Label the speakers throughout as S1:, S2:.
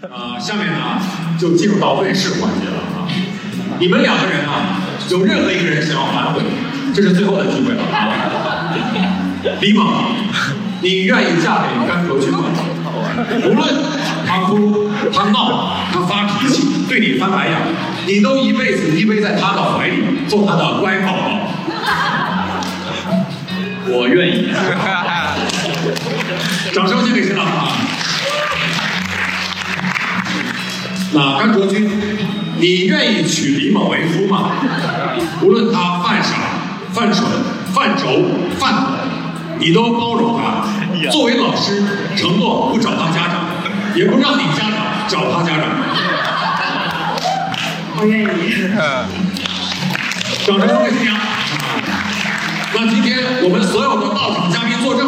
S1: 呃，下面呢就进入到问世环节了啊！你们两个人啊，有任何一个人想要反悔，这是最后的机会了啊！李猛，你愿意嫁给甘卓君吗？无论他哭、他闹、他发脾气、对你翻白眼，你都一辈子依偎在他的怀里，做他的乖宝宝。我愿意。掌声献给新郎啊！ 那啊甘卓君，你愿意娶李某为夫吗？无论他犯傻、犯蠢、犯轴、犯狠，你都包容他。作为老师，承诺不找他家长，也不让你家长找他家长。
S2: 我愿意。
S1: 掌声送给新娘。那今天我们所有的到场嘉宾作证，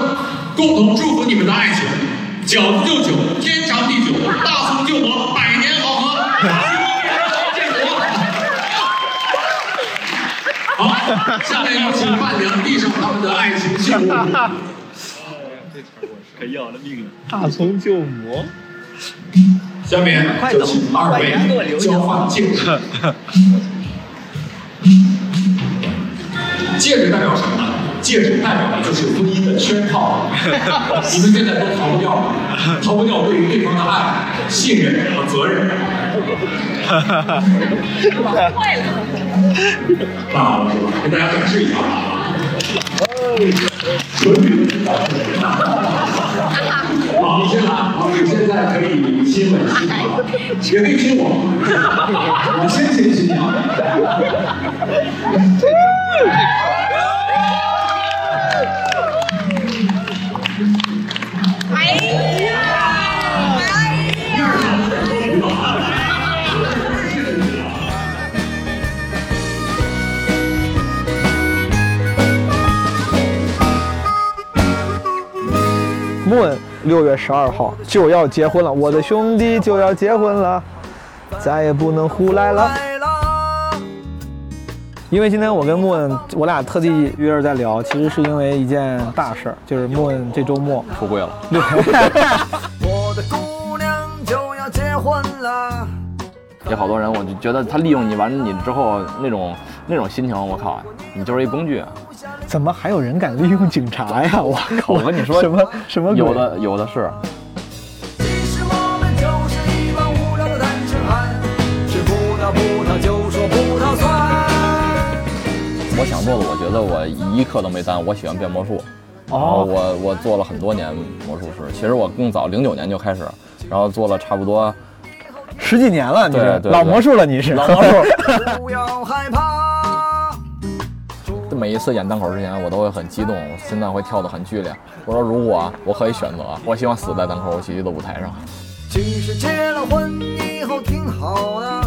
S1: 共同祝福你们的爱情，饺子就酒，天长地久，大宋救国，百年好合，建国。好，下面有请伴娘递上他们的爱情信物。
S3: 可要了命了！
S4: 大葱救母，
S1: 下面就请二位交换戒指。戒指代表什么呢？戒指代表的就是婚姻的圈套，你们现在都逃不掉了，逃不掉对于对方的爱、信任和责任。
S2: 坏了。
S1: 办好了是吧？跟大家展示一下啊。纯女的好，你先来，好你现在可以亲吻新娘，也可以亲我，我先亲新娘。
S2: 哎呀！哎呀！
S5: Moon 六月十二号就要结婚了，我的兄弟就要结婚了，再也不能胡来了。因为今天我跟 Moon，我俩特地约着在聊，其实是因为一件大事儿，就是 Moon 这周末
S4: 出柜了。
S5: 对，
S6: 我的姑娘就要结婚了。
S4: 有好多人，我就觉得他利用你完了你之后那种那种心情，我靠，你就是一工具。啊
S5: 怎么还有人敢利用警察呀？ 我靠！
S4: 我跟你说
S5: 什么什么鬼
S4: 有的有的是，
S6: 其实我们就是一帮无聊的单身汉，吃葡萄葡萄就说葡萄酸。
S4: 我想做的，我觉得我一刻都没耽误。我喜欢变魔术，然后
S5: 哦，
S4: 我我做了很多年魔术师。其实我更早，零九年就开始，然后做了差不多
S5: 十几年了，你
S4: 对
S5: 是
S4: 对对
S5: 老魔术了，你是
S4: 老魔术。
S6: 不要害怕，
S4: 每一次演单口之前，我都会很激动，我心脏会跳得很剧烈。我说，如果啊我可以选择，我希望死在单口喜剧的舞台上。
S6: 其实结了婚以后挺好的。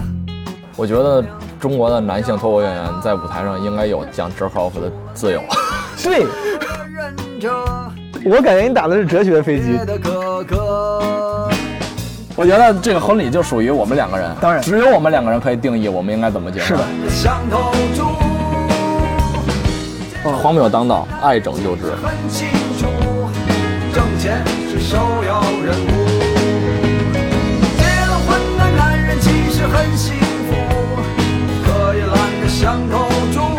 S4: 我觉得中国的男性脱口演员在舞台上应该有讲 jerk off 的自由。
S5: 对，
S6: 忍着，
S5: 我感觉你打的是哲学飞机
S6: 别。的哥哥，
S4: 我觉得这个婚礼就属于我们两个人，
S5: 当然
S4: 只有我们两个人可以定义我们应该怎么结婚。
S5: 是的，
S6: 想投注，
S4: 荒谬当道，爱拯救之。
S6: 很清楚，挣钱是首要任务。结了婚的男人其实很幸福，可也懒得想投注。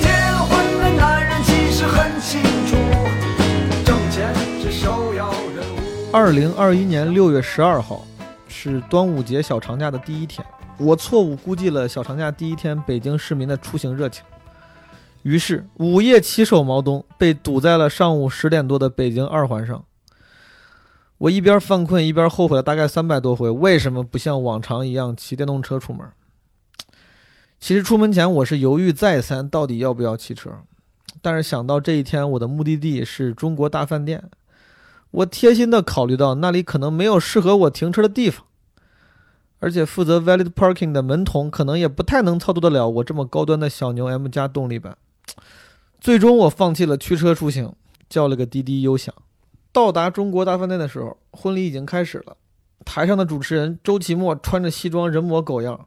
S6: 结了婚的男人其实很清楚，挣钱是首要任务。
S7: 二零二一年六月十二号是端午节小长假的第一天，我错误估计了小长假第一天北京市民的出行热情，于是午夜骑手毛东被堵在了上午十点多的北京二环上。我一边犯困一边后悔了大概三百多回，为什么不像往常一样骑电动车出门？其实出门前我是犹豫再三，到底要不要骑车，但是想到这一天我的目的地是中国大饭店，我贴心的考虑到那里可能没有适合我停车的地方，而且负责 valid parking 的门童可能也不太能操作得了我这么高端的小牛 M 加动力版。最终，我放弃了驱车出行，叫了个滴滴优享。到达中国大饭店的时候，婚礼已经开始了。台上的主持人周奇墨穿着西装，人模狗样，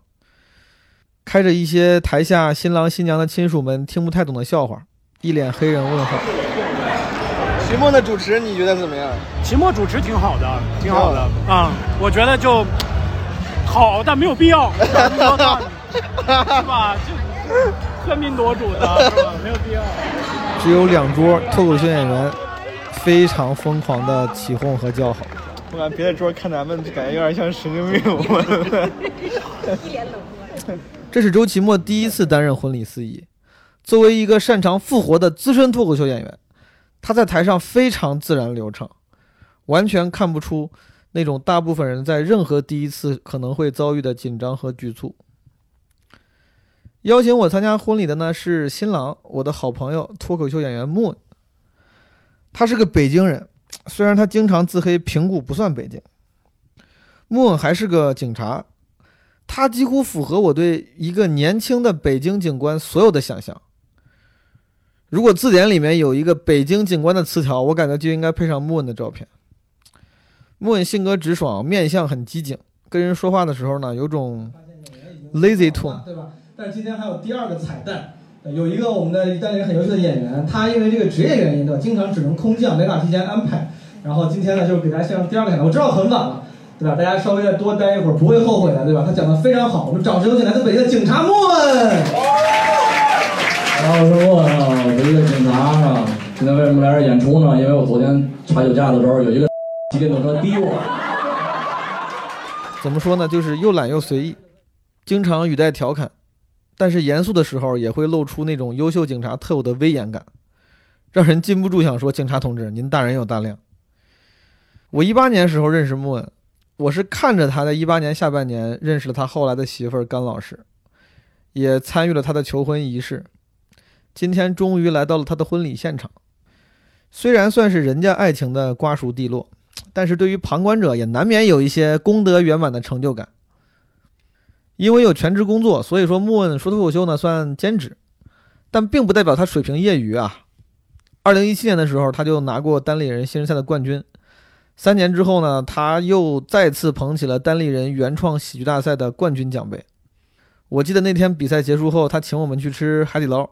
S7: 开着一些台下新郎新娘的亲属们听不太懂的笑话，一脸黑人问号。徐梦的主持你觉得怎么样？
S8: 期末主持挺好的，挺好 的啊、我觉得就好，但没有必要，是吧？就喧宾夺主的，是吧？没有必要。
S7: 只有两桌脱口秀演员非常疯狂的起哄和叫好。
S9: 我感觉别的桌看咱们，感觉有点像神经病。
S7: 这是周奇墨第一次担任婚礼司仪。作为一个擅长复活的资深脱口秀演员，他在台上非常自然流畅，完全看不出那种大部分人在任何第一次可能会遭遇的紧张和局促。邀请我参加婚礼的呢是新郎，我的好朋友脱口秀演员 Moon。他是个北京人，虽然他经常自黑平谷不算北京。Moon 还是个警察，他几乎符合我对一个年轻的北京警官所有的想象。如果字典里面有一个北京警官的词条，我感觉就应该配上莫恩的照片。莫恩性格直爽，面相很机警，跟人说话的时候呢，有种 lazy tone。
S6: 对吧？但是今天还有第二个彩蛋，呃有一个我们的意大利人很优秀的演员，他因为这个职业原因，对吧，经常只能空降，没法提前安排。然后今天呢，就是给大家献上第二个彩蛋。我知道很晚了，对吧？大家稍微再多待一会儿，不会后悔的，对吧？他讲的非常好，我们掌声有请来自北京的警察莫恩。
S4: 然后是我呢，我是一个警察啊。今天为什么来这儿演出呢？因为我昨天查酒驾的时候，有一个 骑电动车逼我。
S7: 怎么说呢，就是又懒又随意，经常语带调侃，但是严肃的时候也会露出那种优秀警察特有的威严感，让人禁不住想说：“警察同志，您大人有大量。”我一八年时候认识莫恩，我是看着他在一八年下半年认识了他后来的媳妇儿甘老师，也参与了他的求婚仪式，今天终于来到了他的婚礼现场。虽然算是人家爱情的瓜熟蒂落，但是对于旁观者也难免有一些功德圆满的成就感。因为有全职工作，所以说莫问说脱口秀呢算兼职，但并不代表他水平业余啊。二零一七年的时候，他就拿过单立人新人赛的冠军。三年之后呢，他又再次捧起了单立人原创喜剧大赛的冠军奖杯。我记得那天比赛结束后，他请我们去吃海底捞。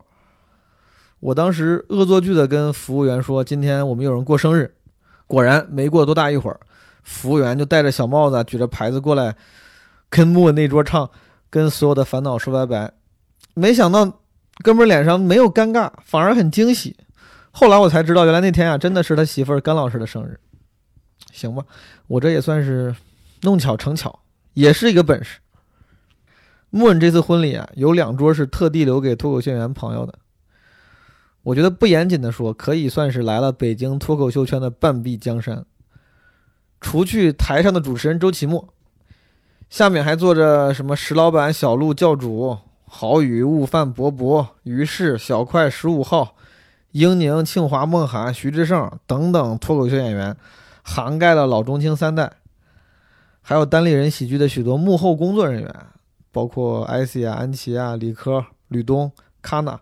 S7: 我当时恶作剧的跟服务员说：“今天我们有人过生日。”果然，没过多大一会儿，服务员就戴着小帽子，举着牌子过来，跟莫文那桌唱，跟所有的烦恼说拜拜。没想到，哥们儿脸上没有尴尬，反而很惊喜。后来我才知道，原来那天啊，真的是他媳妇儿甘老师的生日。行吧，我这也算是弄巧成巧，也是一个本事。莫恩这次婚礼啊，有两桌是特地留给脱口秀演员朋友的。我觉得不严谨的说，可以算是来了北京脱口秀圈的半壁江山。除去台上的主持人周奇墨，下面还坐着什么石老板、小鹿教主、郝宇、悟饭、博博、于适、小快、十五号、英宁、庆华、梦涵、徐志胜等等脱口秀演员，涵盖了老中青三代，还有单立人喜剧的许多幕后工作人员，包括艾希啊、安琪啊、李科、吕东、卡纳。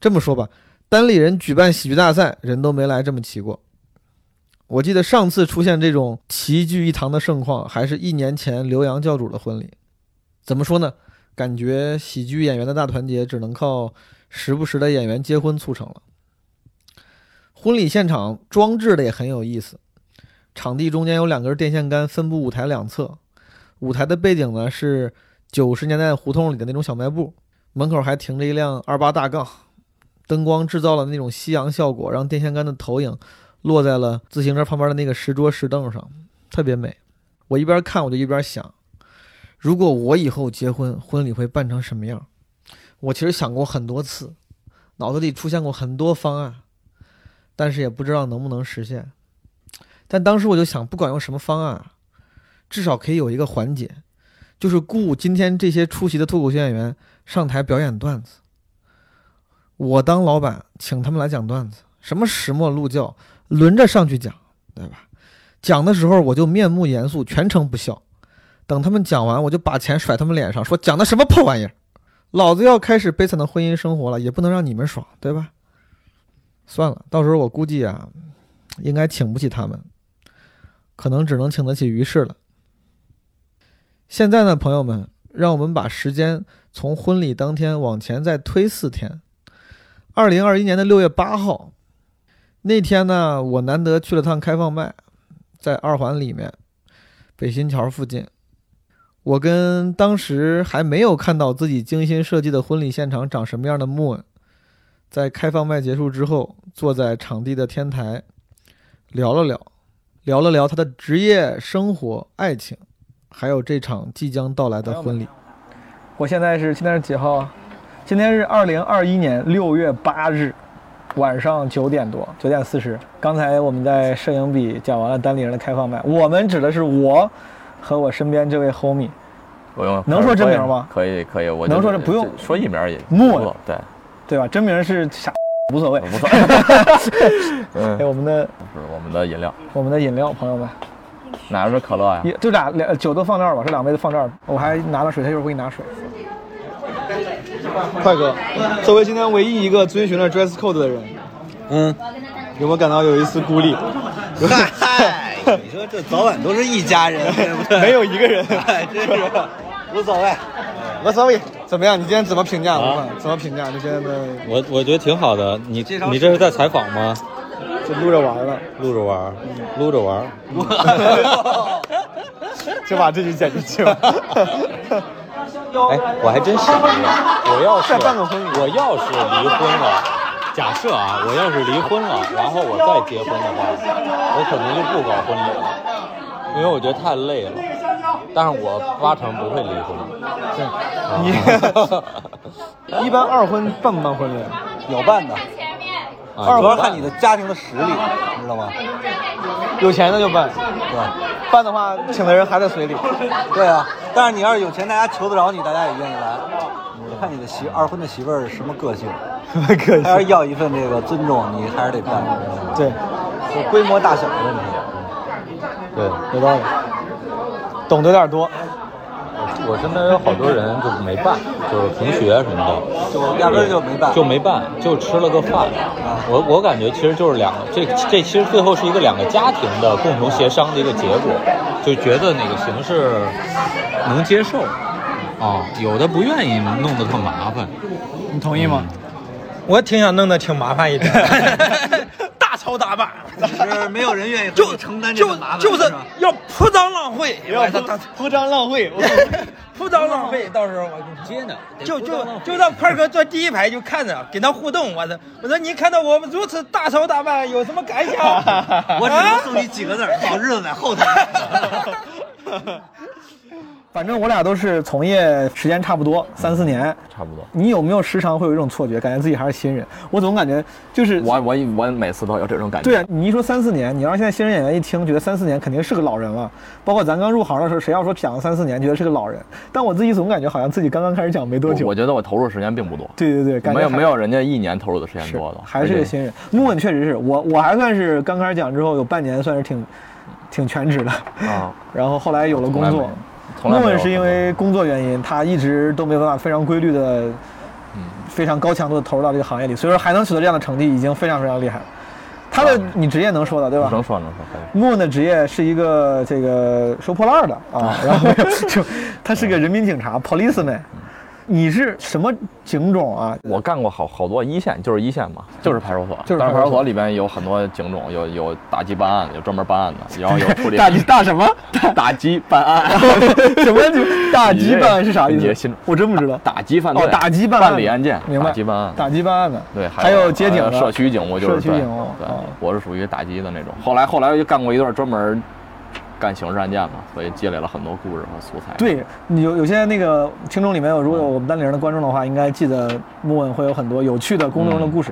S7: 这么说吧，单立人举办喜剧大赛，人都没来这么齐过。我记得上次出现这种齐聚一堂的盛况，还是一年前刘洋教主的婚礼。怎么说呢？感觉喜剧演员的大团结只能靠时不时的演员结婚促成了。婚礼现场装置的也很有意思，场地中间有两根电线杆分布舞台两侧，舞台的背景呢是九十年代胡同里的那种小卖部，门口还停着一辆二八大杠，灯光制造了那种夕阳效果，让电线杆的投影落在了自行车旁边的那个石桌石凳上，特别美。我一边看我就一边想，如果我以后结婚，婚礼会办成什么样？我其实想过很多次，脑子里出现过很多方案，但是也不知道能不能实现。但当时我就想，不管用什么方案啊，至少可以有一个环节，就是雇今天这些出席的脱口秀演员上台表演段子。我当老板，请他们来讲段子，什么石墨鹿教，轮着上去讲，对吧？讲的时候我就面目严肃，全程不笑。等他们讲完，我就把钱甩他们脸上，说讲的什么破玩意儿，老子要开始悲惨的婚姻生活了，也不能让你们爽，对吧？算了，到时候我估计啊，应该请不起他们，可能只能请得起于适了。现在呢，朋友们，让我们把时间从婚礼当天往前再推四天。二零二一年的六月八号，
S10: 那天呢，我难得去了趟开放麦，在二环里面，北新桥附近。我跟当时还没有看到自己精心设计的婚礼现场长什么样的 Moon，在开放麦结束之后，坐在场地的天台，聊了聊，聊了聊他的职业、生活、爱情，还有这场即将到来的婚礼。
S7: 我现在是今天是几号啊？今天是二零二一年六月八日晚上九点多，九点四十。刚才我们在摄影笔讲完了单立人的开放麦，我们指的是我和我身边这位 homie
S4: 我用
S7: 能说真名吗？
S4: 可以可以，我就
S7: 能说这不用
S4: 这说艺名也
S7: 木
S4: 不错对，
S7: 对吧？真名是啥？无所谓，
S4: 无所 嗯
S7: 谓哎，我们的
S4: 是我们的饮料，
S7: 我们的饮料，朋友们，
S4: 哪是可乐呀？
S7: 也就俩俩酒都放这儿吧，这两杯都放这儿吧。我还拿了水，他一会儿给你拿水。
S1: 快哥，作为今天唯一一个遵循了 dress code 的人，嗯，有没有感到有一丝孤立？
S6: 嗨，你说这早晚都是一家人，对不对
S1: 没有一个人，
S6: 哎真 是无所谓。
S1: 无所谓。怎么样？你今天怎么评价？怎么评价你今天的？
S8: 我我觉得挺好的。你
S1: 绍
S8: 你这是在采访吗？
S1: 就录着玩儿了，
S8: 录着玩儿，撸着玩儿。
S1: 就把这句剪进去吧。
S8: 哎，我还真想过，我要是
S1: 再办个婚礼，
S8: 我要是离婚了，假设啊，我要是离婚了，然后我再结婚的话，我肯定就不搞婚礼了，因为我觉得太累了。但是我八成不会离婚。
S1: 你 一般二婚办不办婚礼？
S6: 有办的，
S1: 二
S6: 主要
S1: 婚
S6: 看你的家庭的实力，知道吗？
S1: 有钱的就办，
S6: 对，
S1: 办的话请的人还在水里。
S6: 对啊，但是你要是有钱，大家求得着你，大家也愿意来。看你的媳二婚的媳妇儿是什么个性，什么个性，还是要一份这个尊重，你还是得办。
S1: 对，
S6: 就规模大小的问题。
S8: 对，
S1: 有道理，懂得有点多。
S8: 我身边有好多人就没办，就是同学什么的，
S6: 就压根儿就没办
S8: 就没办，就吃了个饭。我我感觉其实就是两个，这这其实最后是一个两个家庭的共同协商的一个结果，就觉得哪个形式能接受。啊、有的不愿意弄得特麻烦，嗯
S1: 你同意吗？我挺想弄得挺麻烦一点， 大操大办，
S6: 是没有人愿意就承担这个麻烦，
S1: 就是
S6: 吧
S1: 要铺张浪费，要铺张浪费， 铺张浪费，到时候我
S8: 接呢，
S1: 就就就让快哥坐第一排就看着，跟他互动。我操！我说您看到我们如此大操大办，有什么感 想？啊
S6: 我只能送你几个 字儿：好日子在后头。
S7: 反正我俩都是从业时间差不多，三四年，
S4: 差不多。
S7: 你有没有时常会有一种错觉，感觉自己还是新人？我总感觉就是
S4: 我我我每次都有这种感觉。
S7: 对啊，你一说三四年，你要是现在新人演员一听，觉得三四年肯定是个老人了。包括咱刚入行的时候，谁要说讲了三四年，觉得是个老人。但我自己总感觉好像自己刚刚开始讲没多
S4: 我
S7: 久。
S4: 我觉得我投入时间并不多。
S7: 对对对，感觉
S4: 没有
S7: 还
S4: 没有人家一年投入的时间多的，
S7: 还是个
S4: 而且
S7: 新人。木稳确实是我，我还算是刚开始讲之后有半年算是挺挺全职的，
S4: 啊，
S7: 然后后来有了工作。
S4: 从来
S7: 木
S4: 没有
S7: 稳是因为工作原因，他一直都没有办法非常规律的、
S4: 嗯
S7: 非常高强度的投入到这个行业里，所以说还能取得这样的成绩，已经非常非常厉害了。他
S4: 啊
S7: 的你职业能说的对吧？
S4: 能说能说可以。
S7: 木问的职业是一个这个收 破烂的啊，然后就他是个人民警察 policeman。你
S4: 嗯
S7: 是什么警种啊？
S4: 我干过好好多一线，就是一线嘛，就是派出所，
S7: 就是派出所
S4: 但是派出所里边有很多警种，有有打击办案的，有专门办案的， 然后有处理
S7: 打击大什么？
S4: 打击办案，
S7: 什么就 打击办案是啥意
S4: 你这
S7: 思？
S4: 新
S7: 我真不知道。
S4: 打击犯罪，
S7: 哦，打击办案
S4: 办理案件，
S7: 明白？
S4: 打击办案，
S7: 打击办案的，
S4: 对，
S7: 还有街警
S4: 呃
S7: 的
S4: 社区警务，就是
S7: 社区
S4: 对
S7: 警务哦
S4: 对，我是属于打击的那种。后来后来又干过一段专门干刑事案件嘛，所以积累了很多故事和素材。
S7: 对，你有有些那个听众里面有，如果有我们单立人的观众的话，应该记得木问会有很多有趣的工作
S4: 嗯
S7: 中的故事。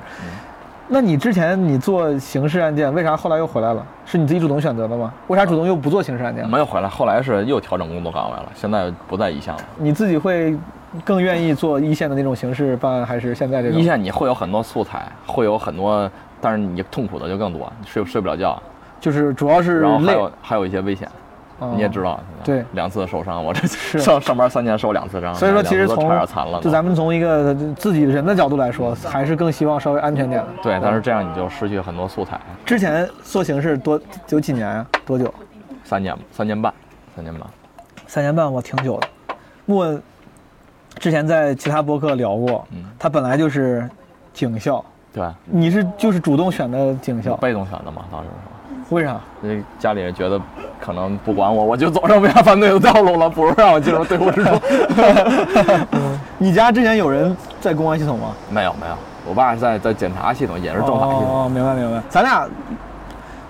S7: 那你之前你做刑事案件，为啥后来又回来了？是你自己主动选择的吗？为啥主动又不做刑事案件？了？
S4: 没有回来，后来是又调整工作岗位了，现在不在一线了。
S7: 你自己会更愿意做一线的那种刑事办案，还是现在这种？
S4: 一线你会有很多素材，会有很多，但是你痛苦的就更多，你睡睡不了觉，
S7: 就是主要是
S4: 然后还
S7: 累，
S4: 有还有一些危险，
S7: 哦
S4: 你也知道，
S7: 对，
S4: 两次受伤，我这 上上班三年受两次伤，
S7: 所以说，其实
S4: 两次
S7: 从
S4: 都差点残了呢，
S7: 就咱们从一个自己人的角度来说，还是更希望稍微安全点的。
S4: 对，但是这样你就失去很多素材，
S7: 之前做刑事多有几年啊？多久？
S4: 三年三年半，三年半，
S7: 三年半，我挺久的。莫
S4: 嗯
S7: 之前在其他播客聊过，他本来就是警校，
S4: 对，
S7: 你是就是主动选的警校，
S4: 被动选的嘛，当时
S7: 为啥？
S4: 是，因为家里人觉得可能不管我，我就走上违法犯罪的道路了，不是让我进入队伍之 中。
S7: 你家之前有人在公安系统吗？
S4: 没有没有，我爸是在在检察系统，也是政法系统。
S7: 哦，明白明白。咱俩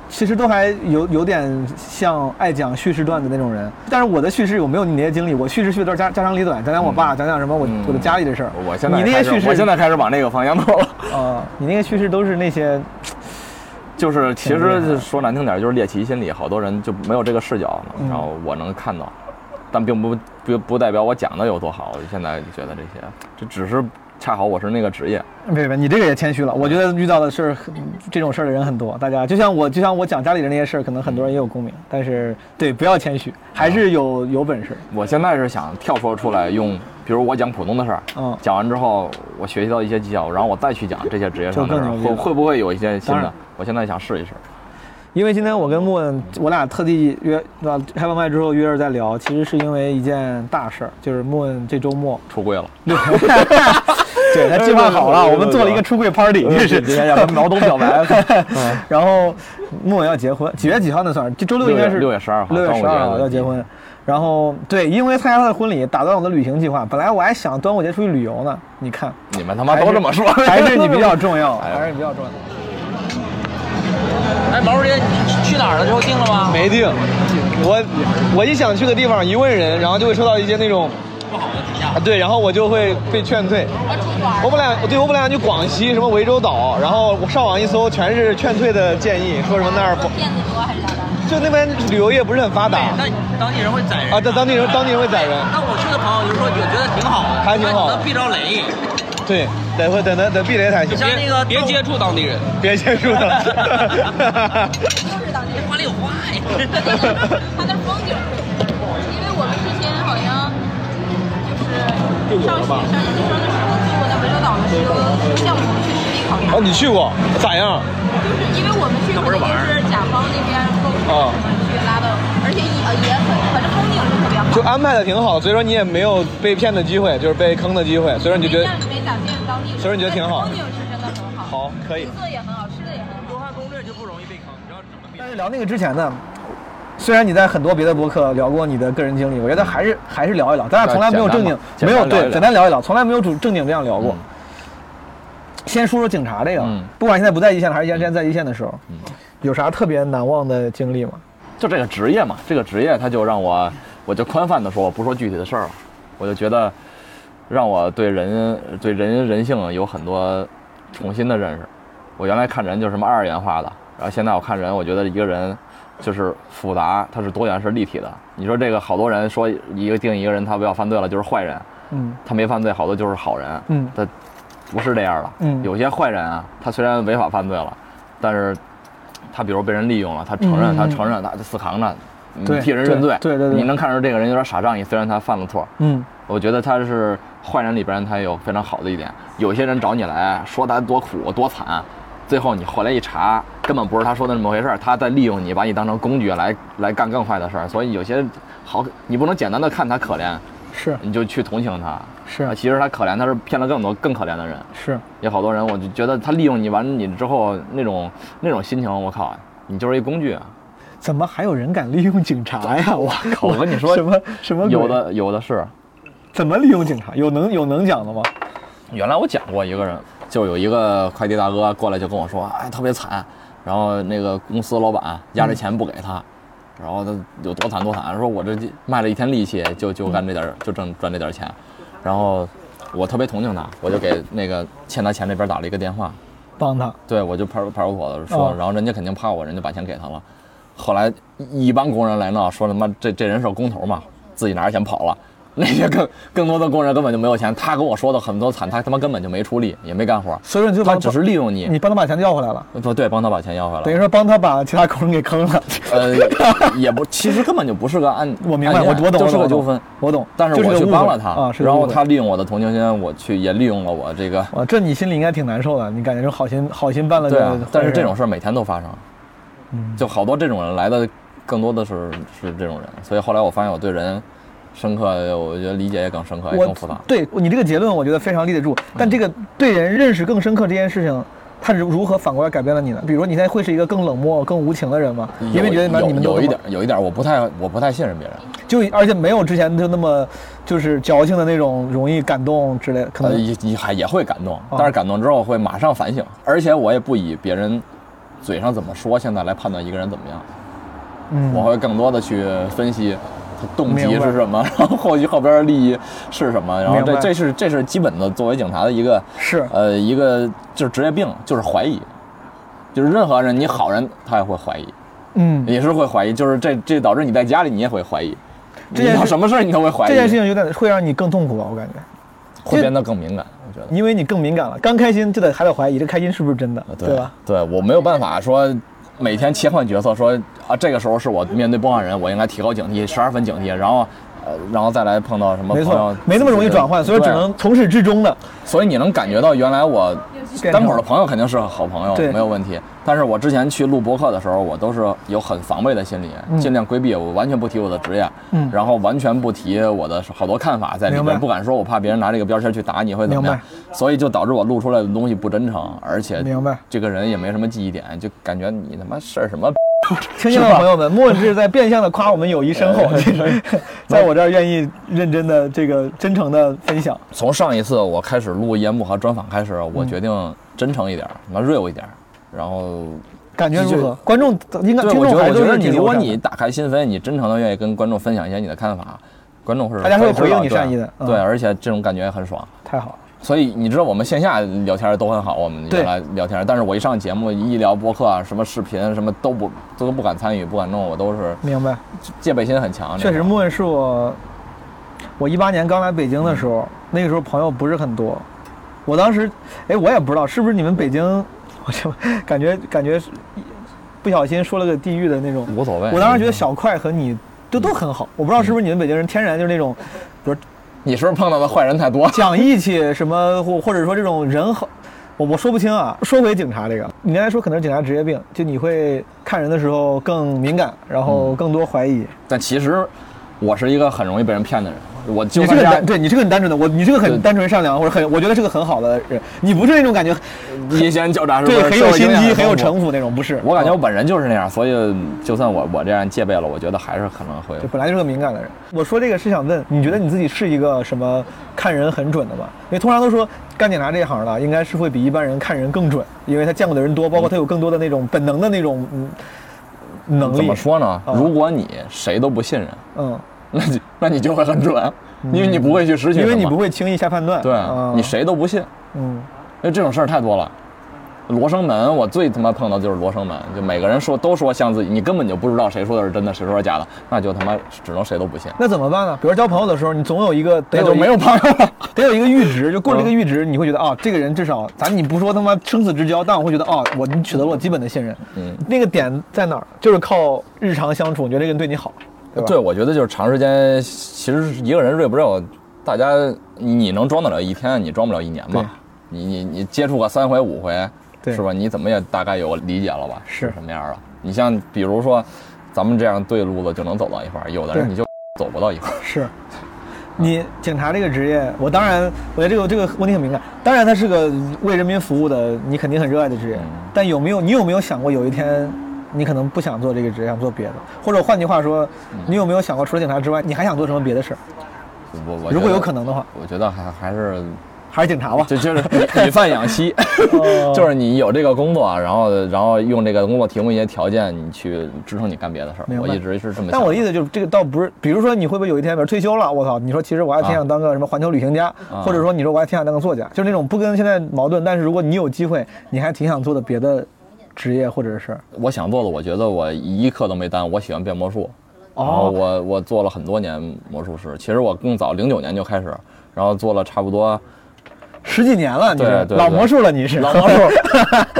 S7: 其实都还有有点像爱讲叙事段子那种人，但是我的叙事我没有你那些经历，我叙事叙的都是家家长里短，讲讲我爸，讲讲什么我我的家里的事儿。
S4: 嗯我现在
S7: 你那些
S4: 开始
S7: 叙事，
S4: 我现在开始往那个方向走了。
S7: 啊，你那些叙事都是那些
S4: 就是其
S7: 挺厉害
S4: 实说难听点儿，就是猎奇心理，好多人就没有这个视角嘛
S7: 嗯。
S4: 然后我能看到，但并不不不代表我讲的有多好。我现在就觉得这些，这只是恰好我是那个职业。
S7: 别别，你这个也谦虚了。我觉得遇到的事儿很，这种事儿的人很多。大家就像我，就像我讲家里的那些事儿，可能很多人也有共鸣。但是，对，不要谦虚，还
S4: 啊
S7: 是有有本事。
S4: 我现在是想跳脱出来，用比如我讲普通的事儿，
S7: 嗯
S4: 讲完之后我学习到一些技巧，然后我再去讲这些职业上的事
S7: 就
S4: 儿，
S7: 更牛逼
S4: 会
S7: 了
S4: 会不会有一些新
S7: 当然
S4: 的？我现在想试一试。
S7: 因为今天我跟莫问，我俩特地约对吧？开完麦之后约着在聊，其实是因为一件大事儿，就是莫问这周末
S4: 出柜了。
S7: 对，他计划好
S4: 哎
S7: 了，我们做了一个出柜 party，
S4: 对
S7: 这
S4: 哎对
S7: 是
S4: 对要跟毛东表 白嗯
S7: 然后莫文要结婚，几月几号那算是？这周六应该是
S4: 六月12号
S7: 六月
S4: 端午节
S7: 十
S4: 嗯
S7: 二号
S4: 的
S7: 要结婚。然后对，因为参加他的婚礼，打断我的旅行计划。本来我还想端午节出去旅游呢，你看，
S4: 你们他妈
S7: 还是
S4: 都这么说，
S7: 还是你比较重要，
S4: 哎
S7: 还是你比较重要。
S11: 哎，毛主席，你去哪儿了？之后定了吗？
S12: 没定，我我一想去的地方，一问人，然后就会收到一些那种
S11: 不好的评价。啊
S12: 啊，对，然后我就会被劝退。我本来对我本来想去广西什么涠洲岛，然后我上网一搜，全是劝退的建议，说什么那儿不，
S11: 骗子多还是 咋的？
S12: 就那边旅游业不是很发达。
S11: 那当地人会 宰人
S12: 啊，对，当地人当地人会宰人，
S11: 那我去的朋友就说，觉觉得挺好的，
S12: 还挺好
S11: 能避着雷。
S12: 对，得会等得得避雷才行。
S11: 像那个别接
S12: 触当地人，别接触当地 人。
S11: 就是当地人，花里有花呀。
S2: 他那风景，因为我们之前好像就是上学上学的时候去过那涠洲岛的石油项目去实地考察，
S12: 哦，你去过，咋样？
S2: 就是因为我们去可能就是甲方那边购置
S12: 啊
S2: 什么去拉到，而且也呃也很反正风景是特别好，
S12: 就安排的挺好，所以说你也没有被骗的机会，就是被坑的机会，所以说你就觉得，
S11: 哎
S2: 但是没咋见当地人，
S12: 所以你觉得挺好
S2: 风景是真的很好，
S12: 好，可以
S2: 景。色也很好，吃的也很好，
S11: 文化攻略就不容易被坑，你知道怎么避？
S7: 但是聊那个之前呢，虽然你在很多别的博客聊过你的个人经历，我觉得还是还是聊一聊，咱俩从来没有正经，
S4: 对
S7: 没有
S4: 简单嘛
S7: 对，简
S4: 简
S7: 单
S4: 单
S7: 聊一聊，从来没有主正经这样聊过。先说说警察这个，
S4: 嗯
S7: 不管现在不在一线还是原先在一线的时候，有啥特别难忘的经历吗？
S4: 就这个职业嘛，这个职业他就让我，我就宽泛的说，我不说具体的事儿了，我就觉得让我对人对人人性有很多重新的认识。我原来看人就是什么二元化的，然后现在我看人，我觉得一个人就是复杂，他是多元是立体的。你说这个好多人说一个定一个人他不要犯罪了就是坏人，
S7: 嗯
S4: 他没犯罪，好多就是好人。
S7: 嗯
S4: 他不是这样的。
S7: 嗯
S4: 有些坏人啊，他虽然违法犯罪了，但是他比如被人利用了，他承认，
S7: 嗯嗯嗯
S4: 他承认，他死扛着，你
S7: 对
S4: 替人认罪。
S7: 对对对对
S4: 你能看出这个人有点傻仗义，虽然他犯了错。
S7: 嗯，
S4: 我觉得他是坏人里边，他有非常好的一点。有些人找你来说他多苦多惨，最后你后来一查，根本不是他说的那么回事儿，他在利用你，把你当成工具来来干更坏的事儿。所以有些好，你不能简单的看他可怜，
S7: 是
S4: 你就去同情他。
S7: 是
S4: 啊其实他可怜，他是骗了更多更可怜的人。
S7: 是
S4: 有好多人，我就觉得他利用你完你之后那种那种心情，我靠，你就是一工具 啊！
S7: 怎么还有人敢利用警察呀？我靠！
S4: 我跟你说
S7: 什么什么鬼
S4: 有的有的是，
S7: 怎么利用警察？有能有能讲的吗？
S4: 原来我讲过一个人，就有一个快递大哥过来就跟我说，哎，特别惨，然后那个公司老板压
S7: 嗯
S4: 着钱不给他，然后他有多惨多惨，说我这卖了一天力气就就干这点儿就挣赚这点儿钱，然后我特别同情他，我就给那个欠他钱那边打了一个电话，
S7: 帮他
S4: 对我就派出派出所的说，
S7: 哦
S4: 然后人家肯定怕我，人家把钱给他了。后来一一帮工人来闹，说他妈这这人是工头嘛，自己拿着钱跑了。那些更更多的工人根本就没有钱，他跟我说的很多惨，他他妈根本就没出力，也没干活，
S7: 所以说你就
S4: 他
S7: 帮
S4: 只是利用你。
S7: 你帮他把钱要回来了，
S4: 对对，帮他把钱要回来。
S7: 等于说帮他把其他工人给坑 了。
S4: 呃，也不，其实根本就不是个案，我
S7: 明 白我我懂
S4: 就是
S7: 我
S4: 个
S7: 懂
S4: 纠纷，
S7: 我懂
S4: 但是
S7: 就是
S4: 我
S7: 个
S4: 去
S7: 误会
S4: 帮了他，
S7: 啊是个
S4: 然
S7: 误
S4: 后
S7: 会
S4: 他利用我的同情心，我去也利用了我这个，
S7: 哇，这你心里应该挺难受的。你感觉就好心好心办了
S4: 对啊
S7: 个坏，
S4: 但是这种事儿每天都发生，
S7: 嗯
S4: 就好多这种人来的更多的是是这种人，所以后来我发现我对人深刻，我觉得理解也更哎深刻，也更
S7: 哎我
S4: 复杂。哎
S7: 对你这个结论，我觉得非常立得住。但这个对人认识更深刻这件事情，他如如何反过来改变了你呢？比如说你现在会是一个更冷漠、更无情的人吗？因为
S4: 有
S7: 觉得你们
S4: 有
S7: 你们都
S4: 有
S7: 这
S4: 一
S7: 么
S4: 点，有一点，我不太我不太信任别人，
S7: 就而且没有之前就那么就是矫情的那种，容易感动之类的，可
S4: 呃
S7: 能啊
S4: 也也还也会感动，但是感动之后会马上反省，而且我也不以别人嘴上怎么说现在来判断一个人怎么样，
S7: 嗯
S4: 我会更多的去分析他动机
S7: 明白
S4: 是什么， 然后后续后边的利益是什么，然后
S7: 明
S4: 这
S7: 白
S4: 这是这是基本的作为警察的一个
S7: 是
S4: 呃一个就是职业病，就是怀疑，就是任何人你好人他也会怀疑，
S7: 嗯，
S4: 也是会怀疑，就是这这导致你在家里你也会怀疑，你
S7: 这件事
S4: 到什么事儿你都会怀疑，
S7: 这件事情有点会让你更痛苦吧，我感觉。
S4: 会变得更敏感，我觉得。
S7: 因为你更敏感了，刚开心就得还得怀疑这开心是不是真的，对 吧？？
S4: 啊对我没有办法说每天切换角色说，啊，这个时候是我面对报案人，我应该提高警惕，十二分警惕，然后呃，然后再来碰到什么
S7: 没
S4: 朋友
S7: 错，，没那么容易转换，所以只能从始至终的。
S4: 所以你能感觉到原来我
S7: 变成
S4: 单口的朋友肯定是好朋友，
S7: 对
S4: 没有问题。但是我之前去录播客的时候，我都是有很防备的心理，
S7: 嗯
S4: 尽量规避，我完全不提我的职业，
S7: 嗯
S4: 然后完全不提我的好多看法在里
S7: 明
S4: 面，
S7: 白
S4: 不敢说我怕别人拿这个标签去打你会怎么
S7: 明
S4: 样
S7: 白，
S4: 所以就导致我录出来的东西不真诚，而且
S7: 明白
S4: 这个人也没什么记忆点，就感觉你他妈事儿什么。
S7: 听见
S4: 是
S7: 了，
S4: 吧
S7: 朋友们，莫志在变相的夸我们友谊深 厚，其实在我这儿愿意 认真的这个真诚的分享。
S4: 从上一次我开始录烟幕和专访开始，我
S7: 嗯
S4: 决定真诚一点儿，他妈 real 一点儿，然后
S7: 感觉
S4: 就
S7: 如何？观众应该
S4: 对，
S7: 听
S4: 我
S7: 众
S4: 觉
S7: 还
S4: 得，我
S7: 是
S4: 觉得你
S7: 挺
S4: 如果
S7: 友善的
S4: 你打开心扉，你真诚的愿意跟观众分享一些你的看法，观众是
S7: 大家会
S4: 知道
S7: 回应
S4: 对
S7: 你善意的嗯
S4: 对，而且这种感觉也很爽。
S7: 太好了，
S4: 所以你知道我们线下聊天都很好，我们
S7: 对
S4: 原来聊天，但是我一上节目一聊播客啊，什么视频什么都不都不敢参与，不敢弄，我都是
S7: 明白。
S4: 戒备心很强。
S7: 确实，莫文是我，我一八年刚来北京的时候，
S4: 嗯
S7: 那个时候朋友不是很多。我当时，哎，我也不知道是不是你们北京，我就 感觉感觉是不小心说了个地域的那种，
S4: 无所谓嗯
S7: 我当时觉得小快和你都都很好，我不知道是不是你们北京人天然就是那种，不是，
S4: 你是不是碰到的坏人太多？
S7: 讲义气什么，或或者说这种人好，我我说不清啊。说回警察这个，你刚才说可能是警察职业病，就你会看人的时候更敏感，然
S4: 嗯
S7: 后更多怀疑。
S4: 但其实我是一个很容易被人骗的人，我就
S7: 你是
S4: 算
S7: 个很
S4: 家
S7: 单，对你是个很单纯的，我你是个很单纯善良或者很，我觉得是个很好的人，你不是那种感觉
S4: 阴险狡诈，是不
S7: 对
S4: 是？
S7: 很有
S4: 社会
S7: 心
S4: 经验
S7: 机、很
S4: 丰
S7: 有
S4: 富
S7: 城府那种，不是。嗯
S4: 我感觉我本人就是那样，所以就算我我这样戒备了，我觉得还是可能会
S7: 对本来就是个敏感的人。我说这个是想问，你觉得你自己是一个什么看人很准的吗？因为通常都说干警察这一行的，应该是会比一般人看人更准，因为他见过的人多，包括他有更多的那种本能的那种嗯能力。
S4: 怎么说呢？
S7: 啊
S4: 如果你谁都不信任，
S7: 嗯，
S4: 那你那你就会很准，因为你不会去失去什
S7: 因
S4: 么，
S7: 为你不会轻易下判断。
S4: 对
S7: 啊，
S4: 你谁都不信，
S7: 嗯，
S4: 因为这种事儿太多了。罗生门，我最他妈碰到就是罗生门，就每个人说都说像自己，你根本就不知道谁说的是真的，谁说是假的，那就他妈只能谁都不信。
S7: 那怎么办呢？比如交朋友的时候，你总有一个
S4: 那
S7: 得有
S4: 就
S7: 一个
S4: 没有朋友了，
S7: 得有一个阈值，就
S4: 嗯
S7: 过了这个阈值，你会觉得啊、这个人至少咱你不说他妈生死之交，但我会觉得啊、我你取得了我基本的信任。
S4: 嗯，
S7: 那个点在哪儿？就是靠日常相处，你觉得这个人对你好，对吧？
S4: 对，我觉得就是长时间，其实一个人锐不锐，大家你你能装得了一天，你装不了一年
S7: 对
S4: 嘛。你你你接触个三回五回，
S7: 对
S4: 是吧？你怎么也大概有理解了吧？
S7: 是
S4: 什么样了？你像比如说，咱们这样对路子就能走到一块儿，有的人
S7: 对
S4: 你就走不到一块儿。
S7: 是。你警察这个职业，我当然，我觉得这个这个问题很敏感。当然，它是个为人民服务的，你肯定很热爱的职业。但有没有你有没有想过有一天，你可能不想做这个职业，想做别的？或者换句话说，你有没有想过除了警察之外，你还想做什么别的事儿？
S4: 我我
S7: 如
S4: 觉
S7: 果
S4: 得
S7: 有可能的话，
S4: 我觉得还还是
S7: 还是警察吧。哦
S4: 就 就是以以贩养吸，就是你有这个工作，然后然后用这个工作提供一些条件，你去支撑你干别的事儿。
S7: 明
S4: 我
S7: 白
S4: 一直是这么想的。
S7: 但我的意思就是，这个倒不是，比如说你会不会有一天，比如退休了，我操，你说其实我还挺想当个什么环球旅行家，
S4: 啊
S7: 或者说你说我还挺想当个作家，就是那种不跟现在矛盾，但是如果你有机会，你还挺想做的别的职业或者是事儿。
S4: 我想做的，我觉得我一刻都没耽误。我喜欢变魔术，
S7: 哦
S4: 然后我我做了很多年魔术师。其实我更早，零九年就开始，然后做了差不多
S7: 十几年了，你
S4: 对
S7: 是
S4: 对
S7: 老
S4: 对
S7: 魔术了，你是
S4: 老魔术。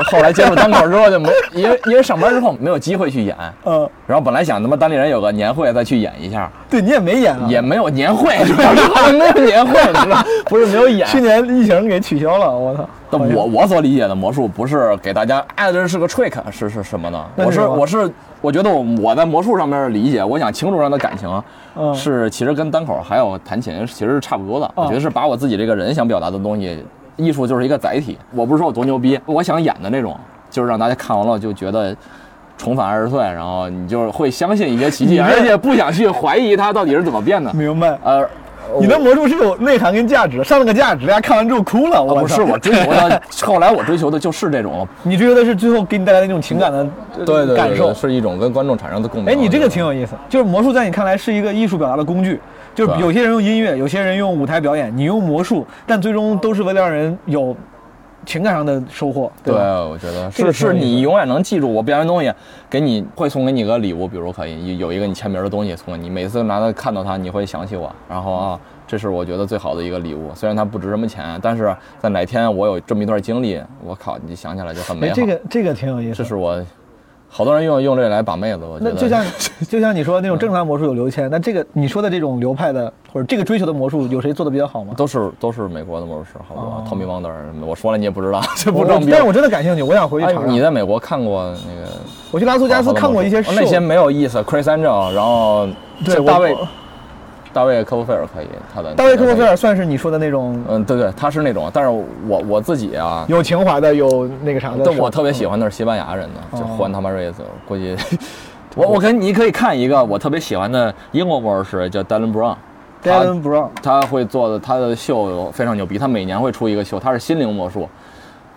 S4: 后来接触单口之后就没，因为因为上班之后没有机会去演。
S7: 嗯，
S4: 然后本来想他妈单立人有个年会再去演一下，
S7: 对你也没演啊，
S4: 也 没有年会， 主要是没有年会，你知道不是没有演。
S7: 去年疫情给取消了，我操。哎
S4: 但我我所理解的魔术不是给大家，哎，这是个 trick，是是什么呢？
S7: 那
S4: 我
S7: 是
S4: 是
S7: 什么
S4: 我是我觉得我我在魔术上面的理解，我想清楚上的感情
S7: 嗯
S4: 是其实跟单口还有弹琴其实是差不多的。我觉得是把我自己这个人想表达的东西艺术就是一个载体。我不是说我多牛逼，我想演的那种，就是让大家看完了就觉得重返二十岁，然后你就会相信一些奇迹，
S7: 你这
S4: 而且不想去怀疑它到底是怎么变的。
S7: 明白？
S4: 呃，
S7: 你的魔术是有内涵跟价值，上了个价值，大家看完之后哭了。我
S4: 啊不是我追求的，后来我追求的就是这种，
S7: 你追求的是最后给你带来那种情感的
S4: 对
S7: 呃
S4: 对对
S7: 感受
S4: 对。是一种跟观众产生的共鸣。
S7: 哎，你这个挺有意思，就是魔术在你看来是一个艺术表达的工具，就是
S4: 对
S7: 有些人用音乐，有些人用舞台表演，你用魔术，但最终都是为了让人有情感上的收获，
S4: 对，
S7: 吧？
S4: 我觉得是
S7: 这个挺有
S4: 是
S7: 意思
S4: 你永远能记住我表演东西，给你会送给你个礼物，比如可以有有一个你签名的东西送给你，每次拿到看到它，你会想起我，然后啊，这是我觉得最好的一个礼物，虽然它不值什么钱，但是在哪天我有这么一段经历，我靠，你想起来就很美
S7: 哎，
S4: 好。
S7: 这个这个挺有意思
S4: 这。是我，好多人用用这来把妹子，我觉
S7: 那
S4: 得嗯
S7: 就像就像你说那种正常魔术有刘谦，那这个你说的这种流派的或者这个追求的魔术，有谁做的比较好吗？
S4: 都是都是美国的魔术师，好不好？
S7: 哦
S4: 汤米汪德尔，我说了你也不知 道，这不
S7: 我
S4: 装逼。
S7: 但是我真的感兴趣，我想回去
S4: 哎
S7: 查查。
S4: 你在美国看过那个？
S7: 我去拉斯维加斯看过一些
S4: 哦
S7: 秀
S4: 那些没有意思，Chris Angel，然后
S7: 对
S4: 这
S7: 我
S4: 大卫，大卫科波菲尔可以，他的
S7: 大卫科波菲尔，算是你说的那种
S4: 嗯，对对，他是那种，但是我我自己啊，
S7: 有情怀的，有那个啥的手。嗯
S4: 但我特别喜欢的是西班牙人的，就
S7: 哦
S4: 欢他妈瑞斯，估 计我我跟你可以看一个我特别喜欢的英国魔术师叫 Dylan Brown。
S7: Dylan Brown，
S4: 他会做的他的秀非常牛逼，他每年会出一个秀，他是心灵魔术，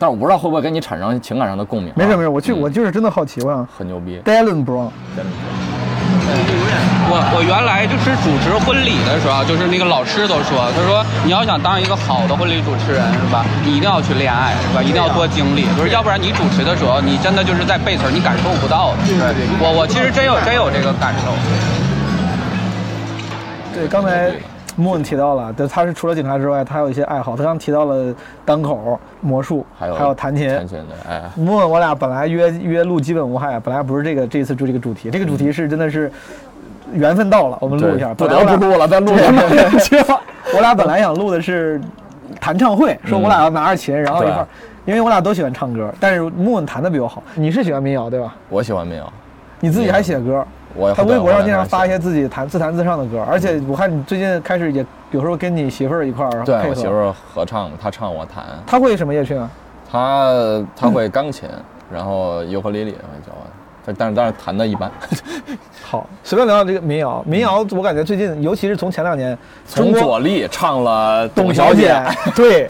S4: 但是我不知道会不会跟你产生情感上的共鸣啊、
S7: 没事没事，我就我就是真的好奇，我想
S4: 很牛逼。
S7: Dylan Brown，
S11: 嗯我我原来就是主持婚礼的时候，就是那个老师都说，他说你要想当一个好的婚礼主持人是吧，你一定要去恋爱是吧，一定要多经历，就是要不然你主持的时候，你真的就是在背词儿，你感受不到的。我我其实真有真有这个感受。
S7: 对，刚才莫文提到了，对，他是除了警察之外，他还有一些爱好。他刚提到了单口、魔术，还
S4: 有
S7: 还有弹琴。
S4: 弹琴的， 哎，
S7: 莫文，我俩本来约约录基本无害，本来不是这个，这一次就这个主题，这个主题是真的是缘分到了，我们录一下，
S4: 嗯对
S7: 本来
S4: 不得不录了咱
S7: 咱
S4: 录什么呀
S7: 我俩本来想录的是弹唱会，说
S4: 嗯
S7: 我俩要拿着琴，然后一块儿，因为我俩都喜欢唱歌，但是莫文弹的比我好。你是喜欢民谣对吧？
S4: 我喜欢民谣，
S7: 你自己还写歌，
S4: 我
S7: 他微博上经常发一
S4: 些。
S7: 些自己弹自弹自唱的歌，而且我看你最近开始也有时候跟你媳妇儿一块儿
S4: 嗯对
S7: 配合
S4: 我媳妇，儿合唱，她唱我弹，
S7: 她会什么乐器啊呢？
S4: 她她会钢琴，然后尤克里里会教我，但但是但是弹的一般。
S7: 好，随便聊聊这个民谣，民谣我感觉最近，尤其是从前两年，
S4: 嗯从
S7: 中国
S4: 左立唱了
S7: 董
S4: 小
S7: 小姐， 对，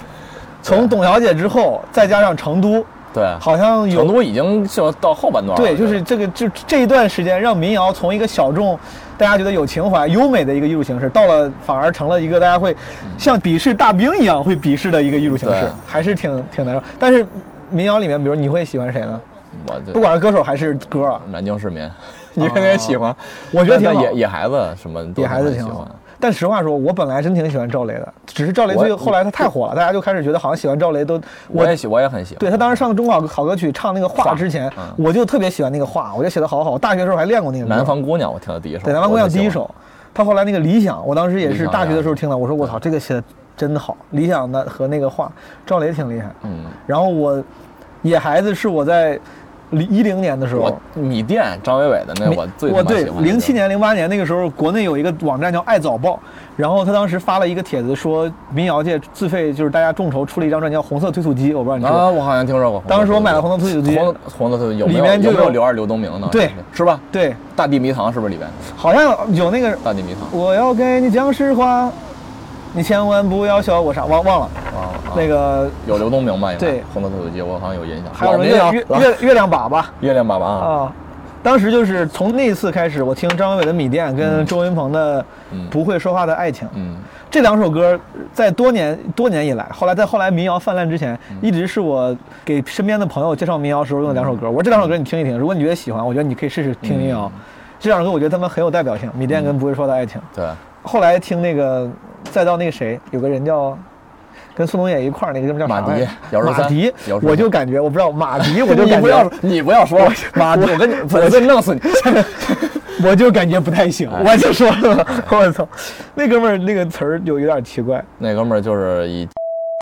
S7: 从董小姐之后，再加上成都，
S4: 对，
S7: 好像有
S4: 成都已经就到后半段了。
S7: 对，就是这个就这一段时间，让民谣从一个小众，大家觉得有情怀、优美的一个艺术形式，到了反而成了一个大家会像鄙视大兵一样会鄙视的一个艺术形式
S4: 嗯对，
S7: 还是挺挺难受。但是民谣里面，比如你会喜欢谁呢？
S4: 我这
S7: 不管是歌手还是歌啊，
S4: 南京市 民，你肯定喜欢。
S7: 我觉
S4: 但
S7: 得挺
S4: 但
S7: 好
S4: 野野孩子什么都
S7: 野孩子
S4: 很
S7: 挺
S4: 喜
S7: 好
S4: 欢。。
S7: 但实话说，我本来真挺喜欢赵雷的，只是赵雷
S4: 我
S7: 最后来他太火了，大家就开始觉得好像喜欢赵雷都
S4: 我也喜，我也很喜欢。
S7: 对他当时上中考考歌曲唱那个画之前，我就特别喜欢那个画，我觉得写的好好。我大学的时候还练过那个歌。
S4: 嗯南方姑娘，我听的第一首。
S7: 对，南方姑娘
S4: 我就喜
S7: 第
S4: 欢
S7: 一首，他后来那个理想，我当时也
S4: 理
S7: 是
S4: 想
S7: 大学的
S4: 呀
S7: 时候听的，我说我操，这个写的真好，理想的和那个画，赵雷挺厉害。
S4: 嗯，
S7: 然后我野孩子是我在零一零年的时候
S4: 我。米店张伟伟的那
S7: 没
S4: 我最他
S7: 我
S4: 妈
S7: 对
S4: 喜欢的
S7: 零七年零八年那个时候，国内有一个网站叫爱早报，然后他当时发了一个帖子说，民谣界自费就是大家众筹出了一张专辑叫《红色推土机》，我不知道你知
S4: 啊，
S7: 道。
S4: 我好像听说过。
S7: 当时我买了红色推土机，
S4: 红红的有没有
S7: 里面就
S4: 有没有
S7: 有
S4: 刘二刘东明呢？
S7: 对，
S4: 是吧？
S7: 对，
S4: 大地迷堂是不是里边？
S7: 好像有那个
S4: 大地迷堂。
S7: 我要给你讲实话，你千万不要笑我傻，忘忘了。
S4: 啊，啊
S7: 那个
S4: 有刘东明吧？应该
S7: 对，
S4: 红色推土机我好像有印象。
S7: 还有什
S4: 老
S7: 么
S4: 民谣
S7: 月月月月亮粑粑
S4: 月亮粑粑啊，
S7: 啊？当时就是从那次开始，我听张伟伟的《米店》跟周云鹏的《不会说话的爱情》，
S4: 嗯，
S7: 这两首歌在多年多年以来，后来在后来民谣泛滥之前，一直是我给身边的朋友介绍民谣时候用的
S4: 嗯
S7: 两首歌。我说这两首歌你听一听，如果你觉得喜欢，我觉得你可以试试听民谣。这两首歌我觉得他们很有代表性，《米店》跟《不会说的爱情》。
S4: 嗯对，
S7: 后来听那个，再到那个谁，有个人叫。跟宋冬野一块儿那个哥们叫
S4: 马
S7: 啥
S4: 迪
S7: 来着
S4: 姚十三
S7: 马迪
S4: 姚，十三
S7: 我就感觉我不知道马迪，我 就
S4: 你
S7: 感
S4: 不
S7: 觉
S4: 要你不要说了，妈，我跟你我就弄死你。 哎
S7: 我就感觉不太行，我就说了，我操，那哥们儿那个词儿有有点奇怪。
S4: 那哥们儿就是以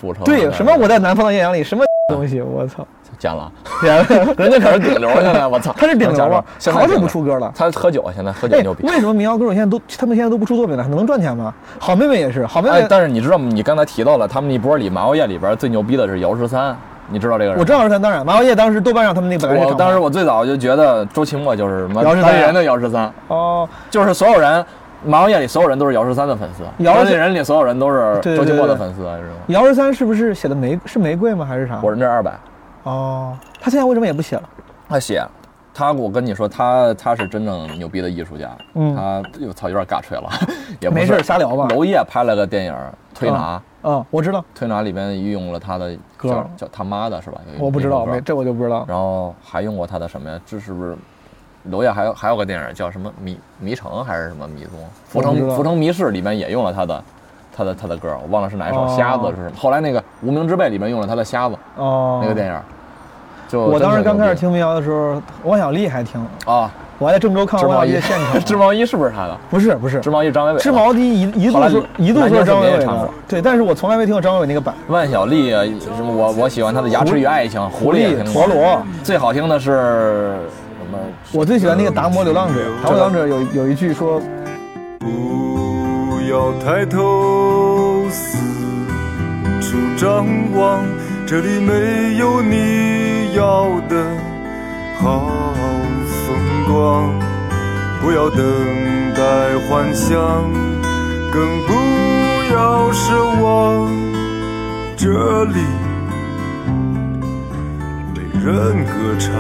S4: 著称。
S7: 对，什么我在南方的艳阳里，什么 东西，我操，
S4: 见了，人家可是顶流现在，我操，
S7: 啊他是顶流啊
S4: 现在
S7: 好久
S4: 顶
S7: 不
S4: 流
S7: 出歌了。
S4: 他喝酒啊现在喝酒
S7: 哎
S4: 牛逼，
S7: 为什么民谣歌手现在都他们现在都不出作品了，能赚钱吗？好妹妹也是，好妹妹
S4: 哎，，但是你知道吗？你刚才提到了他们那波里麻药业里边最牛逼的是姚十三，你知道这个人吗？
S7: 我知道是他，当然，麻药叶当时豆瓣上他们那本来是
S4: 我
S7: 厂
S4: 当
S7: 牌
S4: 时我最早就觉得周奇墨就是什么
S7: 姚十三啊
S4: 单人的姚十三，
S7: 哦，
S4: 就是所有人麻药业里所有人都是姚十三的粉丝，
S7: 姚十
S4: 十人里所有人都是
S7: 对对
S4: 周奇墨的
S7: 对对
S4: 粉丝，啊是吗？
S7: 姚十三是不是写的玫是玫瑰吗？还是啥？
S4: 我认这二百，
S7: 哦，他现在为什么也不写了？
S4: 他写，他我跟你说，他他是真正牛逼的艺术家，
S7: 嗯
S4: 他我操有点尬吹了， 也不
S7: 没事瞎聊吧
S4: 娄烨拍了个电影《推拿》，
S7: 嗯，我知道，
S4: 推拿里边运用了他的
S7: 歌
S4: 叫叫他妈的是吧？有一
S7: 我不知道，
S4: 有一首歌
S7: 没这我就不知道。
S4: 然后还用过他的什么呀？这是不是娄烨还有还有个电影叫什么《迷迷城》还是什么《迷踪》？浮
S7: 我不知道
S4: 城浮城迷事里面也用了他的他的他的歌，我忘了是哪一首
S7: 哦
S4: 《瞎子》是什么。后来那个《无名之辈》里面用了他的《瞎子》
S7: 哦，
S4: 那个电影，就
S7: 我当时刚开始
S4: 听
S7: 听民哦谣的哦时候，王小利还听，
S4: 啊，
S7: 我还在郑州看
S4: 织
S7: 过王
S4: 毛
S7: 小
S4: 衣
S7: 利的现 场。
S4: 织毛衣是不是他的？
S7: 不是不是，
S4: 织毛衣是张伟伟的。
S7: 织毛衣一一
S4: 后
S7: 度
S4: 来
S7: 说一度
S4: 南京
S7: 说
S4: 市
S7: 张
S4: 民
S7: 伟
S4: 也
S7: 伟
S4: 唱
S7: 的
S4: 过，
S7: 对，但是我从来没听过张伟伟那个版。
S4: 万晓利啊，什么我我喜欢他的《牙齿与爱情》，狐狸也听过
S7: 狐狸陀螺，
S4: 最好听的是什么？
S7: 我最喜欢那个《达摩流浪者》，《达摩流浪者有》有一句说，
S13: 不要抬头四处张望，这里没有你要的好风光。不要等待幻想，更不要奢望，这里没人歌唱。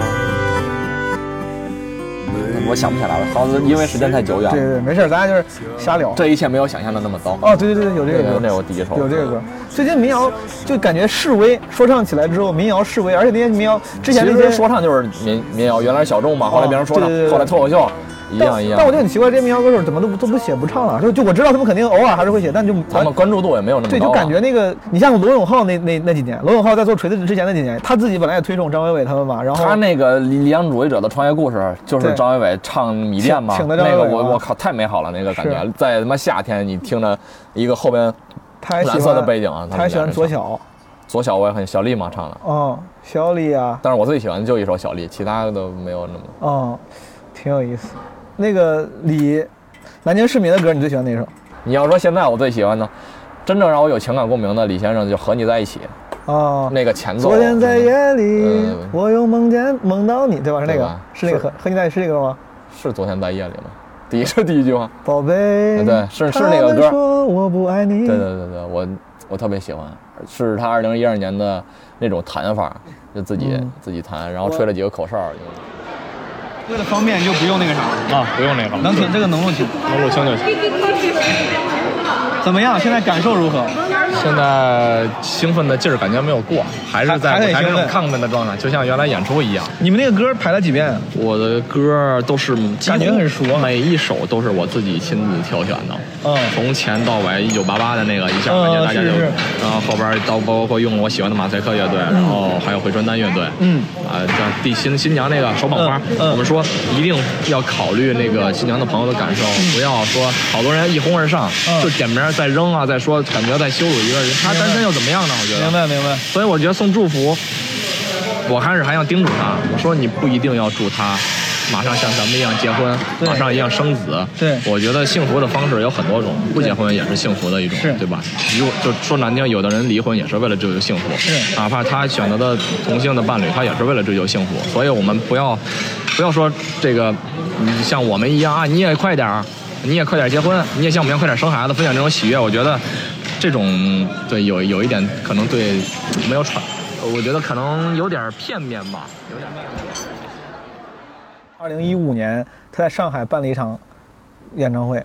S4: 我想不起来了，好像因为时间太久远了。
S7: 对对，没事儿，咱俩就是瞎聊。
S4: 这一切没有想象的那么糟。
S7: 哦，对对对，有这个
S4: 对
S7: 歌，
S4: 那我第一首
S7: 有这个歌。最近民谣就感觉示威，说唱起来之后，民谣示威，而且那些民谣之前那
S4: 其
S7: 些
S4: 实说唱就是民民谣，原来是小众嘛，后来变成说
S7: 哦对对
S4: 唱，
S7: 对
S4: 后来脱口秀，一样
S7: 但
S4: 一样
S7: 但我。就很奇怪，这些民谣歌手怎么都不都不写不唱了？就就我知道他们肯定偶尔还是会写，但就
S4: 他们关注度也没有那么高啊。
S7: 对，就感觉那个，你像罗永浩那那那几年，罗永浩在做锤子之前那几年，他自己本来也推崇张伟伟他们嘛，然后
S4: 他那个《理理想主义者的创业故事》就是
S7: 对
S4: 张伟伟唱米店嘛，
S7: 请请的张
S4: 那个
S7: 伟伟
S4: 我
S7: 啊
S4: 我靠太美好了，那个感
S7: 是
S4: 觉在他妈夏天，你听着一个后边
S7: 他还喜欢
S4: 蓝色的背景啊，
S7: 他还喜欢左小，
S4: 左小我也很小丽嘛唱的，
S7: 哦，小李啊，
S4: 但是我最喜欢的就一首小丽，其他的都没有那么。
S7: 哦，挺有意思。那个李，南京市民的歌你最喜欢哪首？
S4: 你要说现在我最喜欢的，真正让我有情感共鸣的李先生就和你在一起，
S7: 哦，
S4: 那个前奏。
S7: 昨天在夜里
S4: 嗯，
S7: 我又梦见梦到你，
S14: 啊
S7: 对吧？是那
S4: 对
S7: 个
S4: 吧，
S7: 是那个
S4: 是
S7: 和和你在一起是那个吗？
S4: 是昨天在夜里吗？第一是第一句吗？
S7: 宝贝，
S4: 对是是
S7: 他
S4: 那个
S7: 们
S4: 歌
S7: 说我不爱你，
S4: 对对对对，我我特别喜欢，是他二零一二年的那种弹法，就自己、
S14: 嗯
S4: 自己弹，然后吹了几个口哨。
S14: 为了方便就不用那个啥了。
S4: 啊，不用那个
S14: 能听这个能录清，
S4: 能录清 就行。
S14: 怎么样？现在感受如何？
S4: 现在兴奋的劲儿感觉没有过，还是在
S14: 还还
S4: 舞
S14: 很
S4: 台那
S14: 兴
S4: 种
S14: 奋
S4: 亢奋的状态，就像原来演出一样。
S14: 你们那个歌排了几遍？
S4: 我的歌都是
S14: 感觉很熟，啊
S4: 每一首都是我自己亲自挑选的。
S14: 嗯，
S4: 从前到尾，一九八八的那个一下，
S14: 嗯
S4: 感觉大家就是
S14: 是，
S4: 然后后边到包括用了我喜欢的马赛克乐队，然后还有回春丹乐队，
S14: 嗯，
S4: 啊，像地新新娘那个手捧花，我们说一定要考虑那个新娘的朋友的感受，不要说好多人一哄而上，就点名儿再扔啊，再说感觉在羞辱一个人，他单身又怎么样呢？我觉得
S14: 明白明白。
S4: 所以我觉得送祝福，我开始还想叮嘱他，我说你不一定要祝他马上像咱们一样结婚，
S14: 对
S4: 马上一样生子。
S14: 对
S4: 我觉得幸福的方式有很多种，不结婚也是幸福的一种，对吧？如果就说难听，有的人离婚也是为了追求幸福，
S14: 是
S4: 哪怕他选择的同性的伴侣，他也是为了追求幸福。所以我们不要不要说这个，你像我们一样啊，你也快点儿。你也快点儿结婚，你也像我们一样快点儿生孩子，分享这种喜悦。我觉得这种对有有一点可能对没有传，呃我觉得可能有点片面吧，有点片面。
S7: 二零一五年，他在上海办了一场演唱会，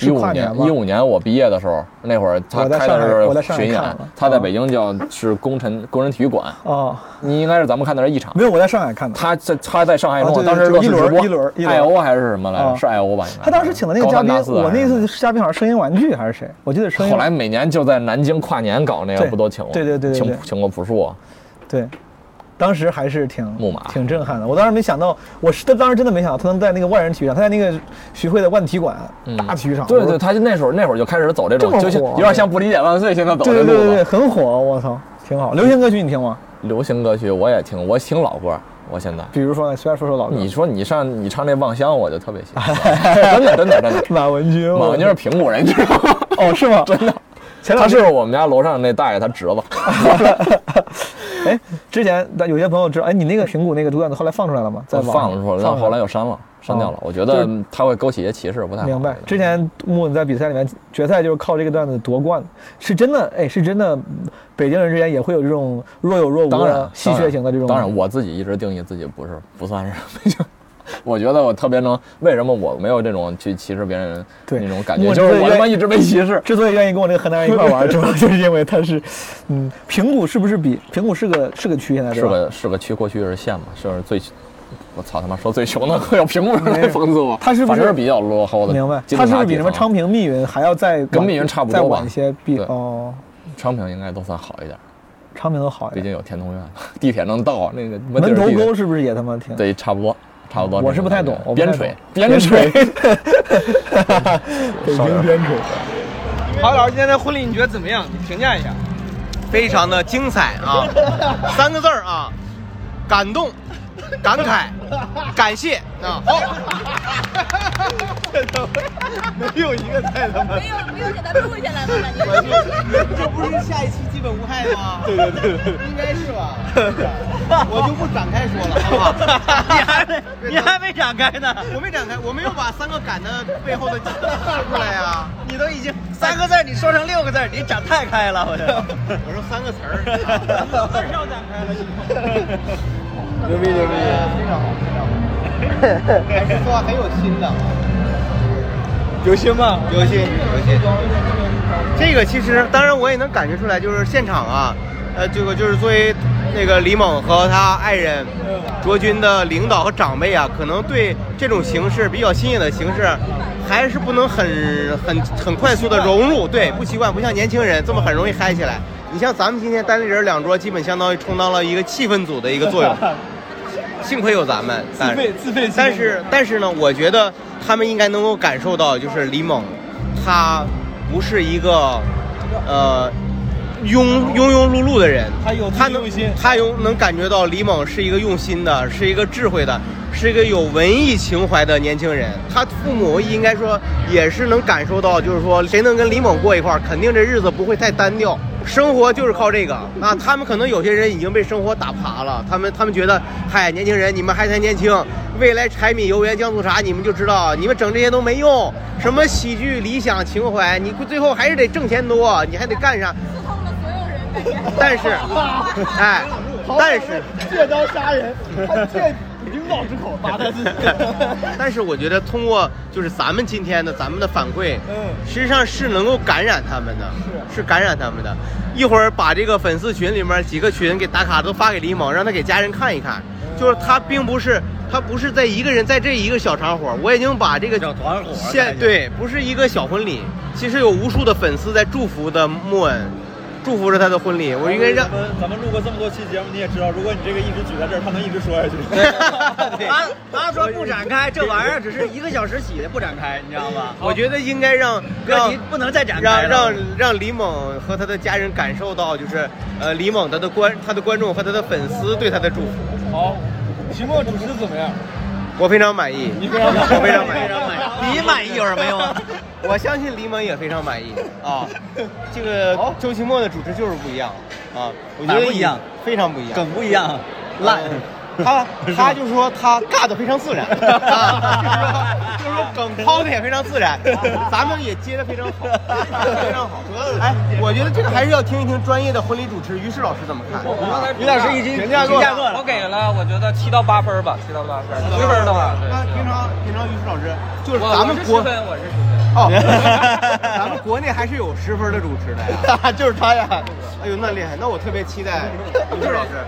S4: 一
S7: 是
S4: 五
S7: 跨
S4: 年，
S7: 吗？
S4: 一五年我毕业的时候，那会儿他
S7: 我在
S4: 开
S7: 上海我
S4: 的
S7: 在
S4: 是
S7: 上海
S4: 巡演
S7: 看了，嗯
S4: 他在北京叫是工程工人体育馆。
S7: 哦，
S4: 你应该是咱们看的是一场，
S7: 没有，我在上海看的。
S4: 他在他在上海
S7: 啊
S4: 弄，
S7: 对
S4: 当时
S7: 对
S4: 乐
S7: 就
S4: 视
S7: 一轮
S4: 直播，
S7: 一轮一轮
S4: I O 还是什么来着？
S7: 啊
S4: 是 I O 吧？应该
S7: 他当时请的那个嘉宾
S4: 高山大，四还是
S7: 我那次嘉宾好像声音玩具还是谁，我记得声音。
S4: 后来每年就在南京跨年搞那个，
S7: 对
S4: 不都请过？
S7: 对对对对对
S4: 请请过朴树，啊
S7: 对，当时还是挺
S4: 木马
S7: 挺震撼的。我当时没想到，我是他当时真的没想到他能在那个万人体育场，他在那个徐汇的万体馆、
S4: 嗯
S7: 大体育场。
S4: 对
S7: 我
S4: 对，
S7: 说
S4: 他就那时候那会儿就开始走这种，
S7: 这么
S4: 就像
S7: 火啊
S4: 有点像不理解万岁现在走
S7: 对
S4: 这路
S7: 对对
S4: 子
S7: 对对，。很火，我操，挺好。流行歌曲你听吗？
S4: 流行歌曲我也听，我听老歌。我现在，
S7: 比如说，虽然说说老歌，
S4: 你说你上你唱那《望乡》，我就特别喜欢， 真的真的真的。
S7: 马文军，
S4: 马文军是平谷人，你知道吗？
S7: 哦，是吗？真
S4: 的。他是我们家楼上那大爷，他侄子。
S7: 哎，之前有些朋友知道，哎，你那个苹果那个段子后来放出来了吗？ 在
S4: 我放出来，但后来又删了，删掉了。我觉得他会勾起一些歧视，不太好。
S7: 明白。之前木在比赛里面决赛就是靠这个段子夺冠，是真的，哎，是真的。北京人之间也会有这种若有若无的戏谑型的这种。
S4: 当然，我自己一直定义自己不是 不算是 北京。我觉得我特别能，为什么我没有这种去歧视别人那种感觉？就是我他妈一直被歧视。
S7: 之所以愿意跟我这个河南人一 块玩，主要就是因为他是，嗯，平谷是不是比平谷是个是个区？现在
S4: 是个是个区，过去是县嘛，就是最，我操他妈说最穷的 会有平谷人来讽刺我。
S7: 他是不
S4: 是比较落后的？
S7: 明白。他是不是比
S4: 啊
S7: 什么昌平、密云还要再
S4: 跟密云差不多吧？
S7: 再晚一些，比哦，
S4: 昌平应该都算好一点。
S7: 昌平都好一
S4: 毕
S7: 点，
S4: 竟有天通苑， 地铁能到。啊那个
S7: 门头沟是不是也他妈挺？
S4: 对，差不多。差不多，
S7: 我是不太懂。
S4: 边陲，
S7: 边
S4: 陲，
S7: 北京边陲。
S15: 郝老师，今天的婚礼你觉得怎么样？你评价一下。
S10: 非常的精彩啊， 三个字儿啊，感动、感慨、感谢啊。好，
S15: 没有一个太他妈，
S2: 没有没有给他录下来吗？
S10: 这不是下一期基本无害吗？
S15: 对对对对，
S10: 应该是吧。我就不展开说了，好不好？
S15: 你还没你还没展开呢，
S10: 我没展开，我没有把三个“感”的背后 的说出来呀。
S15: 你都已经三个字儿，你说成六个字儿，你展太开了，我这。
S10: 我说三个词儿，
S15: 字儿要展开了。
S10: 牛逼牛逼，非常好非常好，还是说很有心的。啊
S15: 有心吗？
S10: 有心有心。这个其实，当然我也能感觉出来，就是现场啊，呃，这个就是作为。那个李猛和他爱人卓君的领导和长辈啊，可能对这种形式比较新颖的形式，还是不能很很很快速的融入，对，不习惯，不像年轻人这么很容易嗨起来。你像咱们今天单立人两桌，基本相当于充当了一个气氛组的一个作用，幸亏有咱们。
S15: 自费自费，
S10: 但是但是呢，我觉得他们应该能够感受到，就是李猛，他不是一个呃。庸庸庸碌碌的人，
S15: 他有
S10: 他能他有能感觉到李猛是一个用心的，是一个智慧的，是一个有文艺情怀的年轻人。他父母应该说也是能感受到，就是说谁能跟李猛过一块儿，肯定这日子不会太单调。生活就是靠这个。那他们可能有些人已经被生活打趴了，他们他们觉得，嗨，年轻人你们还太年轻，未来柴米油盐酱醋茶你们就知道，你们整这些都没用。什么喜剧、理想、情怀，你最后还是得挣钱多，你还得干啥？但是，哎，但是
S15: 借刀杀人，他借领导之口拔他自己。
S10: 但是我觉得通过就是咱们今天的咱们的反馈，嗯，实际上是能够感染他们的，是是感染他们的。一会儿把这个粉丝群里面几个群给打卡都发给李猛，让他给家人看一看。
S15: 嗯
S10: 就是他并不是他不是在一个人在这一个小团伙，我已经把这个
S15: 小团伙
S10: 现对不是一个小婚礼，其实有无数的粉丝在祝福的莫恩。祝福着他的婚礼，我应该让
S15: 咱们咱们录过这么多期节目，你也知道，如果你这个一直举在这儿，他能一直说下去。
S10: 他
S15: 他说不展开，这玩意儿只是一个小时起的，不展开，你知道吗？
S10: 我觉得应该让让
S15: 不能再展开，
S10: 让让让李猛和他的家人感受到，就是呃李猛他的观他的观众和他的粉丝对他的祝福。
S15: 好，期末主持怎么样？
S10: 我非常满意，
S15: 你非常满意，
S10: 我非常满 意，
S15: 你满意有什么用啊？
S10: 我相信李猛也非常满意啊、哦！这个周奇墨的主持就是不一样啊，我觉得
S15: 不一样，
S10: 非常不一样，呃
S15: 梗不一样，烂。
S10: 他他就说他尬的非常自然，啊、就是说梗抛的也非常自 然，咱们也接的非常好，非常好。哎，我觉得这个还是要听一听专业的婚礼主持于适老师怎么看。
S15: 于老师已经评价过了，
S11: 我给了，我觉得七到八分吧，七到八分，十分的话。
S10: 那平常平常于适老师就是咱们国，
S11: 我是
S10: 哦， 咱们国内还是有十分的主持的呀， 就是他呀。哎呦，那厉害，那我特别期 待于适老师。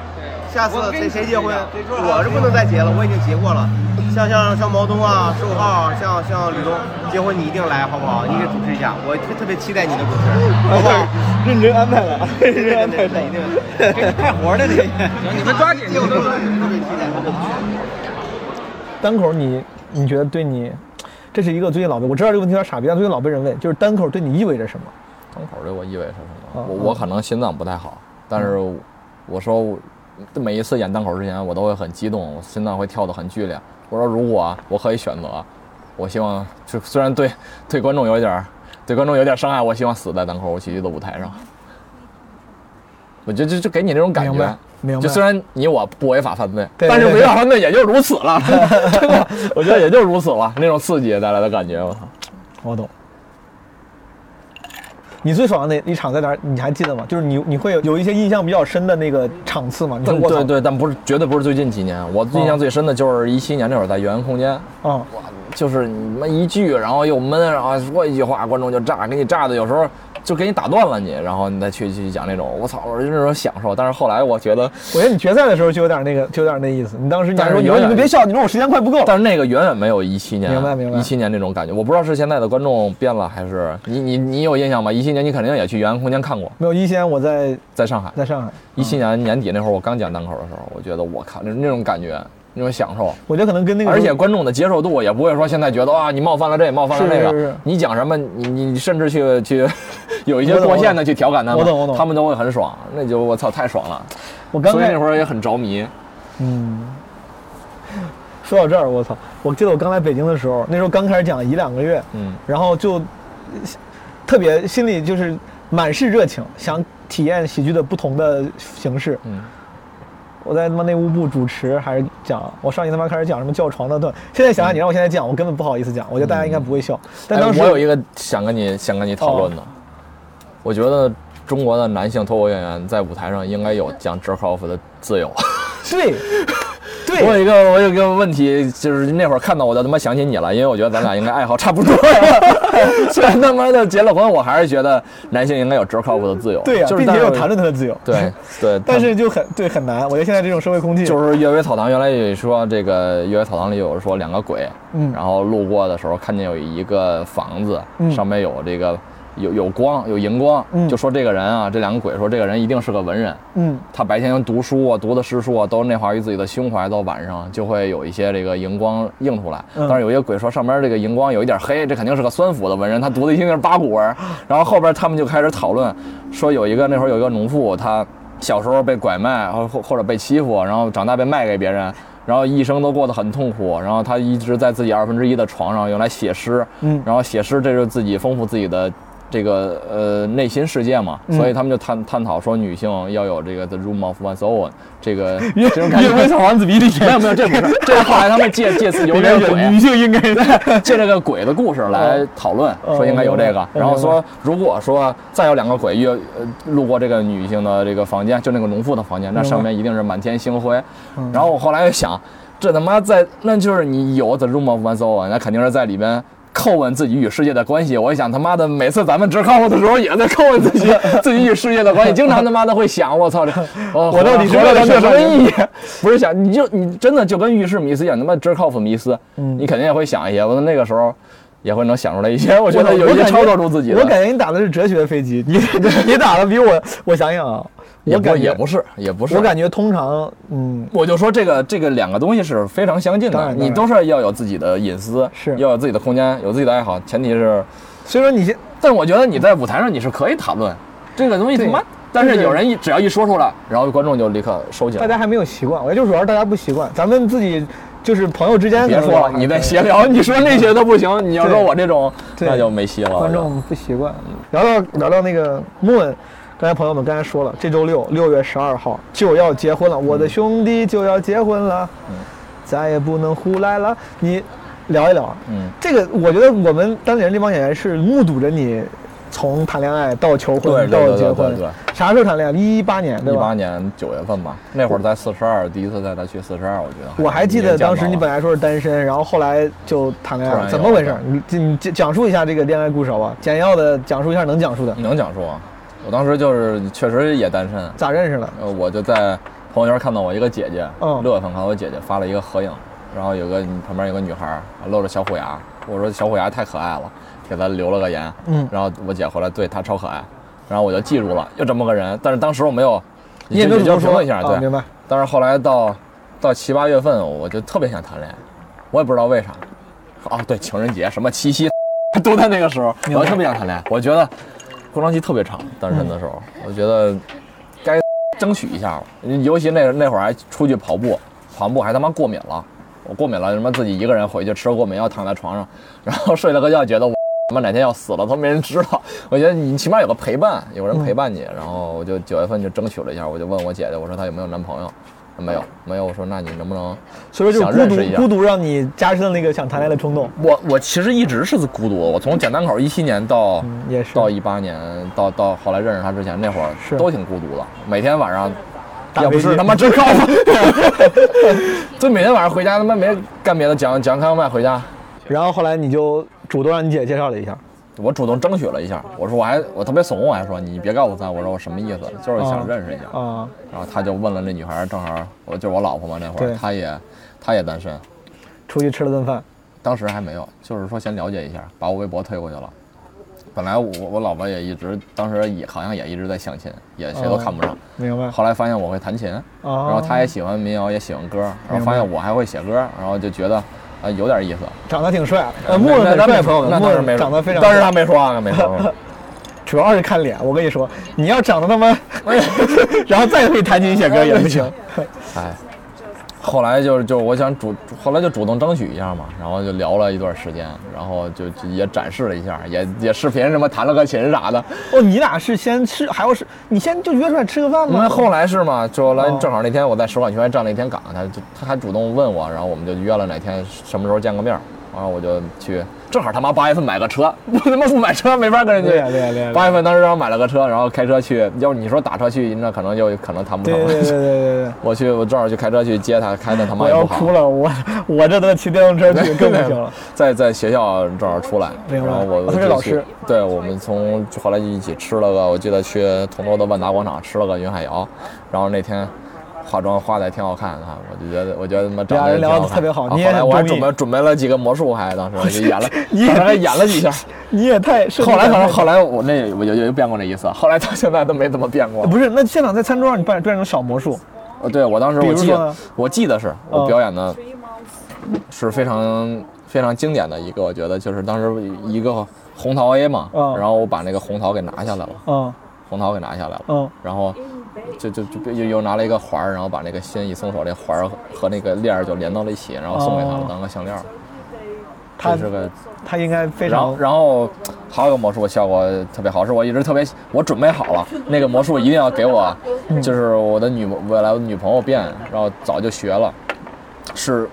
S10: 下次谁谁结婚，我是不能再结了，我已经结过了。像像像毛东啊、十五号、啊，像像吕东结婚，你一定来，好不好？你给主持一下，我特特别期待你的主持，好不 好？
S15: 认真安排 了，认真安排
S10: 了，一定 哎
S15: 干活的得。
S11: 你们抓紧，
S10: 我都特别期待。
S7: 单口你，你你觉得对你，这是一个最近老被我知道这个问题有点傻逼，但最近老被人问，就是单口对你意味着什么？
S4: 啊单口对我意味着什么？我我可能心脏不太好，但是我说。每一次演单口之前，我都会很激动，我心脏会跳得很剧烈。我说，如果我可以选择，我希望就虽然对对观众有一点儿对观众有点伤害，我希望死在单口喜剧的舞台上。我觉得就就给你这种感
S7: 明白
S4: 觉，
S7: 明白
S4: 就虽然你我不违法犯罪，
S7: 对
S4: 但是
S7: 对
S4: 违
S7: 对
S4: 法犯罪也就如此了， 真的，我觉得也就如此了，那种刺激带来的感觉，我操。
S7: 我懂。你最爽的那一场在哪儿？你还记得吗？就是你你会有有一些印象比较深的那个场次吗？你说
S4: 但
S7: 我操嗯
S4: 对对，但不是绝对不是最近几年，我印象最深的就是一七年那会儿在圆圆空间，
S7: 啊，
S4: 就是你们一句，然后又闷，然后说一句话，观众就炸，给你炸的，有时候就给你打断了你，然后你再去去讲那种，我操，我就那种享受。但是后来我觉得，
S7: 我觉得你决赛的时候就有点那个，就有点那意思。你当时你还说你说
S4: 远
S7: 你
S4: 远
S7: 们别笑，你说我时间快不够。
S4: 但是那个远远没有一七年，
S7: 明白明白
S4: 一七年那种感觉，我不知道是现在的观众变了，还是你你你有印象吗？一七年你肯定也去圆圆空间看过，
S7: 没有一七年我在
S4: 在上海，
S7: 在上海，嗯
S4: 一七年年底那会儿我刚讲单口的时候，我觉得我靠，那那种感觉，那种享受。
S7: 我觉得可能跟那个
S4: 而且观众的接受度也不会说现在觉得啊，你冒犯了这，冒犯了
S7: 是
S4: 那个，
S7: 是是
S4: 你讲什么，你你你甚至去去 有一些
S7: 我懂
S4: 过线的去调侃他们，
S7: 我懂我懂
S4: 他们都会很爽，啊那就我操太爽了。
S7: 我刚
S4: 所以
S7: 开
S4: 那会儿也很着迷，
S7: 嗯，说到这儿，我操！我记得我刚来北京的时候，那时候刚开始讲一两个月，
S4: 嗯，
S7: 然后就呃特别心里就是满是热情，想体验喜剧的不同的形式。
S4: 嗯，
S7: 我在他妈内务部主持还是讲，我上一他妈开始讲什么叫床的段，现在想想你让我现在讲，我根本不好意思讲，我觉得大家应该不会笑。但
S4: 哎
S7: 当时、哦
S4: 我有一个想跟你想跟你讨论的，我觉得中国的男性脱口演员在舞台上应该有讲 jerk off 的自由。
S7: 对，对
S4: 我有一个我有一个问题，就是那会儿看到我就他妈想起你了，因为我觉得咱俩应该爱好差不多 呀。虽然他妈的结了婚，我还是觉得男性应该有 jerk off 的自由。
S7: 对呀、
S4: 就是
S7: 并
S4: 但
S7: 且
S4: 是
S7: 有谈论他的自由。
S4: 对对，
S7: 但是就很对很难，我觉得现在这种社会空气
S4: 就是阅微草堂，原来也说这个阅微草堂里有说两个鬼，
S7: 嗯
S4: 然后路过的时候看见有一个房子，
S7: 嗯
S4: 上面有这个有有光有荧光，
S7: 嗯
S4: 就说这个人啊，这两个鬼说这个人一定是个文人，
S7: 嗯
S4: 他白天读书啊，读的诗书啊，都内化于自己的胸怀，到晚上就会有一些这个荧光映出来。
S7: 嗯
S4: 但是有一些鬼说上边这个荧光有一点黑，这肯定是个酸腐的文人，他读的一定是八股文。然后后边他们就开始讨
S7: 嗯
S4: 论，说有一个那会儿有一个农妇，她小时候被拐卖，或或或者被欺负，然后长大被卖给别人。然后一生都过得很痛苦，然后她一直在自己二分之一的床上用来写诗，
S7: 嗯
S4: 然后写诗这就是自己丰富自己的这个呃内心世界嘛，
S7: 嗯
S4: 所以他们就探探讨说女性要有这个 the room of one's own 这个
S7: 阅
S4: 这种感觉。
S7: 阅微草堂子比里
S4: 没有没有，这不 是，这是后来他们借借此由
S7: 里
S4: 这
S7: 面
S4: 个
S7: 有
S4: 鬼
S7: 女性应该
S4: 借这个鬼的故事来讨论，
S7: 哦
S4: 说应该有这
S7: 哦
S4: 个，
S7: 明白
S4: 然后说如果说再有两个鬼越呃路过这个女性的这个房间，就那个农妇的房间，那
S7: 明白
S4: 上面一定是满天星辉
S7: 嗯。
S4: 然后我后来又想，这他妈在那就是你有 the room of one's own，那肯定是在里边。叩问自己与世界的关系，我一想他妈的，每次咱们直靠的时候也在叩问自己 自己与世界的关系，经常他妈的会想，我操，这我
S7: 我到底是
S4: 哦活
S7: 为了
S4: 到底有什
S7: 什么
S4: 么意义？ 不是想你就你真的就跟浴室迷思一样，他妈 jerk off 迷思，
S7: 嗯
S4: 你肯定也会想一些。我那个时候也会能想出来一些，我觉得
S7: 懂
S4: 有一些
S7: 感
S4: 超脱出自己的。
S7: 我感觉你打的是哲学飞机，你你打的比我，我想想啊，
S4: 也
S7: 我
S4: 不
S7: 感觉
S4: 也不是也不是，
S7: 我感觉通常，嗯，
S4: 我就说这个这个两个东西是非常相近
S7: 当
S4: 的，
S7: 然当
S4: 你
S7: 然
S4: 都是要有自己的隐私，
S7: 是
S4: 要有自己的空间，有自己的爱好，前提是。
S7: 所以说你现，
S4: 但我觉得你在舞台上你是可以谈论这个东西，他
S7: 对
S4: 妈。但
S7: 就是是
S4: 有人一只要一说出来，然后观众就立刻收起来
S7: 大。家还没有习惯，我觉得就主要是大家不习惯，咱们自己就是朋友之间可啊
S4: 别
S7: 能
S4: 说了，
S7: 还
S4: 你在
S7: 可以
S4: 闲聊，你说那些都不行，你要
S7: 对
S4: 说我这种，
S7: 对
S4: 那就没戏了。
S7: 观众不习惯。聊到聊到那个 Moon，刚才朋友们刚才说了，这周六六月十二号就要结婚了，我的兄弟就要结婚了，再也不能胡来了。你聊一聊，
S4: 嗯，
S7: 这个我觉得我们当年这帮演员是目睹着你从谈恋爱到求
S4: 对
S7: 婚
S4: 对
S7: 到
S4: 对
S7: 结
S4: 对
S7: 婚
S4: 对，对。
S7: 啥时候谈恋爱？一八年对
S4: 一八
S7: 吧？
S4: 年九月份吧，那会儿在四十二，第一次带他去四十二，我觉得。
S7: 我还记得当时你
S4: 本
S7: 本来说是单身，然后后来就谈恋爱
S4: 突
S7: 了，
S4: 然
S7: 怎
S4: 有
S7: 么回事
S4: 了？
S7: 你你讲讲述一下这个恋爱故事好吧？简要的讲述一下能讲述的。
S4: 能讲述啊，我当时就是确实也单身，
S7: 咋认识的？
S4: 呃，我就在朋友圈看到我一个姐姐，
S7: 嗯
S4: 六月份看到我姐姐发了一个合影，然后有个旁边有个女孩儿露着小虎牙，我说小虎牙太可爱了，给她留了个言，
S7: 嗯
S4: 然后我姐回来对她超可爱，然后我就记住了，有这么个人，但是当时我没有，
S7: 你也没有
S4: 就
S7: 主
S4: 就
S7: 动
S4: 评论一
S7: 说
S4: 下，
S7: 哦
S4: 对，
S7: 明白。
S4: 但是后来到到七八月份，我就特别想谈恋爱，我也不知道为啥，啊，对，情人节什么七夕，都在那个时候，
S7: 明白
S4: 我特别想谈恋爱，我觉得。空窗期特别长，单身的时候，我觉得该争取一下吧。尤其那那会儿还出去跑步，跑完步还他妈过敏了，我过敏了，他妈自己一个人回去吃过敏药，躺在床上，然后睡了个觉，觉得我他妈哪天要死了都没人知道。我觉得你起码有个陪伴，有人陪伴你。
S7: 嗯
S4: 然后我就九月份就争取了一下，我就问我姐姐，我说她有没有男朋友？没有，没有。我说那你能不能
S7: 所以说
S4: 想
S7: 就是
S4: 认
S7: 孤
S4: 识一
S7: 独，
S4: 下
S7: 孤独让你加深了那个想谈恋爱的冲动。
S4: 我我其实一直是孤独，我从简单口一七年到、
S7: 嗯也是
S4: 到一八年，到到后来认识他之前那会儿
S7: 是
S4: 都挺孤独的，每天晚上
S7: 打
S4: 也不
S7: 飞
S4: 是
S7: 机
S4: 他妈真高吗？ 就每天晚上回家他妈没干别的，讲讲开放麦回家。
S7: 然后后来你就主动让你姐介绍了一下，
S4: 我主动争取了一下，我说我还我特别怂，我还说你别告诉他，我说我什么意思，就是想认识一下。
S7: 啊，
S4: 然后他就问了那女孩，正好我就是我老婆嘛，那会
S7: 对
S4: 儿她也她也单身，
S7: 出去吃了顿饭，
S4: 当时还没有，就是说先了解一下，把我微博推过去了。本来我我老婆也一直，当时也好像也一直在相亲，也谁都看不上。
S7: 哦明白？
S4: 后来发现我会弹琴，
S7: 哦
S4: 然后她也喜欢民谣，也喜欢歌，然后发现我还会写歌，然后就觉得啊、呃有点意思。
S7: 长得挺帅，呃，木子很
S4: 那那
S7: 帅，朋友
S4: 那
S7: 们，
S4: 当
S7: 木
S4: 然
S7: 子
S4: 没
S7: 长得非常，
S4: 当时他没说啊，没说。
S7: 主要是看脸，我跟你说，你要长得他妈， 然后再会弹琴写歌也不行。
S4: 哎，后来就是就是我想主，后来就主动争取一下嘛，然后就聊了一段时间，然后就就也展示了一下，也也视频什么弹了个琴啥的。
S7: 哦，你俩是先吃，还要是你先就约出来吃个饭吗？
S4: 那嗯后来是嘛，就后来
S7: 哦
S4: 正好那天我在使馆学院站了一天岗，他就他还主动问我，然后我们就约了哪天什么时候见个面儿，然后我就去，正好他妈八月份买个车， 我他妈不买车没法跟人家。
S7: 对呀对呀对呀
S4: 八月份当时让我买了个车，然后开车去，要是你说打车去，那可能就可能谈不
S7: 对
S4: 成了。
S7: 对对对对对，
S4: 我去，我正好去开车去接他，开的他妈
S7: 我
S4: 也
S7: 要
S4: 不好。
S7: 哭了，我我这都骑电动车去更不行了。
S4: 在在学校正好出来，
S7: 明白
S4: 然后我
S7: 哦他是
S4: 就
S7: 老
S4: 去
S7: 师，
S4: 对我们从后来一起吃了个，我记得去同州的万达广场吃了个云海肴，然后那天化妆化的挺好看的啊，我就觉得我觉得他妈长
S7: 俩
S4: 得
S7: 人
S4: 也挺好
S7: 聊得
S4: 看
S7: 特别好
S4: 啊
S7: 你也
S4: 后来
S7: 很
S4: 我还
S7: 中
S4: 准备
S7: 意
S4: 准备了几个魔术，还当时就演了，
S7: 你也
S4: 当时还演了几下。
S7: 你也太社
S4: 后
S7: 交
S4: 来
S7: 太
S4: 反正后来我那我有有有变过那一次，后来到现在都没怎么变 过。
S7: 不是，那现场在餐桌上你扮变成小魔术，
S4: 呃，对我当时
S7: 比
S4: 我
S7: 如
S4: 记
S7: 说
S4: 得
S7: 呢
S4: 我记得是
S7: 嗯
S4: 我表演的是非常非常经典的一个，我觉得就是当时一个红桃 A 嘛，
S7: 嗯
S4: 然后我把那个红桃给拿下来了，
S7: 嗯
S4: 红桃给拿下来了，
S7: 嗯
S4: 然后就就就又又拿了一个环儿，然后把那个心一松手，这环儿和那个链儿就连到了一起，然后送给他了
S7: 哦
S4: 当个项链儿。
S7: 他
S4: 这是个
S7: 他应该非
S4: 然后
S7: 常，
S4: 然后还有一个魔术效果特别好，是我一直特别我准备好了，那个魔术一定要给我，
S7: 嗯
S4: 就是我的女未来的女朋友变，然后早就学了，是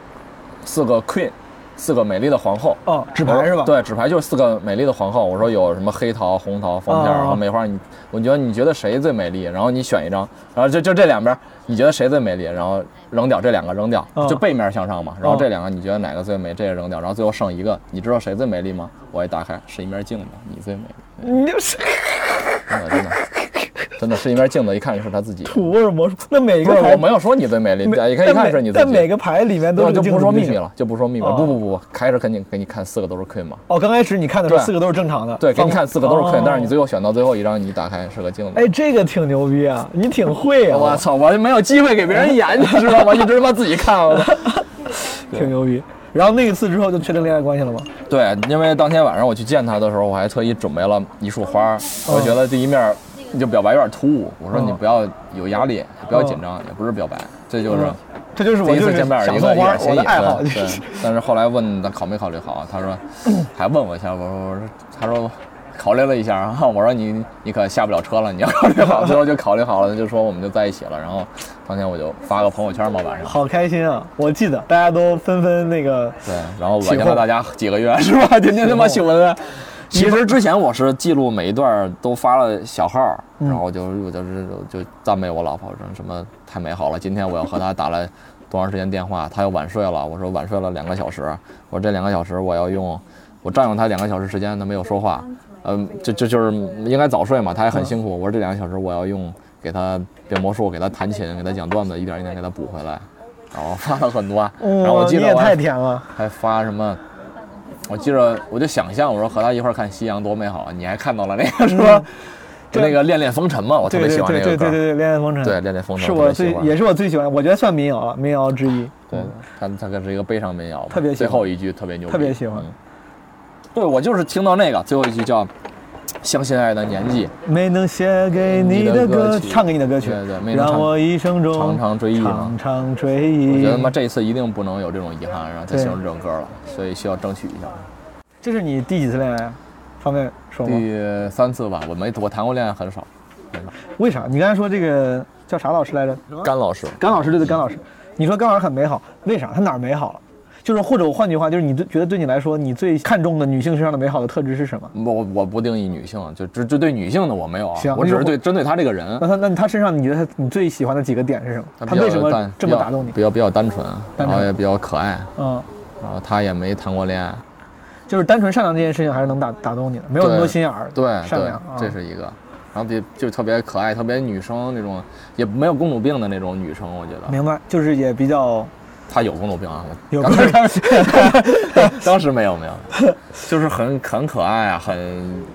S4: 四个 queen，四个美丽的皇后。
S7: 哦，纸牌是吧？
S4: 对，纸牌就是四个美丽的皇后。我说有什么黑桃、红桃、黄片儿，
S7: 哦
S4: 然后梅花。你，我觉得你觉得谁最美丽？然后你选一张，然后就就这两边儿，你觉得谁最美丽？然后扔掉这两个，扔掉，
S7: 嗯
S4: 就背面向上嘛。然后
S7: 哦
S4: 这两个你觉得哪个最美？这个扔掉，然后最后剩一个，你知道谁最美丽吗？我一打开是一面镜子，你最美丽，
S7: 你
S4: 哎
S7: 就是
S4: 真的真 的真的是一面镜子，一看就是他自己。
S7: 土味儿魔术。那每
S4: 不
S7: 个
S4: 是，
S7: 牌
S4: 我没有说你最美丽，
S7: 每
S4: 一看一
S7: 但
S4: 看
S7: 每
S4: 是你自己。
S7: 但每个牌里面都
S4: 那
S7: 是
S4: 就
S7: 镜
S4: 不
S7: 子
S4: 说
S7: 就
S4: 秘
S7: 行
S4: 密了，就不说秘密了。
S7: 哦
S4: 不不不，开始肯定给你看四个都是 queen 嘛。
S7: 哦，刚开始你看的时候
S4: 对
S7: 四个都是正常的，
S4: 对，给你看四个都是 queen，、
S7: 啊哦
S4: 但是你最后选到最后一张，你打开是个镜子。
S7: 哎，这个挺牛逼啊，你挺会啊！
S4: 我操，我就没有机会给别人演，你知道吗？一直他妈自己看。我操
S7: 挺牛逼。 然后那一次之后就确定恋爱关系了吗？
S4: 对，因为当天晚上我去见他的时候，我还特意准备了一束花儿，
S7: 哦
S4: 我觉得第一面儿就表白有点突兀，我说你不要有压力，不要紧张，也不是表白，这就是
S7: 嗯哦这就是我
S4: 第一
S7: 就
S4: 次
S7: 是
S4: 见面儿
S7: 想
S4: 一
S7: 送
S4: 个一
S7: 花
S4: 个
S7: 儿
S4: 心
S7: 我
S4: 意
S7: 的爱好
S4: 对
S7: 就
S4: 对
S7: 是。
S4: 但是后来问他考没考虑好，他 说还问我一下，我说我说他说考虑了一下啊，我说你你可下不了车了，你要考虑好，最后就考虑好了，就说我们就在一起了。然后当天我就发个朋友圈嘛，晚上。
S7: 好开心啊！我记得大家都纷纷那个
S4: 对，然后
S7: 起
S4: 恶心
S7: 哄
S4: 了大家几个月是吧？ 天天他妈啊
S7: 起
S4: 秀
S7: 哄
S4: 恩爱。其实之前我是记录每一段都发了小号，
S7: 嗯
S4: 然后就我就是就赞美我老婆，说什么太美好了。今天我又和她打了多长时间电话，她又晚睡了，我说晚睡了两个小时，我说这两个小时我要用，我占用她两个小时时间，她没有说话，嗯，这这就是应该早睡嘛，她也很辛苦。我说这两个小时我要用给她变魔术，给她弹琴，给她讲段子，一点一点给她补回来。然后发了很多，啊然后我
S7: 哇
S4: 记
S7: 哦你
S4: 得
S7: 也
S4: 我还
S7: 太甜了。
S4: 还发什么？我记着，我就想象，我说和他一块儿看夕阳多美好，你还看到了那个是吧？就那个《恋恋风尘》嘛，哦我特别
S7: 对嗯对
S4: 喜欢那
S7: 对
S4: 个
S7: 对对
S4: 歌
S7: 对
S4: 儿。
S7: 对，恋爱风尘，
S4: 对恋爱风尘
S7: 是
S4: 我特
S7: 我
S4: 别喜
S7: 最
S4: 欢
S7: 也是我最喜欢，我觉得算民谣了，民谣之一。嗯
S4: 对，他他可是一个悲伤民谣嘛，
S7: 特别喜
S4: 最
S7: 欢
S4: 后一句特别牛逼，
S7: 特别喜欢
S4: 嗯。对，我就是听到那个最后一句叫“相亲爱的年纪，
S7: 没能写给
S4: 你
S7: 你
S4: 的
S7: 的
S4: 歌
S7: 歌，
S4: 曲
S7: 唱给你的歌曲，
S4: 对对没能
S7: 让
S4: 唱
S7: 我一生中
S4: 常常追忆嘛
S7: 常常追忆。
S4: 我觉得他妈这一次一定不能有这种遗憾，然后再
S7: 对
S4: 形成这首歌了，所以需要争取一下。
S7: 这是你第几次恋爱啊？方便说吗？
S4: 第三次吧，我没我谈过恋爱很少，
S7: 为啥？你刚才说这个叫啥老师来着？
S4: 甘老师
S7: 甘老师对对，甘老师，你说甘老师很美好，为啥？他哪儿美好了？啊就是或者我换句话，就是你对觉得对你来说，你最看重的女性身上的美好的特质是什么？
S4: 我我不定义女性，啊就嗯只只对女性的我没有啊
S7: 行，
S4: 我只
S7: 那
S4: 是
S7: 就
S4: 对针对他这个人
S7: 那，他那他身上你觉得他你最喜欢的几个点是什么？他
S4: 比较
S7: 为什么
S4: 单
S7: 这么打动你？
S4: 比较比较单纯，
S7: 单纯
S4: 然后也比较可爱，
S7: 嗯，
S4: 然后他也没谈过恋爱，
S7: 就是单纯善良这件事情还是能打打动你的，没有那么多
S4: 对
S7: 心眼儿，
S4: 对
S7: 善
S4: 对
S7: 良，，啊
S4: 这是一个。然后比就特别可爱，特别女生那种，也没有公主病的那种女生，我觉得
S7: 明白，就是也比较
S4: 她有公主病啊，
S7: 有
S4: 刚
S7: 公主
S4: 才 当时没有没有，就是很很可爱啊，很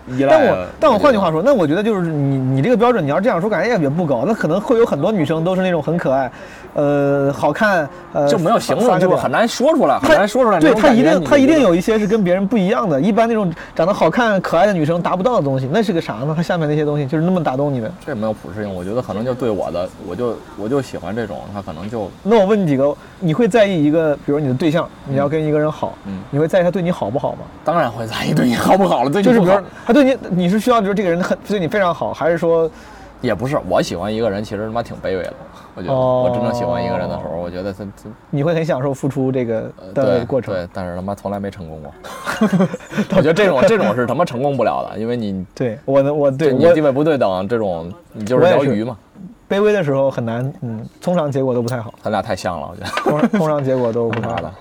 S4: 依赖啊。
S7: 但我但我换句话说，那我觉得就是你你这个标准，你要这样说，感觉也也不高。那可能会有很多女生都是那种很可爱，呃，好看，呃，
S4: 就没有形容，就是很难说出来，
S7: 她
S4: 很难说出来那
S7: 对
S4: 种
S7: 她
S4: 感
S7: 一
S4: 觉。
S7: 定
S4: 你
S7: 她一
S4: 就
S7: 定有一些是跟别人不一样的。一般那种长得好看可爱的女生达不到的东西，那是个啥呢？她下面那些东西就是那么打动你的。
S4: 这没有普适性，我觉得可能就对我的，我就我就喜欢这种，他可能就
S7: 那我问你几个，你会在意一个，比如你的对象，你要跟一个人好，你会在意他对你好不好吗？
S4: 嗯当然会在意对你好不好了，对你
S7: 就是
S4: 不
S7: 比
S4: 好
S7: 如他啊对你，你是需要，比如这个人很对你非常好，还是说
S4: 也不是我喜欢一个人，其实他妈挺卑微的。我觉得、
S7: 哦
S4: 我真正喜欢一个人的时候，我觉得他他
S7: 你会很享受付出这个
S4: 呃对
S7: 的过程？
S4: 对，但是他妈从来没成功过。我觉得这种这种是他妈成功不了的，因为你
S7: 对我能我对
S4: 你
S7: 我
S4: 地位不对等，这种你就是
S7: 我也
S4: 条
S7: 是
S4: 鱼嘛。
S7: 卑微的时候很难，嗯，通常结果都不太好，
S4: 咱俩太像了，我觉得。
S7: 通常通常结果都不太好。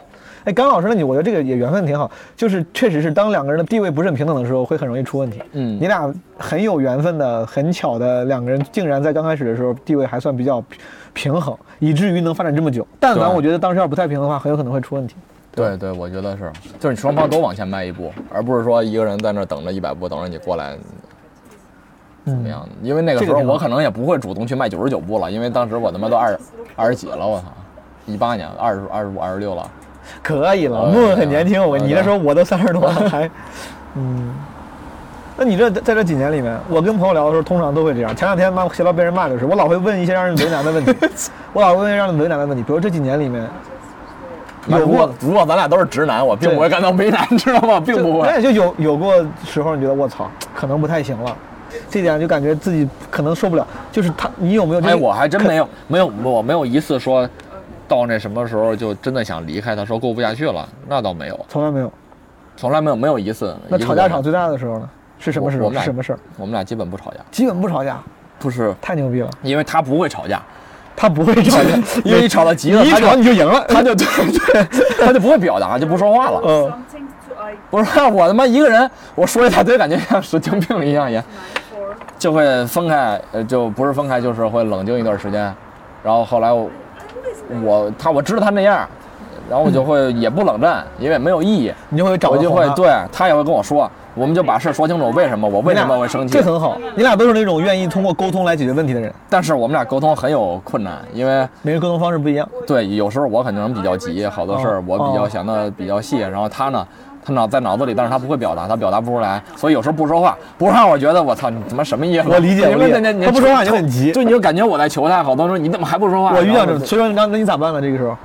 S7: 哎，甘老师，那你我觉得这个也缘分挺好，就是确实是当两个人的地位不是很平等的时候，会很容易出问题。
S4: 嗯
S7: 你俩很有缘分的，很巧的，两个人竟然在刚开始的时候地位还算比较平平衡，以至于能发展这么久。但凡
S4: 对
S7: 我觉得当时要不太平衡的话，很有可能会出问题。
S4: 对对，我觉得是，就是你双方都往前迈一步，而不是说一个人在那儿等着一百步，等着你过来
S7: 怎
S4: 么样？因为那个时候我可能也不会主动去迈九十九步了，因为当时我他妈都 二二十几了，我操，一八年二十二十五二十六了，
S7: 可以了，
S4: 呃
S7: 木木很年轻，我
S4: 呃
S7: 你那时候我都三十多 了，还，嗯，那你这在这几年里面，我跟朋友聊的时候，通常都会这样。前两天妈闲聊被人骂就是，我老会问一些让人为难的 问题，我老会问让人为难的问题，比如这几年里面有
S4: 如
S7: 过
S4: 果如果咱俩都是直男，我并不会感到为难，知道吗？并不
S7: 就哎，
S4: 会。
S7: 就有有过时候，你觉得我操，可能不太行了，这点就感觉自己可能受不了。就是他，你有没有这？
S4: 哎，我还真没有，没有，我没有一次说到那什么时候就真的想离开他，说过不下去了，那倒没有，
S7: 从来没有。
S4: 从来没有，没有一次。
S7: 那
S4: 一个
S7: 吵
S4: 过
S7: 架
S4: 程
S7: 吵最大的时候呢？是什么时
S4: 我
S7: 候？
S4: 我们
S7: 是
S4: 俩
S7: 什么事儿？
S4: 我们俩基本不吵架，
S7: 基本不吵架，
S4: 不是
S7: 太牛逼了。
S4: 因为他不会吵架，，
S7: 他不会 吵架
S4: 因为一吵到急了，
S7: 你一
S4: 他
S7: 吵你就赢了，
S4: 他就对对，他就不会表达，就不说话了。
S7: 嗯，
S4: 不是我他妈一个人，我说一大堆，感觉像神经病一样也，就会分开，呃，就不是分开，就是会冷静一段时间。然后后来我我他我知道他那样，然后我就会也不冷战，因为没有意义。
S7: 你就会找
S4: 我
S7: 个
S4: 就
S7: 哄
S4: 会
S7: 他
S4: 对他也会跟我说，我们就把事说清楚，为什么我为什么会生气，
S7: 这很好。你俩都是那种愿意通过沟通来解决问题的人，
S4: 但是我们俩沟通很有困难，因为
S7: 每个人沟通方式不一样。
S4: 对，有时候我可能比较急，好多事儿
S7: 哦
S4: 我比较
S7: 哦
S4: 想的比较细，然后他呢，他脑在脑子里，但是他不会表达，他表达不出来，所以有时候不说话，不说话，我觉得我操，你他妈什么意思？
S7: 我理解
S4: 你
S7: 我理解
S4: 你你
S7: 他不说话
S4: 你
S7: 就很急
S4: 对，你就感觉我在求他，好多时候你怎么还不说话？
S7: 我遇到这
S4: 然
S7: 种，
S4: 后
S7: 所以说那那你咋办呢？这个时候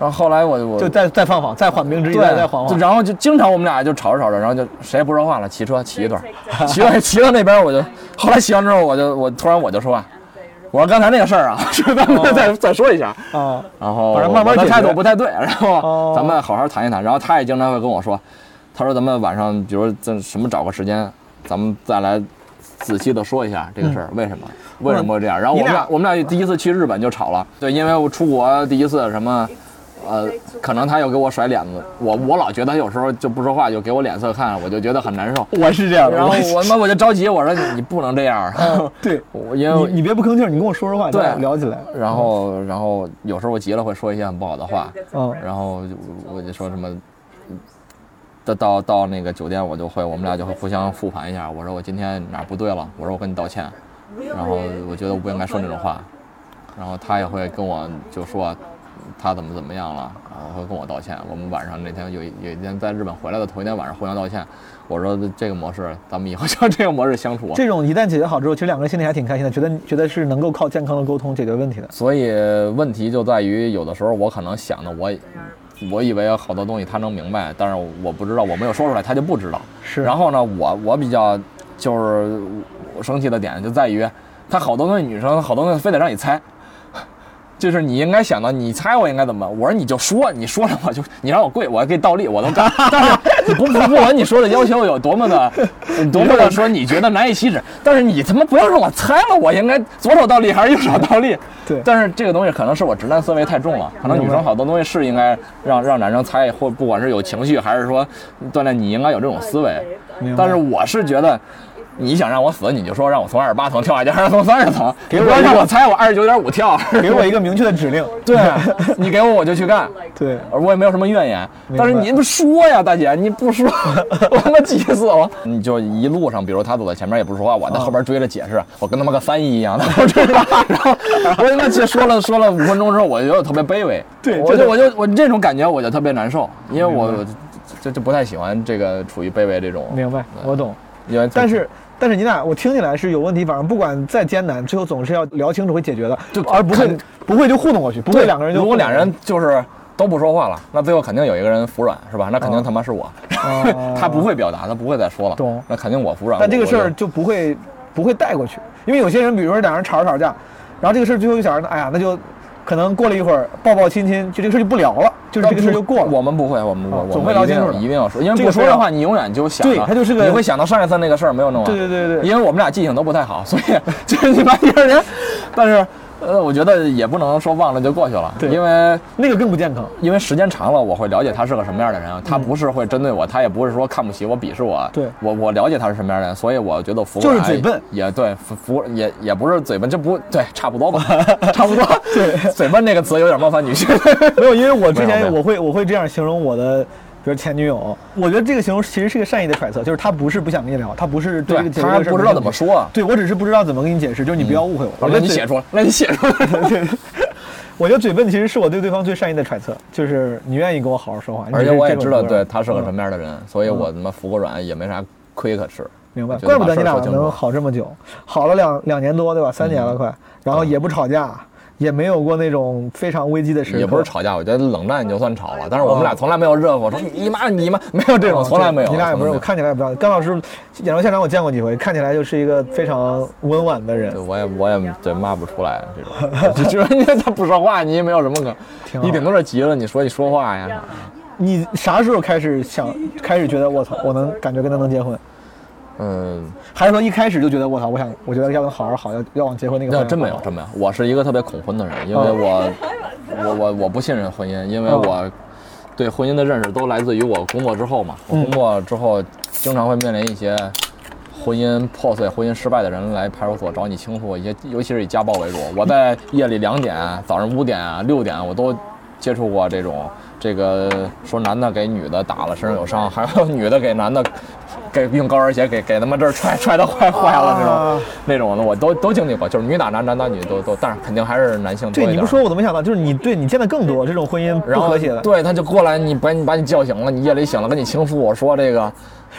S4: 然后后来我我
S7: 就再再放放，再缓明之一，
S4: 对，
S7: 再再缓
S4: 就
S7: 缓。
S4: 然后就经常我们俩就吵着吵着，然后就谁也不说话了，骑车骑一段儿， 骑到骑到那边儿我就，后来骑完之后我就我突然我就说话，啊我说刚才那个事儿啊， 是咱
S7: 哦
S4: 们再再说一下，
S7: 啊，
S4: 然后
S7: 反正慢
S4: 我的
S7: 慢解决哦
S4: 态度不太对，然后咱们好好谈一谈。然后他也经常会跟我说，他说咱们晚上，比如这什么找个时间，咱们再来仔细的说一下这个事
S7: 嗯
S4: 儿，为什么为什么会这样。然后我们俩我们俩第一次去日本就吵了，对，因为我出国第一次什么。呃，可能他又给我甩脸子，我我老觉得他有时候就不说话，就给我脸色看，我就觉得很难受。
S7: 我是这样的
S4: 然后
S7: 我是嗯
S4: 我他妈我就着急，我说你你不能这样。
S7: 对，
S4: 我因为
S7: 你你别不吭气儿，你跟我说说话，咱俩
S4: 对，
S7: 聊起来。
S4: 然后，然后有时候我急了会说一些很不好的话，
S7: 嗯
S4: 然后就我我就说什么，到到到那个酒店我就会，我们俩就会互相复盘一下。我说我今天哪儿不对了，我说我跟你道歉，然后我觉得我不应该说那种话，然后他也会跟我就说，他怎么怎么样了，然后他跟我道歉。我们晚上那天有一有一天在日本回来的头一天晚上互相道歉。我说这个模式，咱们以后就这个模式相处。
S7: 这种一旦解决好之后，其实两个人心里还挺开心的，觉得觉得是能够靠健康的沟通解决问题的。
S4: 所以问题就在于，有的时候我可能想的我，我以为好多东西他能明白，但是我不知道，我没有说出来，他就不知道。
S7: 是。
S4: 然后呢，我我比较就是我生气的点就在于，他好多东西女生好多东西非得让你猜。就是你应该想到，你猜我应该怎么办？我说你就说，你说了 我就你让我跪，我给你倒立，我能干。 但是你不不不管你说的要求有多么 的，多么的说你觉得难以启齿，但是你他妈不要让我猜了，我应该左手倒立还是右手倒立？
S7: 对。
S4: 但是这个东西可能是我直男思维太重了，可能女生好多东西是应该让让男生猜，或不管是有情绪还是说锻炼，你应该有这种思维。
S7: 明白
S4: 但是我是觉得。你想让我死，你就说让我从二十八层跳下去，还是从三十层？
S7: 给
S4: 你
S7: 我
S4: 不要
S7: 一个
S4: 让我猜我二十九点五跳，
S7: 给我一个明确的指令。
S4: 对，你给我我就去干，
S7: 对，
S4: 我也没有什么怨言。
S7: 明白
S4: 但是你不说呀，大姐，你不说，我他妈急死我！你就一路上，比如他走在前面也不说
S7: 啊
S4: 话，我在后边追着解释，我跟他妈个翻译一样的， 我追着，然后我他妈去说 了说了五分钟之后，我就觉得特别卑微，
S7: 对
S4: 我
S7: 真
S4: 就
S7: 的
S4: 我就我这种感觉我就特别难受，因为我
S7: 明白
S4: 就就不太喜欢这个处于卑微这种，
S7: 明白，我懂。
S4: 因为
S7: 但是但是你俩，我听起来是有问题，反正不管再艰难，最后总是要聊清楚会解决的，而不会
S4: 肯
S7: 不会就糊弄过去，不会
S4: 对
S7: 两个人就
S4: 如果
S7: 糊弄
S4: 两
S7: 过
S4: 人
S7: 去
S4: 就是都不说话了，那最后肯定有一个人服软，是吧？那肯定他妈是我， 他不会表达，他不会再说了，
S7: 嗯啊懂？
S4: 那肯定我服软。
S7: 但这个
S4: 我
S7: 事儿就不会不会带过去，因为有些人，比如说两人吵着吵着架，然后这个事儿最后就想着，哎呀，那就可能过了一会儿抱抱亲亲，就这个事儿就不聊了，就是这个事儿就过了。
S4: 我们不会，我们我
S7: 哦总
S4: 我
S7: 会
S4: 们
S7: 聊
S4: 一定
S7: 清楚
S4: 要
S7: 的
S4: 一定要说，因为
S7: 这个
S4: 不说的
S7: 非
S4: 话，
S7: 常
S4: 你永远就想
S7: 对
S4: 着
S7: 它就是个
S4: 你会想到上一次那个事儿没有弄完。
S7: 对对对对
S4: 因为我们俩记性都不太好，所以就是你妈第二天，但是。呃，我觉得也不能说忘了就过去了，对，因为
S7: 那个更不健康。嗯
S4: 因为时间长了，我会了解他是个什么样的人，啊他不是会针对我，他也不是说看不起我、鄙视我，
S7: 对，
S4: 我我了解他是什么样的人，所以我觉得服
S7: 就是
S4: 软
S7: 嘴笨，
S4: 也对，服服也也不是嘴笨，这不对，差不 多吧，差不多， 对，嘴笨这个词有点冒犯女性，
S7: 没有，因为我之
S4: 没有没
S7: 前
S4: 有
S7: 我会我会这样形容我的，比如前女友，我觉得这个形容其实是个善意的揣测，就是她不是不想跟你聊，她不是对这个
S4: 对
S7: 解决
S4: 她
S7: 这个事儿
S4: 不知
S7: 没
S4: 道
S7: 兴
S4: 怎么
S7: 趣
S4: 说啊
S7: 对我只是不知道怎么跟你解释，就是你不要误会我。
S4: 好
S7: 我
S4: 了
S7: 觉得
S4: 你
S7: 嘴
S4: 写出来那你写出来
S7: 对，我觉得嘴笨其实是我对对方最善意的揣测，就是你愿意跟我好好说话，
S4: 而且
S7: 你
S4: 我
S7: 啊这
S4: 也
S7: 种
S4: 知道
S7: 服
S4: 对
S7: 软
S4: 他是个
S7: 嗯
S4: 什么样的人，所以我他妈服过软也没啥亏可吃。
S7: 明白，
S4: 我觉
S7: 怪不得
S4: 把事
S7: 你
S4: 儿
S7: 俩
S4: 说清楚嗯
S7: 能好这么久，好了两两年多，对吧？三年了快，然后也不吵架，也没有过那种非常危机的时刻，
S4: 也不是吵架，我觉得冷战就算吵了，但是我们俩从来没有热火，说你妈你妈 没有这种，
S7: 嗯哦
S4: 从来没有。
S7: 你俩也不是，我
S4: 从来
S7: 看起来也不知道。甘老师演出现场我见过几回，看起来就是一个非常温婉的人。
S4: 我也我也对骂不出来这 种，就就是你他不说话，你也没有什么可，
S7: 好
S4: 你顶多是急了，你说你说话呀。
S7: 你啥时候开始想，开始觉得我操，我能感觉跟他能结婚？
S4: 嗯，
S7: 还是说一开始就觉得我操，我想，我觉得要能好好好，要要往结婚那个方
S4: 那
S7: 向？
S4: 真没有，真没有。我是一个特别恐婚的人，因为我我我我不信任婚姻，因为
S7: 嗯
S4: 我对婚姻的认识都来自于我工作之后嘛。我
S7: 嗯
S4: 工作之后经常会面临一些婚姻破碎、婚姻失败的人来派出所找你倾诉，一些尤其是以家暴为主。我在夜里两点、早上五点、六点，我都接触过这种。这个说男的给女的打了，身上有伤，还有女的给男的给用高跟鞋给给他们这儿踹踹的坏坏了这种，那种的我都都经历过，就是女打男，男打女都都，但是肯定还是男性多
S7: 对，
S4: 一点。
S7: 你不说我都没想到，就是你对你见的更多这种婚姻
S4: 然
S7: 不
S4: 后
S7: 和谐的。
S4: 对，啊他就过来，你把你把你叫醒了，你夜里醒了跟你倾诉，我说这个，啊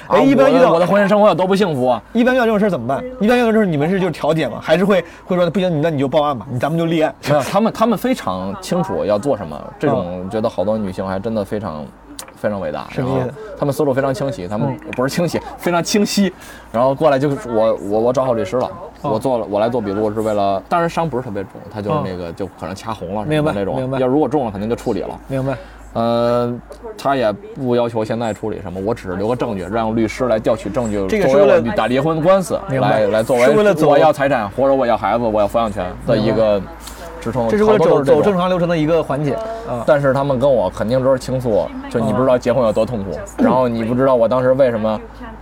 S7: 哎一般
S4: 我的
S7: 遇到
S4: 我的婚姻生活有多不幸福啊，
S7: 一般遇到这种事儿怎么办？一般遇到这种事儿你们是就是调解吗？还是会会说不行，那你就报案吧，你咱们就立案。
S4: 没有，他们他们非常清楚要做什么，这种觉得好多女性还真的非常非常伟大，
S7: 什么啊意思
S4: 然后他们思路非常清晰，他们不是清晰，非常清晰。然后过来就是我我我找好律师了，
S7: 哦
S4: 我做了我来做笔录是为了，当然伤不是特别重，他就是那个就可能掐红了什
S7: 明
S4: 么
S7: 白
S4: 的那
S7: 明
S4: 种
S7: 白，
S4: 要如果重了肯定就处理了。
S7: 明白。
S4: 呃，他也不要求现在处理什么，我只是留个证据，让律师来调取证据，
S7: 这个是
S4: 作为
S7: 为
S4: 我
S7: 了
S4: 打离婚官司
S7: 明白
S4: 来来作为
S7: 是为了走
S4: 我要财产或者我要孩子我要抚养权的一个支撑，
S7: 这是为了
S4: 好多都
S7: 走
S4: 这
S7: 走
S4: 种嗯
S7: 正常流程的一个环节啊。
S4: 但是他们跟我肯定都是倾诉，就你不知道结婚有多痛苦，然后你不知道我当时为什么，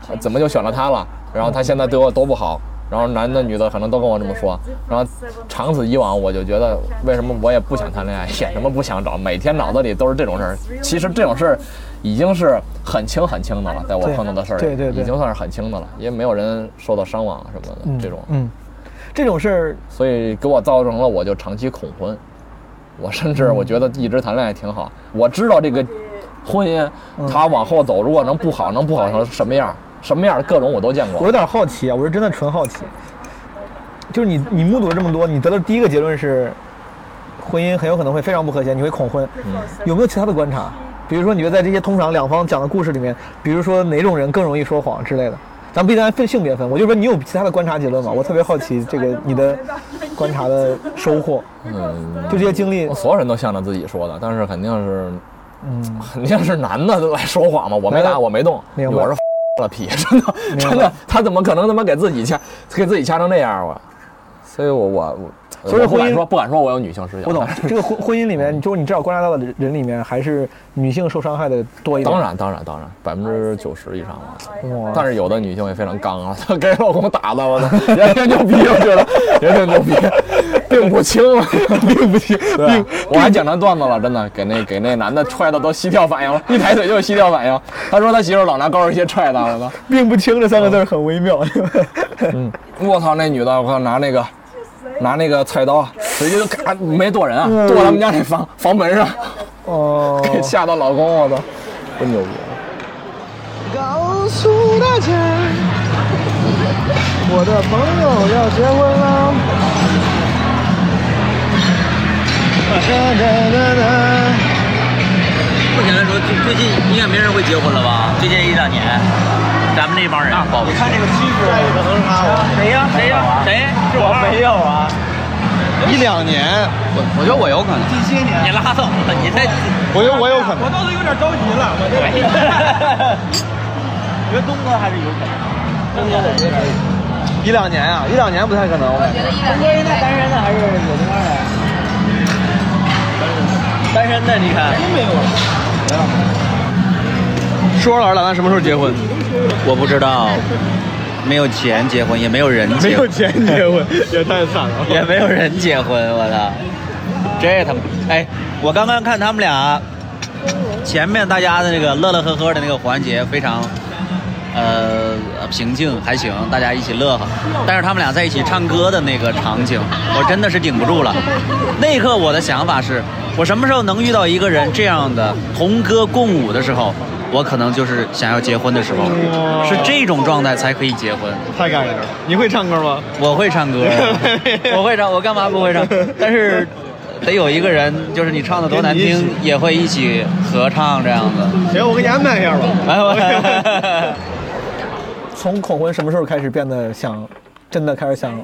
S4: 呃怎么就选了他了，然后他现在对我多不好，然后男的女的可能都跟我这么说，然后长此以往，我就觉得为什么我也不想谈恋爱，也什么不想找，每天脑子里都是这种事儿。其实这种事儿已经是很轻很轻的了，在我
S7: 对
S4: 碰到的事儿里，
S7: 对对对
S4: 已经算是很轻的了，因为没有人受到伤亡什么
S10: 嗯
S4: 的、这种，
S7: 嗯，这种事儿
S4: 所以给我造成了我就长期恐婚。我甚
S7: 嗯
S4: 至我觉得一直谈恋爱挺好。我知道这个婚姻，
S7: 嗯
S4: 它往后走如果能不好，能不好成什么样？什么样的各种我都见
S7: 我
S4: 过
S7: 有。点好奇啊，我是真的纯好奇，就是你你目睹了这么多，你得到第一个结论是，婚姻很有可能会非常不和谐，你会恐婚。有没有其他的观察？比如说，你觉得在这些通常两方讲的故事里面，比如说哪种人更容易说谎之类的？咱不一定按分性别分，我就说你有其他的观察结论吗？我特别好奇这个你的观察的收获。
S4: 嗯，
S7: 就这些经历，
S4: 所有人都向着自己说的，但是肯定是
S7: 嗯，
S4: 肯定是男的来说谎嘛，我没打，我没动，
S7: 明白
S4: 我是 了屁，真的
S7: 明白
S4: 真的，他怎么可能他妈给自己掐给自己掐成那样啊？所以我我我，
S7: 所以
S4: 我不
S7: 婚
S4: 敢
S7: 姻
S4: 说不敢说我有女性视角，
S7: 我懂
S4: 但是
S7: 这个婚婚姻里面，就是你至少观察到的人里面，还是女性受伤害的多一点。
S4: 当然当然当然，百分之九十以上吧。
S7: 哇，
S4: 但是有的女性也非常刚啊， 她给老公打的，我操， 也挺牛逼，我觉 得也挺牛逼，并不轻，啊 并不轻。对，啊我还讲成段子了，真的，给那给那男的踹的都膝跳反应了，一抬腿就是膝跳反应。他说他媳妇儿老拿高跟鞋踹他，我操，
S7: 并不清这三个字儿很微妙。
S4: 嗯，我操，那女的，我靠，拿那个。拿那个菜刀，啊直接就咔，没剁人啊，
S7: 嗯
S4: 剁他们家那房房门上，
S7: 哦，
S4: 给吓到老公，我操，真牛逼！
S16: 告诉大家，我的朋友要结婚了。哒哒哒哒。
S17: 目前来说，最最近应该没人会结婚了吧？最近一两年，咱们这帮
S10: 啊
S17: 人，你看这个趋
S15: 哎
S17: 势，可能是他谁
S14: 啊
S17: 呀？谁呀？谁？是我没有啊。
S14: 一两年，
S17: 我我觉得我有可能。
S14: 近些年，
S17: 你拉倒吧，你这，
S14: 我觉得我有可能。
S17: 我倒是有点着急了，我这。 我觉得东哥还是有可能，东哥我觉得
S14: 一两年啊，一两年不太可能。我感觉
S17: 东哥现在单身呢，还是有对象的？
S14: 单身的你看，真没有。
S17: 说老师打算什么时候结婚？我不知道，没有钱结婚，也没有人结婚，
S14: 没有钱结婚也太惨了，
S17: 也没有人结婚，我操！这他妈，哎，我刚刚看他们俩前面大家的那个乐乐呵呵的那个环节非常。呃，平静还行，大家一起乐呵。但是他们俩在一起唱歌的那个场景，我真的是顶不住了。那一刻，我的想法是，我什么时候能遇到一个人这样的同歌共舞的时候，我可能就是想要结婚的时候，是这种状态才可以结婚。
S14: 太感人了。你会 唱歌吗？
S17: 我会唱歌，我会唱，我干嘛不会唱？但是得有一个人，就是你唱的多难
S14: 跟你
S17: 听
S14: 一，
S17: 也会一起合唱这样哎子。
S14: 行，我给你安排一下吧。
S7: 从恐婚什么时候开始变得想，真的开始想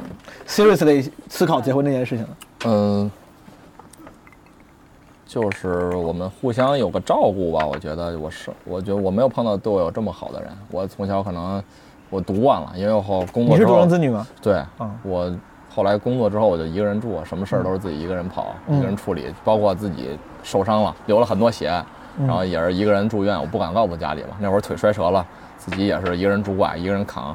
S7: seriously 思考结婚这件事情了？
S4: 嗯，就是我们互相有个照顾吧。我觉得我是，我觉得我没有碰到对我有这么好的人。我从小可能我独惯了，因为我后工
S7: 你
S4: 作
S7: 是
S4: 之后
S7: 独生子女吗？
S4: 对
S7: 嗯，
S4: 我后来工作之后我就一个人住，什么事儿都是自己一个人跑，
S7: 嗯
S4: 一个人处理，包括自己受伤了，流了很多血，
S7: 嗯
S4: 然后也是一个人住院，我不敢告诉家里嘛。那会儿腿摔折了，自己也是一个人拄拐，一个人扛。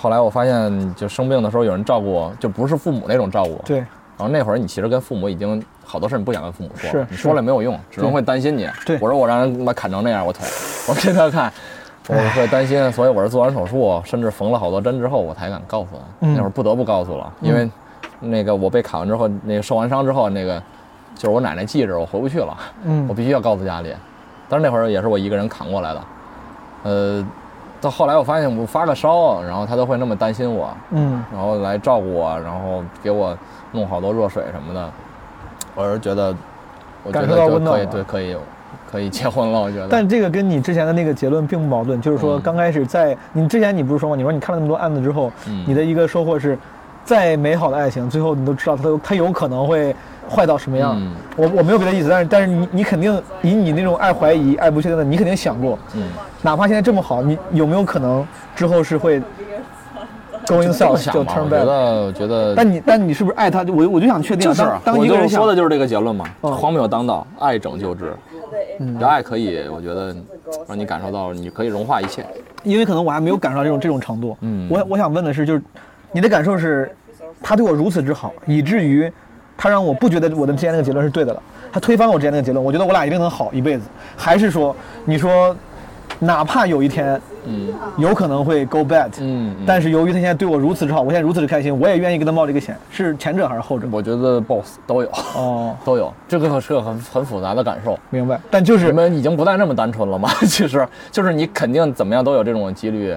S4: 后来我发现，就生病的时候有人照顾我，就不是父母那种照顾。
S7: 对。
S4: 然后那会儿你其实跟父母已经好多事儿你不想跟父母说，
S7: 是
S4: 你
S7: 是
S4: 说了也没有用，只能
S7: 对
S4: 会担心你。
S7: 对
S4: 我说我让人他妈砍成那样，我腿，我给他看，我
S7: 唉
S4: 会担心，所以我是做完手术，甚至缝了好多针之后，我才敢告诉他。
S7: 嗯
S4: 那会儿不得不告诉了，因为那个我被砍完之后，那个受完伤之后，那个就是我奶奶记着，我回不去了，
S7: 嗯
S4: 我必须要告诉家里。但是那会儿也是我一个人扛过来的，呃，到后来我发现我发个烧，然后他都会那么担心我，
S7: 嗯
S4: 然后来照顾我，然后给我弄好多热水什么的，我是觉得，我觉得
S7: 感受到
S4: 就
S7: 温
S4: 可
S7: 暖
S4: 以，
S7: 了
S4: 对，可以，可以结婚了，我觉得。
S7: 但这个跟你之前的那个结论并不矛盾，就是
S14: 嗯
S7: 说刚开始在你之前你不是说吗？你说你看了那么多案子之后，
S4: 嗯
S7: 你的一个收获是，再美好的爱情，最后你都知道它有它有可能会坏到什么样。
S4: 嗯
S7: 我我没有别的意思，但是但是你你肯定以你那种爱怀疑、爱不确定的，你肯定想过，
S4: 嗯，
S7: 哪怕现在这么好，你有没有可能之后是会 going
S4: 这么
S7: south
S4: 想
S7: 就
S4: 吧
S7: turn
S4: 我觉
S7: back？
S4: 得，我觉得，
S7: 但你但你是不是爱他？我我就想确定，
S4: 就
S7: 啊
S4: 是啊
S7: 当当
S4: 我
S7: 一个
S4: 就
S7: 人
S4: 是
S7: 想嗯
S4: 说的就是这个结论嘛，荒谬当道，爱拯救之，你的爱可以，我觉得让你感受到，你可以融化一切。
S7: 因为可能我还没有感受到这种这种程度。
S4: 嗯
S7: 我我想问的是，就是你的感受是，他对我如此之好，以至于他让我不觉得我的之前那个结论是对的了，他推翻我之前那个结论，我觉得我俩一定能好一辈子，还是说你说哪怕有一天
S4: 嗯
S7: 有可能会 go bad，
S4: 嗯，
S7: 但是由于他现在对我如此之好，我现在如此之开心，我也愿意跟他冒这个险，是前者还是后者？
S4: 我觉得 boss 都有
S7: 哦，
S4: 都有，这个是个很很复杂的感受。
S7: 明白，但就是
S4: 你们已经不再那么单纯了嘛？ 其实就是你肯定怎么样都有这种几率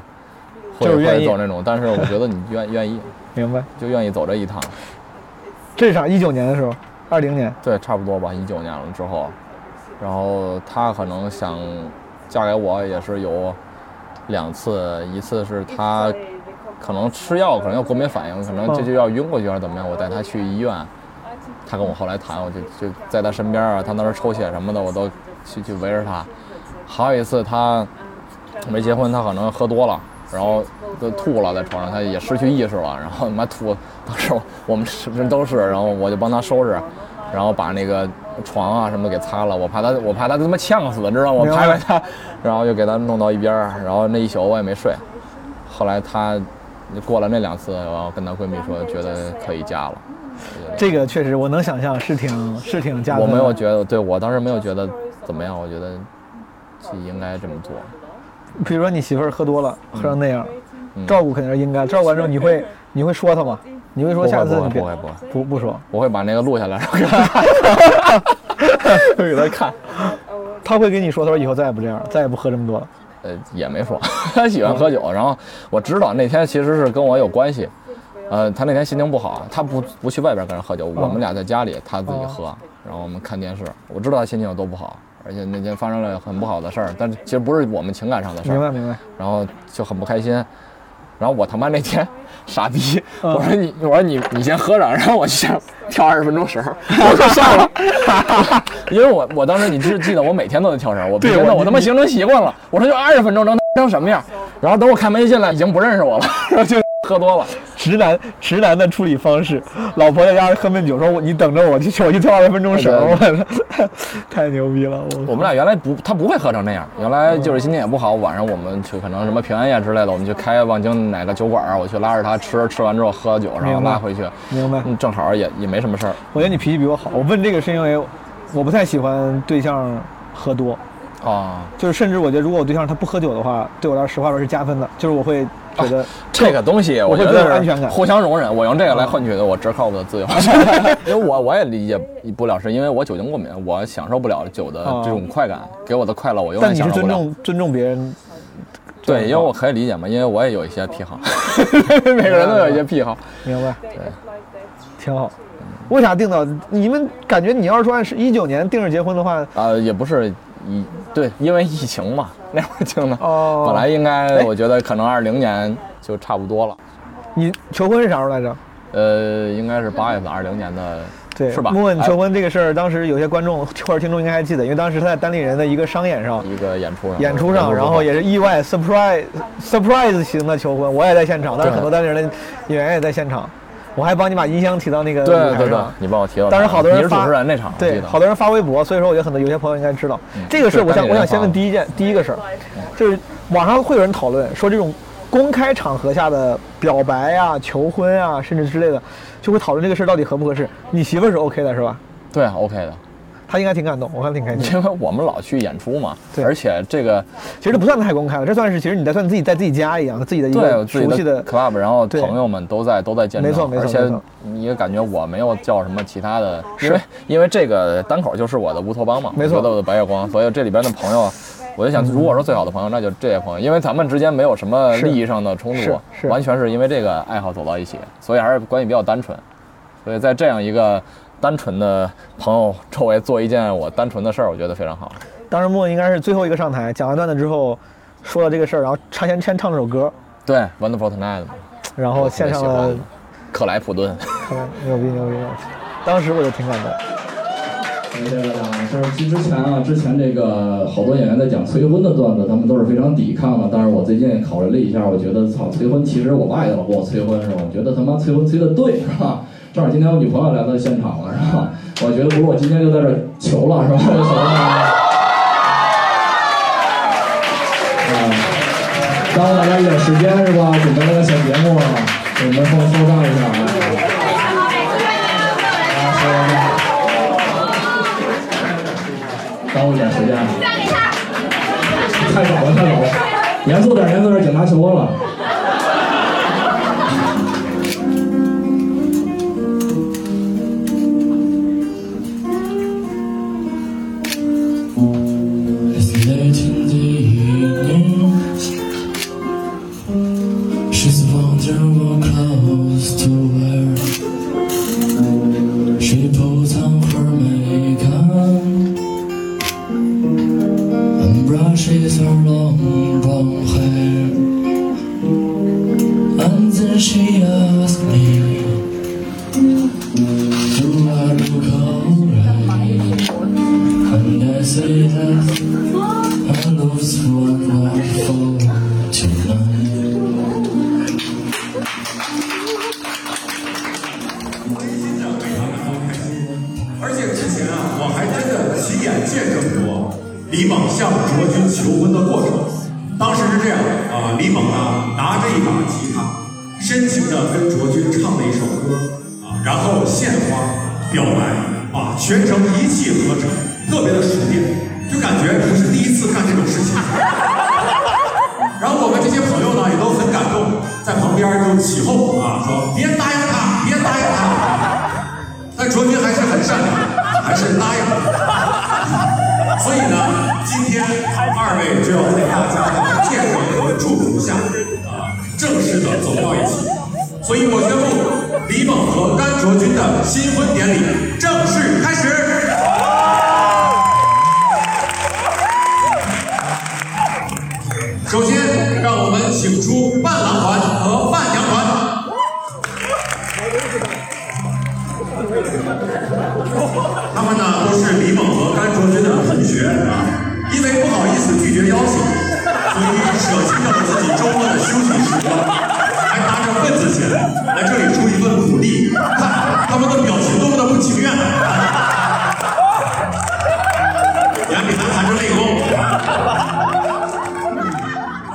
S4: 会，
S7: 就是愿意
S4: 会走那种，但是我觉得你愿愿意，
S7: 明白，
S4: 就愿意走这一趟。
S7: 这是啥？一九年的时候，二零年，
S4: 对，差不多吧，一九年了之后，然后她可能想嫁给我也是有两次，一次是她可能吃药，可能要过敏反应，可能这就要晕过去还是怎么样，我带她去医院，她跟我后来谈，我就就在她身边啊，她那儿抽血什么的，我都去去围着她。还有一次她没结婚，她可能喝多了。然后就吐了，在床上，她也失去意识了。然后他妈吐，当时我我们是人都是，然后我就帮她收拾，然后把那个床啊什么的给擦了，我怕他，我怕他他妈呛死，知道吗？我
S7: 明白
S4: 拍拍他， 然后就给他弄到一边儿，然后那一宿我也没睡。后来他过了那两次，然后跟她闺蜜说，觉得可以嫁了。
S7: 这个确实我能想象，是挺是挺加分
S4: 我
S7: 的。
S4: 没有觉得，对我当时没有觉得怎么样，我觉得就应该这么做。
S7: 比如说你媳妇儿喝多了，喝成那样，
S4: 嗯
S7: 照顾肯定是应该。照顾完之后，你会你会说她吗？你会说下次你别
S4: 不会不会
S7: 不不说，
S4: 我会把那个录下来，然后给她 给她看。
S7: 她会跟你说，她说以后再也不这样了，再也不喝这么多了。
S4: 呃，也没说，他喜欢喝酒。然后我知道那天其实是跟我有关系，呃，他那天心情不好，他不不去外边跟人喝酒，我
S7: 嗯
S4: 们俩在家里，他
S7: 哦
S4: 自己喝，然后我们看电视。我知道他心情有多不好，而且那天发生了很不好的事儿，但是其实不是我们情感上的事儿。
S7: 明白明白。
S4: 然后就很不开心。然后我他妈那天
S7: 嗯
S4: 傻逼，我说你，我说你，你先喝着，然后我去跳二十分钟绳 儿，我就上了。 因为我我当时你记记得我每天都在跳啊绳儿，我不
S7: 对
S4: 觉得
S7: 我
S4: 我他妈形成习惯了。我说就二十分钟能成什么样？然后等我开门一进来，已经不认识我了， 然后就喝多了。
S7: 直男直男的处理方式，老婆在家喝闷酒，说我你等着我去，我去跳二十分钟绳儿，我 操太牛逼了！我
S4: 我们俩原来不，他不会喝成那样。原来就是心情也不好，晚上我们去可能什么平安夜之类的，我们去开望京哪个酒馆儿，我去拉着他吃，吃完之后喝酒，然后
S7: 明白
S4: 拉回去。
S7: 明白
S4: 嗯，正好也也没什么事儿。
S7: 我觉得你脾气比我好。我问这个是因为我不太喜欢对象喝多，
S4: 啊，
S7: 就是甚至我觉得如果我对象他不喝酒的话，对我来说实话说是加分的，就是我会
S4: 啊
S7: 觉得、
S4: 这个东西，
S7: 我
S4: 我
S7: 会
S4: 觉
S7: 更有
S4: 得
S7: 安全感嗯
S4: 是互相容忍。我用这个来换取的我折扣的自 由，因为我我也理解不了，是因为我酒精过敏，我享受不了酒的这种快感，给我的快乐我永
S7: 哦但
S4: 远
S7: 你
S4: 享
S7: 是
S4: 受不
S7: 尊哦
S4: 了。
S7: 重尊重别人，
S4: 对，因为我可以理解嘛，因为我也有一些癖 好，每个人都有一些癖好。
S7: 明白？挺好。
S4: 嗯
S7: 为啥定到你们感觉你要是说按是一九年定制结婚的话，
S4: 啊，也不是一对，因为疫情嘛，那会儿定的。
S7: 哦
S4: 本来应该
S7: 哎
S4: 我觉得可能二零年就差不多了。
S7: 你求婚是啥时候来着？
S4: 呃，应该是八月份，二零年的，
S7: 对，
S4: 是吧？
S7: 莫问
S4: 哎
S7: 求婚这个事儿，当时有些观众或者听众应该还记得，因为当时他在单立人的一个商演上，
S4: 一个演出上，
S7: 演出上，然后也是意外 surprise surprise 型的求婚，我也在现场，当时很多单立人的演员也在现场，我还帮你把音箱提到那个
S4: 对
S7: 舞台
S4: 对对
S7: 上，。
S4: 你帮我提到他，
S7: 当时好多人
S4: 你是主
S7: 发
S4: 持人那场，我记
S7: 对，
S4: 得
S7: 好多人发微博，所以说我觉得很多有些朋友应该知道
S4: 嗯
S7: 这个事。
S4: 对
S7: 我
S4: 单
S7: 想
S4: 立
S7: 我
S4: 人
S7: 想先问
S4: 发
S7: 第一件第一个事儿，就是网上会有人讨论说这种公开场合下的表白啊、求婚啊，甚至之类的，就会讨论这个事儿到底合不合适。你媳妇儿是 OK 的是吧？
S4: 对，OK 的。
S7: 她应该挺感动，我看挺开心。
S4: 因为我们老去演出嘛，而且这个
S7: 其实这不算太公开了，这算是其实你在算自己在自己家一样，自己的一
S4: 对
S7: 个
S4: 我自己
S7: 熟悉
S4: 的
S7: 的
S4: club，然后朋友们都在都在见证，
S7: 没错没错
S4: 而
S7: 没
S4: 且
S7: 错
S4: 你也感觉我没有叫什么其他的，
S7: 是
S4: 因为因为这个单口就是我的乌托邦嘛，
S7: 没错嗯
S4: 我觉得我的白月光，所以这里边的朋友。我就想，如果说最好的朋友，那就这些朋友，因为咱们之间没有什么
S7: 是
S4: 利益上的冲
S7: 是
S4: 突，啊完全是因为这个爱好走到一起，所以还是关系比较单纯。所以在这样一个单纯的朋友周围做一件我单纯的事儿，我觉得非常好。
S7: 当时莫应该是最后一个上台，讲完段子之后，说了这个事儿，然后唱先先唱了首歌，
S4: 对，Wonderful Tonight，
S7: 然后献上了，
S4: 克莱普顿。
S7: 牛逼牛逼！牛逼当时我就挺感动。
S18: 没事了吧？哎就是其实之前啊，之前这个好多演员在讲催婚的段子，他们都是非常抵抗的。但是我最近考虑了一下，我觉得操，催婚其实我爸也老跟我催婚是吧？我觉得他妈催婚催的对是吧？正好今天我女朋友来到现场了是吧？我觉得不如我今天就在这儿求了是吧？求了。嗯，耽误大家一点时间是吧？准备了个小节目，我们后后上一下啊。耽误一点时间。太
S13: 太早了，太早了，严肃点，严肃点，警察求我了。
S6: 死在情的一年，she's wonderful close to her. She puts on her makeup and brushes her long brown hair. And then she asks me, Do I look alright? And I say that I lose what I for tonight.
S1: 啊啊啊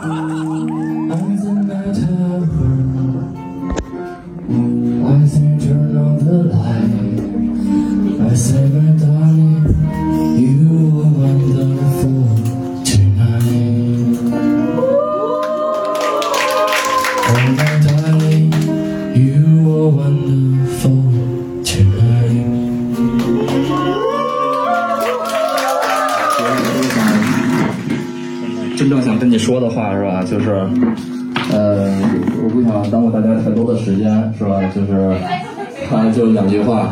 S6: I'm the matter. I say turn on the light. I say, my darling, you were wonderful tonight. Oh, my darling, you were wonderful tonight.
S19: 真正想跟你说的话是吧？就是，呃，我不想耽误大家太多的时间是吧？就是，他就两句话，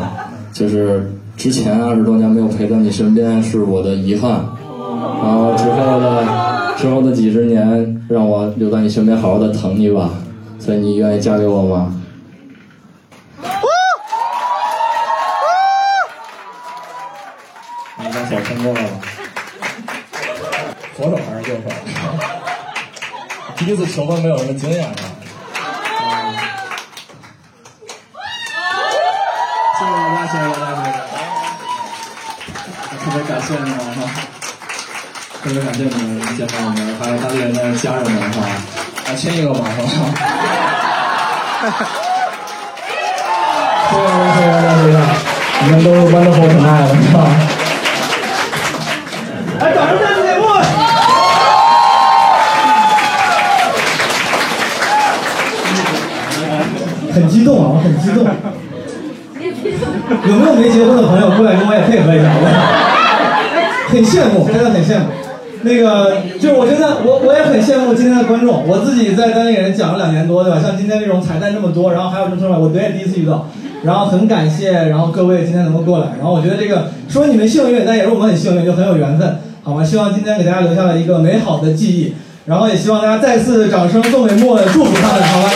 S19: 就是之前二十多年没有陪在你身边是我的遗憾，然后之后的之后的几十年，让我留在你身边好好的疼你吧。所以你愿意嫁给我吗？你把手伸过来吧。左手还是右手？第一次求婚没有什么经验啊。
S20: 谢谢大家，谢谢大家，谢谢大家，特别感谢你们哈，特别感谢你们见到我们，还有当地人的家人们哈，来亲一个吧，好不好？
S13: 谢谢大家，谢谢大家，你们都是 wonderful 可爱的，是吧？
S21: 来，掌声再次给过。
S7: 很激动啊，我很激动。有没有没结婚的朋友过来跟我也配合一下？好不好？ 很羡慕，真的很羡慕。那个就是我真的，我我也很羡慕今天的观众。我自己在单立人讲了两年多，对吧？像今天这种彩蛋这么多，然后还有这么多我我也第一次遇到。然后很感谢，然后各位今天能够过来。然后我觉得这个说你们幸运，但也是我们很幸运，就很有缘分，好吗？希望今天给大家留下了一个美好的记忆。然后也希望大家再次掌声送给莫文，祝福他们，好吗？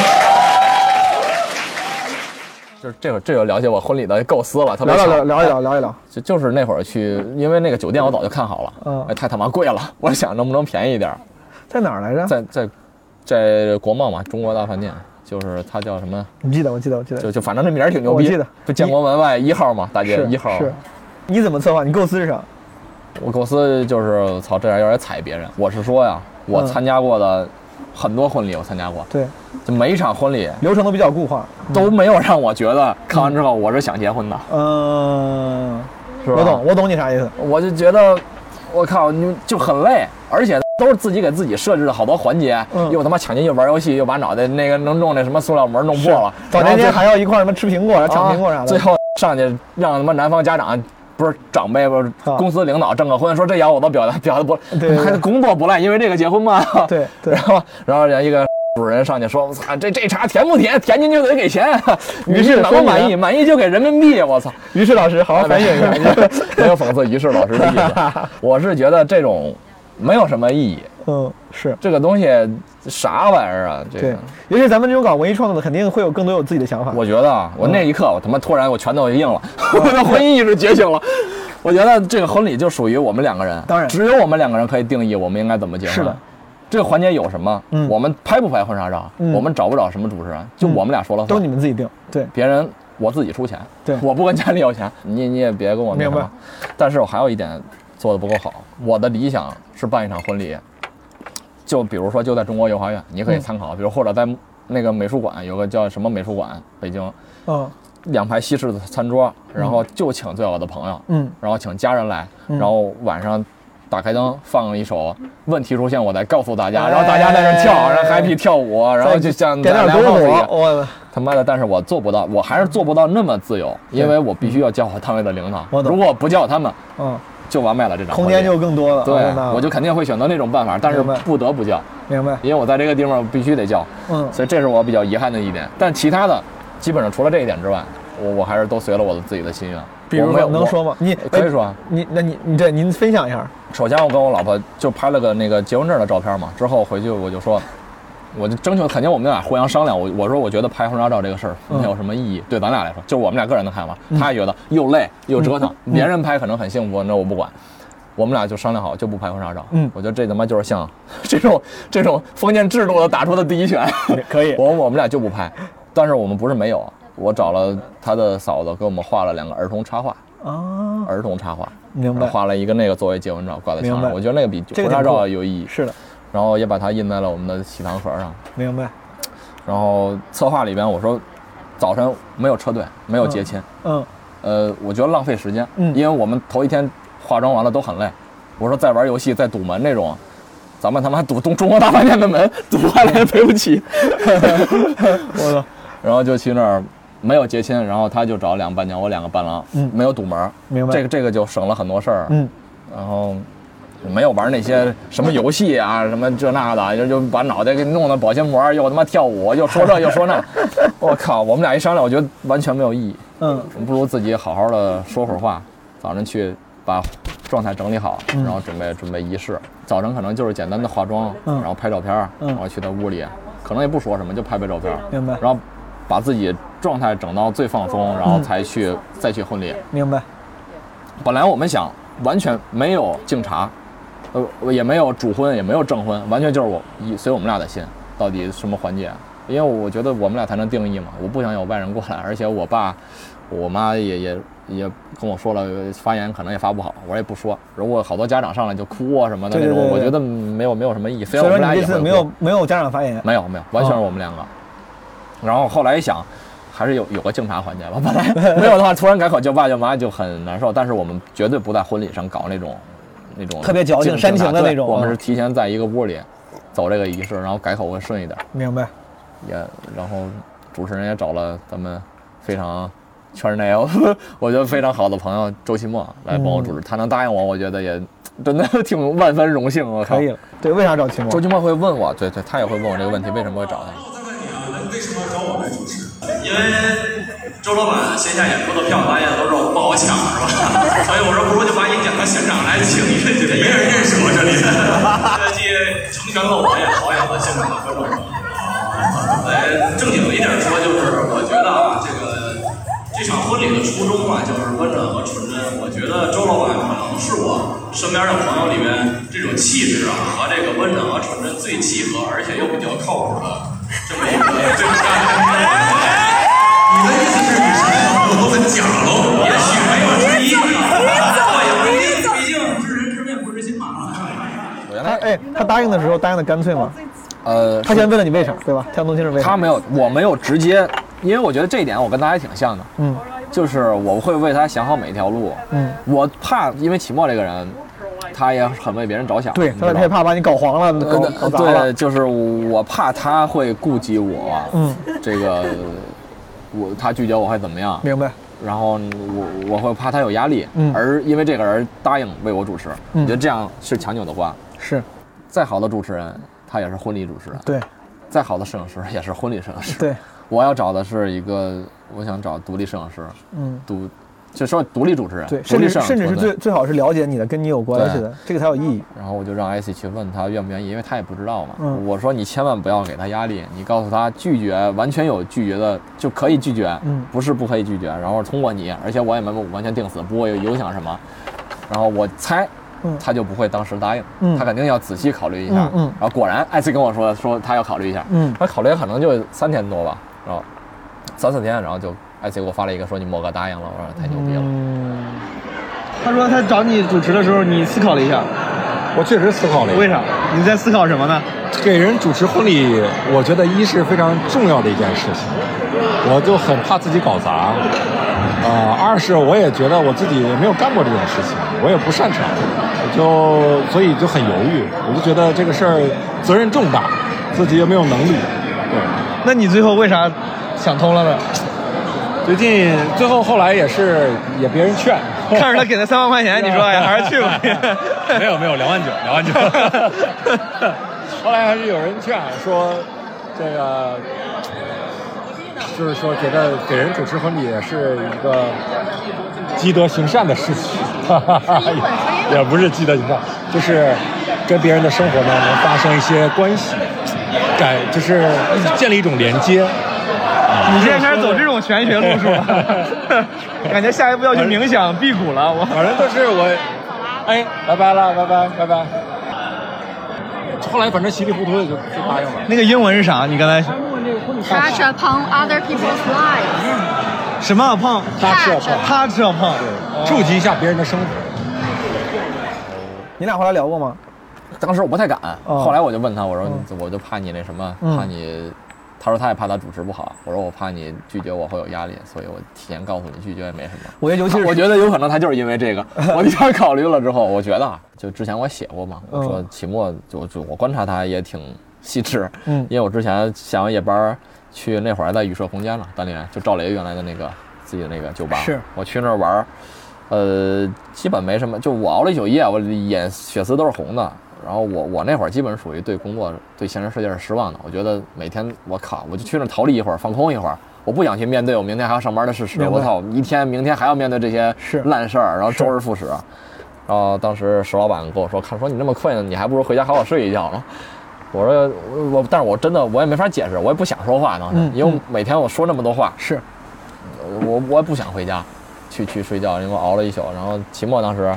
S4: 就是这会儿这就聊起我婚礼的构思了，特别
S8: 聊聊
S4: 长
S8: 聊聊一聊，聊一聊。
S4: 就就是那会儿去，因为那个酒店我早就看好了，
S8: 嗯
S4: 哎，太他妈贵了，我想能不能便宜一点儿。
S8: 在哪儿来着？
S4: 在在在国贸嘛，中国大饭店，就是它叫什么？
S8: 你记得，我记得，我记得。
S4: 就就反正那名儿挺牛
S8: 我
S4: 逼，
S8: 记得
S4: 就建国门外一号嘛，大街
S8: 是
S4: 一号。
S8: 是，你怎么策划？你构思是啥？
S4: 我构思就是操，这样有点踩别人。我是说呀，我
S8: 嗯
S4: 参加过的很多婚礼，我参加过，
S8: 对，
S4: 就每一场婚礼
S8: 流程都比较固化。
S4: 都没有让我觉得看完之后我是想结婚的。
S8: 嗯，
S4: 是吧
S8: 我懂，我懂你啥意思。
S4: 我就觉得，我靠，你们就很累，而且都是自己给自己设置的好多环节，
S7: 嗯
S4: 又他妈抢劫，又玩游戏，又把脑袋那个能弄那什么塑料膜弄破了，
S7: 早
S4: 然后
S7: 年间
S4: 最
S7: 还要一块儿什么吃苹果、抢苹果啥
S4: 啊
S7: 的，
S4: 最后上去让他妈南方家长不是长辈不是公司领导证个婚，说这窑我都表达表达不，
S7: 啊对对
S4: 还是工作不赖，因为这个结婚嘛。
S7: 对
S4: 对， 然后然后人家一个主人上去说，我操，这这茶甜不甜？甜您就得给钱。
S7: 于是
S4: 满不满
S7: 所以
S4: 意？
S7: 呢
S4: 满意就给人民币。我操！
S7: 于是老师好好反省一下
S4: 没有讽刺于是老师的意 思，我是觉得这种没有什么意义。
S7: 嗯，是
S4: 这个东西啥玩意儿啊？这
S7: 对
S4: 个。，
S7: 尤其是咱们这种搞文艺创作的，肯定会有更多有自己的想法。
S4: 我觉得啊，
S7: 嗯
S4: 我那一刻我他妈突然我全都硬了， 我的婚姻意识觉醒了。我觉得这个婚礼就属于我们两个人，当然只有我们两个人可以定义我们应该怎么结婚。
S7: 是的，
S4: 这个环节有什么？
S7: 嗯
S4: 我们拍不拍婚纱照？
S7: 嗯
S4: 我们找不找什么主持人？就我们俩说了算，
S7: 都你们自己定。对，
S4: 别人我自己出钱。
S7: 对
S4: 我不跟家里要钱， 你你也别跟我那什么
S7: 明白。
S4: 但是我还有一点做的不够好，我的理想是办一场婚礼，就比如说就在中国油画院，你可以
S7: 嗯
S4: 参考，比如或者在那个美术馆有个叫什么美术馆，北京。
S7: 嗯
S4: 两排西式的餐桌，
S7: 嗯
S4: 然后就请最好的朋友，
S7: 嗯
S4: 然后请家人来，
S7: 嗯
S4: 然后晚上打开灯放一首《问题出现》，我再告诉大家，
S7: 哎
S4: 然后大家在那跳，然后 happy 跳舞，啊然后就像
S7: 点点
S4: 咱
S7: 篝
S4: 俩
S7: 火
S4: 放一样
S7: 我
S4: 他妈的，但是我做不到，我还是做不到那么自由，因为我必须要叫好单位的领导，如果不叫他们，
S7: 嗯，
S4: 就完美了这场
S7: 空
S4: 婚礼
S7: 间就更多了。啊
S4: 对
S7: 那，
S4: 我就肯定会选择那种办法，但是
S7: 明白
S4: 不得不叫，
S7: 明白。
S4: 因为我在这个地方必须得叫，
S7: 嗯
S4: 所以这是我比较遗憾的一点。但其他的，基本上除了这一点之外，我我还是都随了我的自己的心愿。
S7: 比如
S4: 我没有
S7: 说能
S4: 我
S7: 说吗？你哎
S4: 可以说啊。
S7: 你那你你对您分享一下。
S4: 首先，我跟我老婆就拍了个那个结婚证的照片嘛，之后回去我就说，我就征求，肯定我们俩互相商量。我我说，我觉得拍婚纱照这个事儿
S7: 嗯
S4: 没有什么意义，对咱俩来说，就是我们俩个人的看法。
S7: 嗯
S4: 她也觉得又累又折腾，
S7: 嗯
S4: 别人拍可能很幸福，那我不管。我们俩就商量好，就不拍婚纱照。
S7: 嗯
S4: 我觉得这他妈就是像这种这种封建制度的打出的第一拳。
S7: 可以，
S4: 我我们俩就不拍，但是我们不是没有，我找了他的嫂子给我们画了两个儿童插画。
S7: 啊，
S4: 儿童插画，
S7: 明白
S4: 然后画了一个那个作为结婚照挂在墙
S7: 明
S4: 上，
S7: 白
S4: 我觉得那个比
S7: 这个
S4: 婚
S7: 挺
S4: 纱
S7: 酷
S4: 照有意义。
S7: 是的，
S4: 然后也把它印在了我们的喜糖盒上。
S7: 明白。
S4: 然后策划里边我说，早晨没有车队，没有接亲，
S7: 嗯
S4: 呃，我觉得浪费时间，
S7: 嗯
S4: 因为我们头一天化妆完了都很累。我说再玩游戏再堵门那种，咱们他妈堵中中国大饭店的门， 堵坏了也赔不起。
S7: 我操！
S4: 然后就去那儿没有结亲，然后他就找两个伴娘，我两个伴郎，
S7: 嗯
S4: 没有堵门，
S7: 明白
S4: 这个这个就省了很多事儿，
S7: 嗯，
S4: 然后。没有玩那些什么游戏啊， 什么这那的，就就把脑袋给弄到保鲜膜儿，又他妈跳舞，又说这又说 那，我靠！我们俩一商量，我觉得完全没有意义。
S7: 嗯，
S4: 我们不如自己好好的说会儿话，早晨去把状态整理好，
S7: 嗯
S4: 然后准备准备仪式。早晨可能就是简单的化妆，
S7: 嗯
S4: 然后拍照片儿，
S7: 嗯
S4: 然后去他屋里，可能也不说什么，就拍拍照片儿，
S7: 明白
S4: 然后把自己状态整到最放松，然后
S7: 嗯
S4: 才去、再去婚礼。
S7: 明白。
S4: 本来我们想完全没有敬茶，呃，也没有主婚，也没有证婚，完全就是我以随我们俩的心，到底什么环节？因为我觉得我们俩才能定义嘛，我不想有外人过来，而且我爸、我妈也也也跟我说了，发言可能也发不好，我也不说。如果好多家长上来就哭啊什么的
S7: 对
S4: 那
S7: 对
S4: 种，
S7: 对对
S4: 我觉得没有没有什么意义。虽
S7: 所
S4: 然
S7: 以
S4: 我
S7: 说
S4: 们
S7: 你
S4: 俩也
S7: 这次
S4: 会
S7: 没
S4: 哭
S7: 有没有家长发言，
S4: 没有没有，完
S7: 哦
S4: 全是我们两个。然后后来一想，还是有有个敬茶环节吧。本来没有的话，突然改口叫爸叫妈就很难受。但是我们绝对不在婚礼上搞那种那种
S7: 特别矫情
S4: 敬
S7: 煽情的
S4: 敬茶对
S7: 那种
S4: 我们
S7: 嗯
S4: 是提前在一个屋里走这个仪式，然后改口会顺一点。
S7: 明白。
S4: 也然后主持人也找了咱们非常圈内 我觉得非常好的朋友周奇墨来帮我主持，
S7: 嗯
S4: 他能答应我，我觉得也真的 挺万分荣幸。啊我靠，
S7: 可以了。对，为啥找秦
S4: 周
S7: 墨？
S4: 奇墨会问我，对对，他也会问我这个问题，为什么会找他？
S8: 为什么要找我来主持？因为周老板线下演出的票大家也都知道不好抢，是吧？ 所以我说不如就把你点到现场来请一请，没人认识我这里，这既成全了我也考验了现场的观众。呃，正经一点说，就是我觉得啊，这个这场婚礼的初衷啊，就是温暖和纯真。我觉得周老板可能是我身边的朋友里面这种气质啊和这个温暖和纯真最契合，而且又比较靠谱的这么一个最佳你的意思是，你什么朋友都很假喽？也许没有之一，我也不一定，哎毕竟知人知面不知心嘛。
S7: 他哎，他答应的时候答应的干脆吗？
S4: 呃，
S7: 他先问了你为啥，对吧？他想弄清楚为啥。
S4: 他没有，我没有直接，因为我觉得这一点我跟大家挺像的，
S7: 嗯
S4: 就是我会为他想好每一条路。
S7: 嗯
S4: 我怕，因为齐墨这个人，他也很为别人着想，
S7: 对，
S4: 你嗯
S7: 他
S4: 知道
S7: 太
S4: 吗
S7: 怕把你搞黄了，搞
S4: 呃
S7: 搞砸
S4: 对，
S7: 了。
S4: 就是我怕他会顾及我，
S7: 嗯，
S4: 这个我他拒绝我会怎么样？
S7: 明白。
S4: 然后我我会怕他有压力，
S7: 嗯
S4: 而因为这个人答应为我主持，
S7: 嗯
S4: 我觉得这样是强扭的瓜。
S7: 是，
S4: 再好的主持人，他也是婚礼主持人，
S7: 对，
S4: 再好的摄影师也是婚礼摄影师。
S7: 对，
S4: 我要找的是一个，我想找独立摄影师，
S7: 嗯
S4: 独就说独立主持人，
S7: 对，
S4: 独
S7: 甚
S4: 立
S7: 至
S4: 摄
S7: 是
S4: 影
S7: 甚至是
S4: 存在
S7: 最最好是了解你的，跟你有关系的
S4: 对，
S7: 这个才有意义。
S4: 然后我就让 IC 去问他愿不愿意，因为他也不知道嘛。
S7: 嗯
S4: 我说你千万不要给他压力，你告诉他拒绝，完全有拒绝的就可以拒绝，
S7: 嗯
S4: 不是不可以拒绝。然后通过你，而且我也没完全定死，不会影响什么。然后我猜，
S7: 嗯
S4: 他就不会当时答应，
S7: 嗯
S4: 他肯定要仔细考虑一下。
S7: 嗯嗯
S4: 然后果然 IC 跟我说说他要考虑一下，
S7: 嗯
S4: 他考虑可能就三天多吧，然后三四天，然后就 IC 给我发了一个说你某个答应了，我说太牛逼了。
S1: 嗯
S8: 他说他找你主持的时候，你思考了一下，
S1: 我确实思考了一下。
S8: 为啥？你在思考什么呢？
S1: 给人主持婚礼，我觉得一是非常重要的一件事情，我就很怕自己搞砸。呃，二是我也觉得我自己没有干过这件事情，我也不擅长，我就所以就很犹豫。我就觉得这个事儿责任重大，自己又没有 能力。对，
S8: 那你最后为啥想通了呢？
S1: 最近最后后来也是也别人劝，
S8: 看着他给他三万 块钱，你说哎，还是去吧。
S1: 没有没有，两万九，两万九。 后来还是有人劝说，这个就是说觉得给人主持婚礼也是一个积德行善的事情，也也不是积德行善，就是跟别人的生活呢能发生一些关系，改就是建立一种连接。
S8: 你现在开始走这种玄学路数 了，感觉下一步要去冥想辟谷了。我
S1: 反正都是我，哎，拜拜了，拜拜，拜拜。后来反正稀里糊涂的就就答应了。
S8: 那个英文是
S1: 啊
S8: 啥？你刚才
S22: ？Touch upon other people's lives，
S8: 什么啊胖？
S1: 他吃
S22: 胖
S8: 他吃胖，
S1: 触及一下别人的生活。
S7: 你俩后来聊过吗？
S4: 当时我不太敢，
S7: 哦
S4: 后来我就问他，我说你我就怕你那什么，
S7: 嗯
S4: 怕你。他说他也怕他主持不好，我说我怕你拒绝我会有压力，所以我提前告诉你拒绝也没什么。
S7: 我觉得尤其是
S4: 我觉得有可能他就是因为这个，我一下考虑了之后，我觉得啊，就之前我写过嘛，我说
S7: 嗯
S4: 期末就就我观察他也挺细致，
S7: 嗯
S4: 因为我之前下完夜班儿去那会儿还在宇社空间了，单立人就赵雷原来的那个自己的那个酒吧，
S7: 是
S4: 我去那儿玩儿，呃，基本没什么，就我熬了一宿夜，我眼血丝都是红的。然后我我那会儿基本属于对工作、对现实世界是失望的。我觉得每天我靠，我就去那儿逃离一会儿，放空一会儿，我不想去面对我明天还要上班的事实。
S7: 明白
S4: 我操，一天明天还要面对这些烂事儿，然后周而复始。然后当时石老板跟我说，看说你那么困，你还不如回家好好睡一觉呢。我说我我，但是我真的我也没法解释，我也不想说话当时，
S7: 嗯
S4: 因为
S7: 嗯
S4: 每天我说那么多话，
S7: 是，
S4: 我我也不想回家，去去睡觉，因为我熬了一宿。然后期末当时，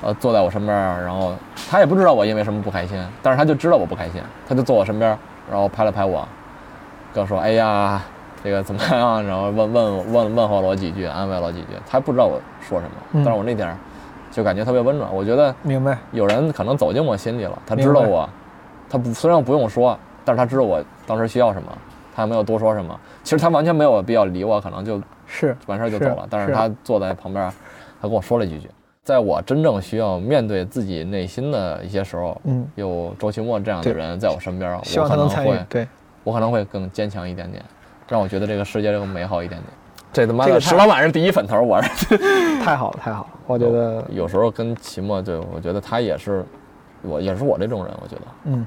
S4: 呃，坐在我身边儿，然后他也不知道我因为什么不开心，但是他就知道我不开心，他就坐我身边儿，然后拍了拍我，跟我说：“哎呀，这个怎么样？”啊然后问问问问候了我几句，安慰了我几句。他不知道我说什么，
S7: 嗯
S4: 但是我那点儿就感觉特别温暖。我觉得
S7: 明白。
S4: 有人可能走进我心里了，他
S7: 明
S4: 知道
S7: 白
S4: 我，他不虽然不用说，但是他知道我当时需要什么，他也没有多说什么。其实他完全没有必要理我，可能就是完事儿就是走了。但是
S7: 是
S4: 他坐在旁边，他跟我说了几句。在我真正需要面对自己内心的一些时候，
S7: 嗯
S4: 有周奇墨这样的
S7: 对
S4: 人在我身边，哦我
S7: 希望
S4: 可
S7: 他能
S4: 能
S7: 参与
S4: 会，
S7: 对，
S4: 我可能会更坚强一点点，让我觉得这个世界更美好一点点。这他妈的
S7: 这个太
S4: 石老板是第一粉头，我是
S7: 太好了，太好了，我觉得，
S4: 有时候跟齐墨，对我觉得他也是，我也是我这种人，我觉得
S7: 嗯，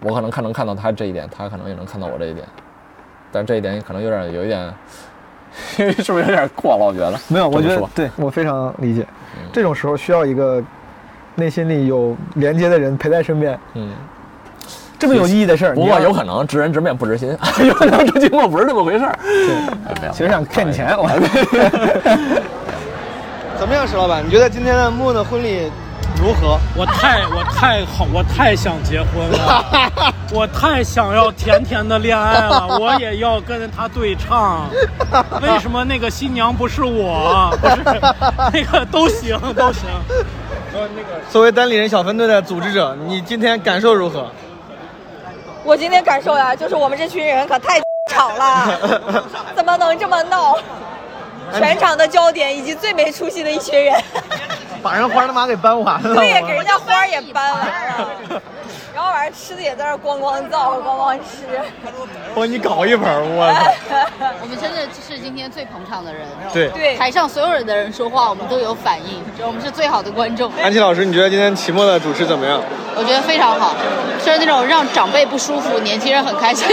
S4: 我可能看能看到他这一点，他可能也能看到我这一点，但这一点可能有点有一点， 是不是有点过了？我觉得
S7: 没有，我觉
S4: 这么说
S7: 得
S4: 嗯
S7: 对我非常理解，这种时候需要一个内心里有连接的人陪在身边，
S4: 嗯，
S7: 这么有意义的事儿，
S4: 不
S7: 你
S4: 过
S7: 要
S4: 有可能知人知面不知心， 有可能周奇墨不是这么回事儿。哎没有，
S7: 其实想骗你钱，我
S8: 怎么样，石老板？你觉得今天的木的婚礼如何？
S23: 我太我太好，我太想结婚 了，我太想要甜甜的恋爱了，我也要跟他对唱。为什么那个新娘不是我？不是那个都行都行。
S8: 作为单立人小分队的组织者，你今天感受如何？
S6: 我今天感受呀、就是我们这群人可太 吵了，
S1: 哎
S6: 怎么能这么闹？全场的焦点以及最没出息的一群人，
S12: 把人花他妈给搬 完了。
S22: 对，给人家花儿也搬完了， 然后晚上吃的也在那儿咣咣造，咣咣吃。
S12: 帮你搞一盆儿，我操！
S1: 我们真的是今天最捧场的人，
S12: 对对
S1: 台上所有人的人说话，我们都有反应，就我们是最好的观众。
S12: 安琪老师，你觉得今天期末的主持怎么样？
S1: 我觉得非常好，就是那种让长辈不舒服，年轻人很开心。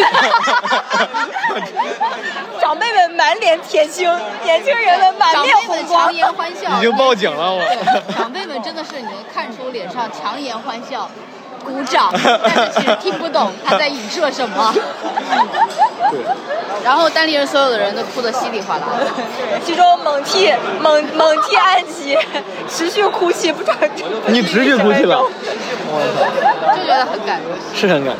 S22: 长辈们满脸铁青，年轻人们满面红
S1: 长辈们
S22: 光，
S1: 强颜欢笑
S12: 已经报警 了，我。
S1: 对长辈们真的是你能看出脸上强颜欢笑，鼓掌，但是其实听不懂他在影射什么。然后单立人所有的人都哭得稀里哗啦。
S22: 其中猛替猛猛替安琪持续哭泣，不知道
S12: 你持续哭泣了，
S1: 就觉得很感动。
S12: 是很感。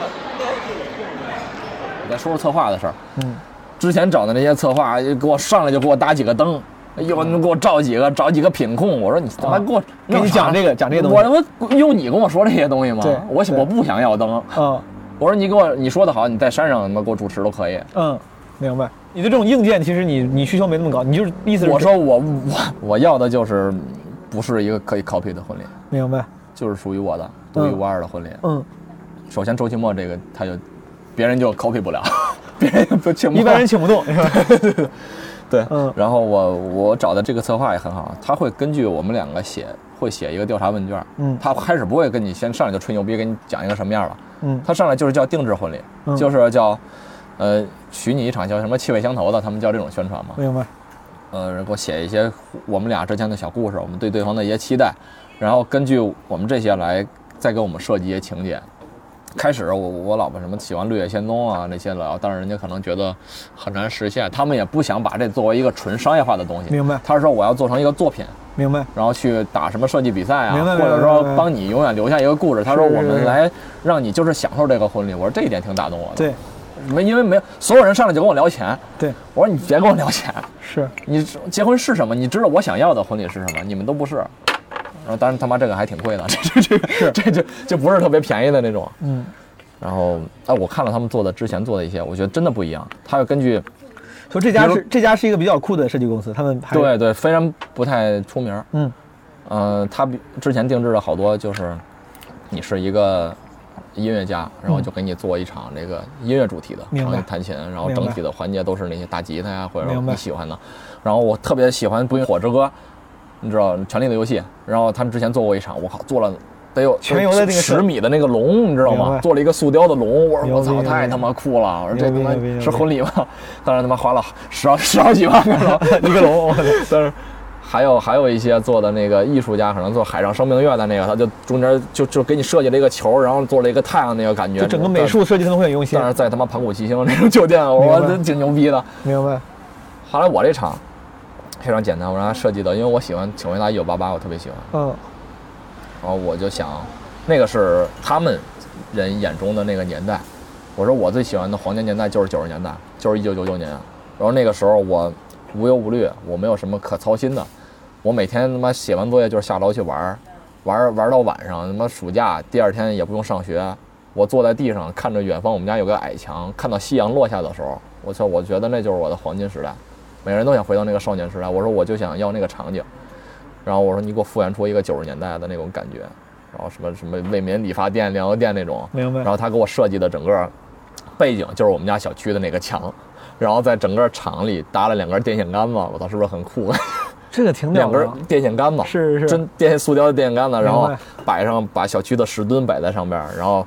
S4: 我再说说策划的事儿。嗯，之前找的那些策划，哎给我上来就给我搭几个灯，哎呦，你给我照几个，找几个品控。我说你他妈给我
S7: 嗯啊给你
S4: 弄啥
S7: 讲这个讲这个东西
S4: 我他妈用你跟我说这些东西吗
S7: 对？
S4: 我我不想要灯。
S7: 嗯，
S4: 我说你给我你说的好，你在山上他妈给我主持都可以。
S7: 嗯，明白。你对这种硬件，其实你你需求没那么高，你就是意思是
S4: 我说我我我要的就是不是一个可以 copy 的婚礼，
S7: 明白。
S4: 就是属于我的独一无二的婚礼。
S7: 嗯，
S4: 首先周奇墨这个他就别人就 copy 不了，别人就 请不
S7: 一般人请不动，是吧？
S4: 对，
S7: 嗯
S4: 然后我我找的这个策划也很好，他会根据我们两个写，会写一个调查问卷。
S7: 嗯
S4: 他开始不会跟你先上来就吹牛逼，给你讲一个什么样了。
S7: 嗯
S4: 他上来就是叫定制婚礼，
S7: 嗯
S4: 就是叫，呃，许你一场叫什么气味相投的，他们叫这种宣传嘛。
S7: 明白。
S4: 呃，给我写一些我们俩之间的小故事，我们对对方的一些期待，然后根据我们这些来再给我们设计一些情节。开始我我老婆什么喜欢《绿野仙踪》啊那些了，但是人家可能觉得很难实现，他们也不想把这作为一个纯商业化的东西。
S7: 明白
S4: 他说我要做成一个作品，
S7: 明白。
S4: 然后去打什么设计比赛啊，
S7: 明白
S4: 或
S7: 明白
S4: 者
S7: 明
S4: 说
S7: 白明白
S4: 帮你永远留下一个故事。他
S7: 是
S4: 说
S7: 是
S4: 我们
S7: 是
S4: 来让你就是享受这个婚礼，我说这一点挺打动我的。
S7: 对，
S4: 没因为没有所有人上来就跟我聊钱，
S7: 对
S4: 我说你别跟我聊钱，
S7: 是
S4: 你知结婚是什么？你知道我想要的婚礼是什么？你们都不是。然后当然他妈这个还挺贵的， 这这这这这这不是特别便宜的那种。
S7: 嗯，
S4: 然后哎，我看了他们做的之前做的一些，我觉得真的不一样。他要根据
S7: 所以这家
S4: 比如
S7: 是这家是一个比较酷的设计公司，他们还
S4: 对对，虽然不太出名，
S7: 嗯，
S4: 呃，他比之前定制了好多，就是你是一个音乐家，然后就给你做一场这个音乐主题的，
S7: 嗯明
S4: 然
S7: 白
S4: 后你弹琴，然后
S7: 明白
S4: 整体的环节都是那些大吉他呀，或者
S7: 明白
S4: 你喜欢的。然后我特别喜欢《不用火之歌》，你知道《权力的游戏》，然后他们之前做过一场，我靠，做了。得有
S7: 全游的那个事儿
S4: 十米的那个龙，你知道
S7: 明
S4: 吗？
S7: 白
S4: 做了一个塑雕的龙，我说我
S7: 牛
S4: 操，
S7: 逼
S4: 太
S7: 牛
S4: 他
S7: 逼
S4: 妈酷了！我说这他
S7: 牛逼
S4: 妈
S7: 牛逼牛逼
S4: 是婚礼吗？当然他妈花了十好十好几万个 龙，
S7: 一个龙，
S4: 但是还有还有一些做的那个艺术家，可能做海上生命月的那个，他就中间就就给你设计了一个球，然后做了一个太阳那个感觉，
S7: 就整个美术设计他们会很用心。
S4: 但是在他妈盘古七星那种酒店，我
S7: 明白
S4: 这挺牛逼的。
S7: 明白。
S4: 后来我这场非常简单，我让他设计的，因为我喜欢《请回答一九八八》，我特别喜欢。
S7: 嗯，
S4: 然后我就想，那个是他们人眼中的那个年代。我说我最喜欢的黄金年代就是九十年代，就是一九九九年。啊然后那个时候我无忧无虑，我没有什么可操心的。我每天他妈写完作业就是下楼去玩儿，玩儿玩儿到晚上，他妈暑假第二天也不用上学。我坐在地上看着远方，我们家有个矮墙，看到夕阳落下的时候，我操，我觉得那就是我的黄金时代。每个人都想回到那个少年时代。我说我就想要那个场景。然后我说你给我复原出一个九十年代的那种感觉，然后什么什么为民理发店、粮油店那种，
S7: 明白
S4: 然后他给我设计的整个背景就是我们家小区的那个墙，然后在整个厂里搭了两根电线杆子，我操，是不是很酷？
S7: 这个挺屌
S4: 两
S7: 的
S4: 根
S7: 啊。
S4: 电线杆子，
S7: 是是
S4: 真电塑胶的电线杆子，
S7: 明白
S4: 然后摆上把小区的石墩摆在上边，然后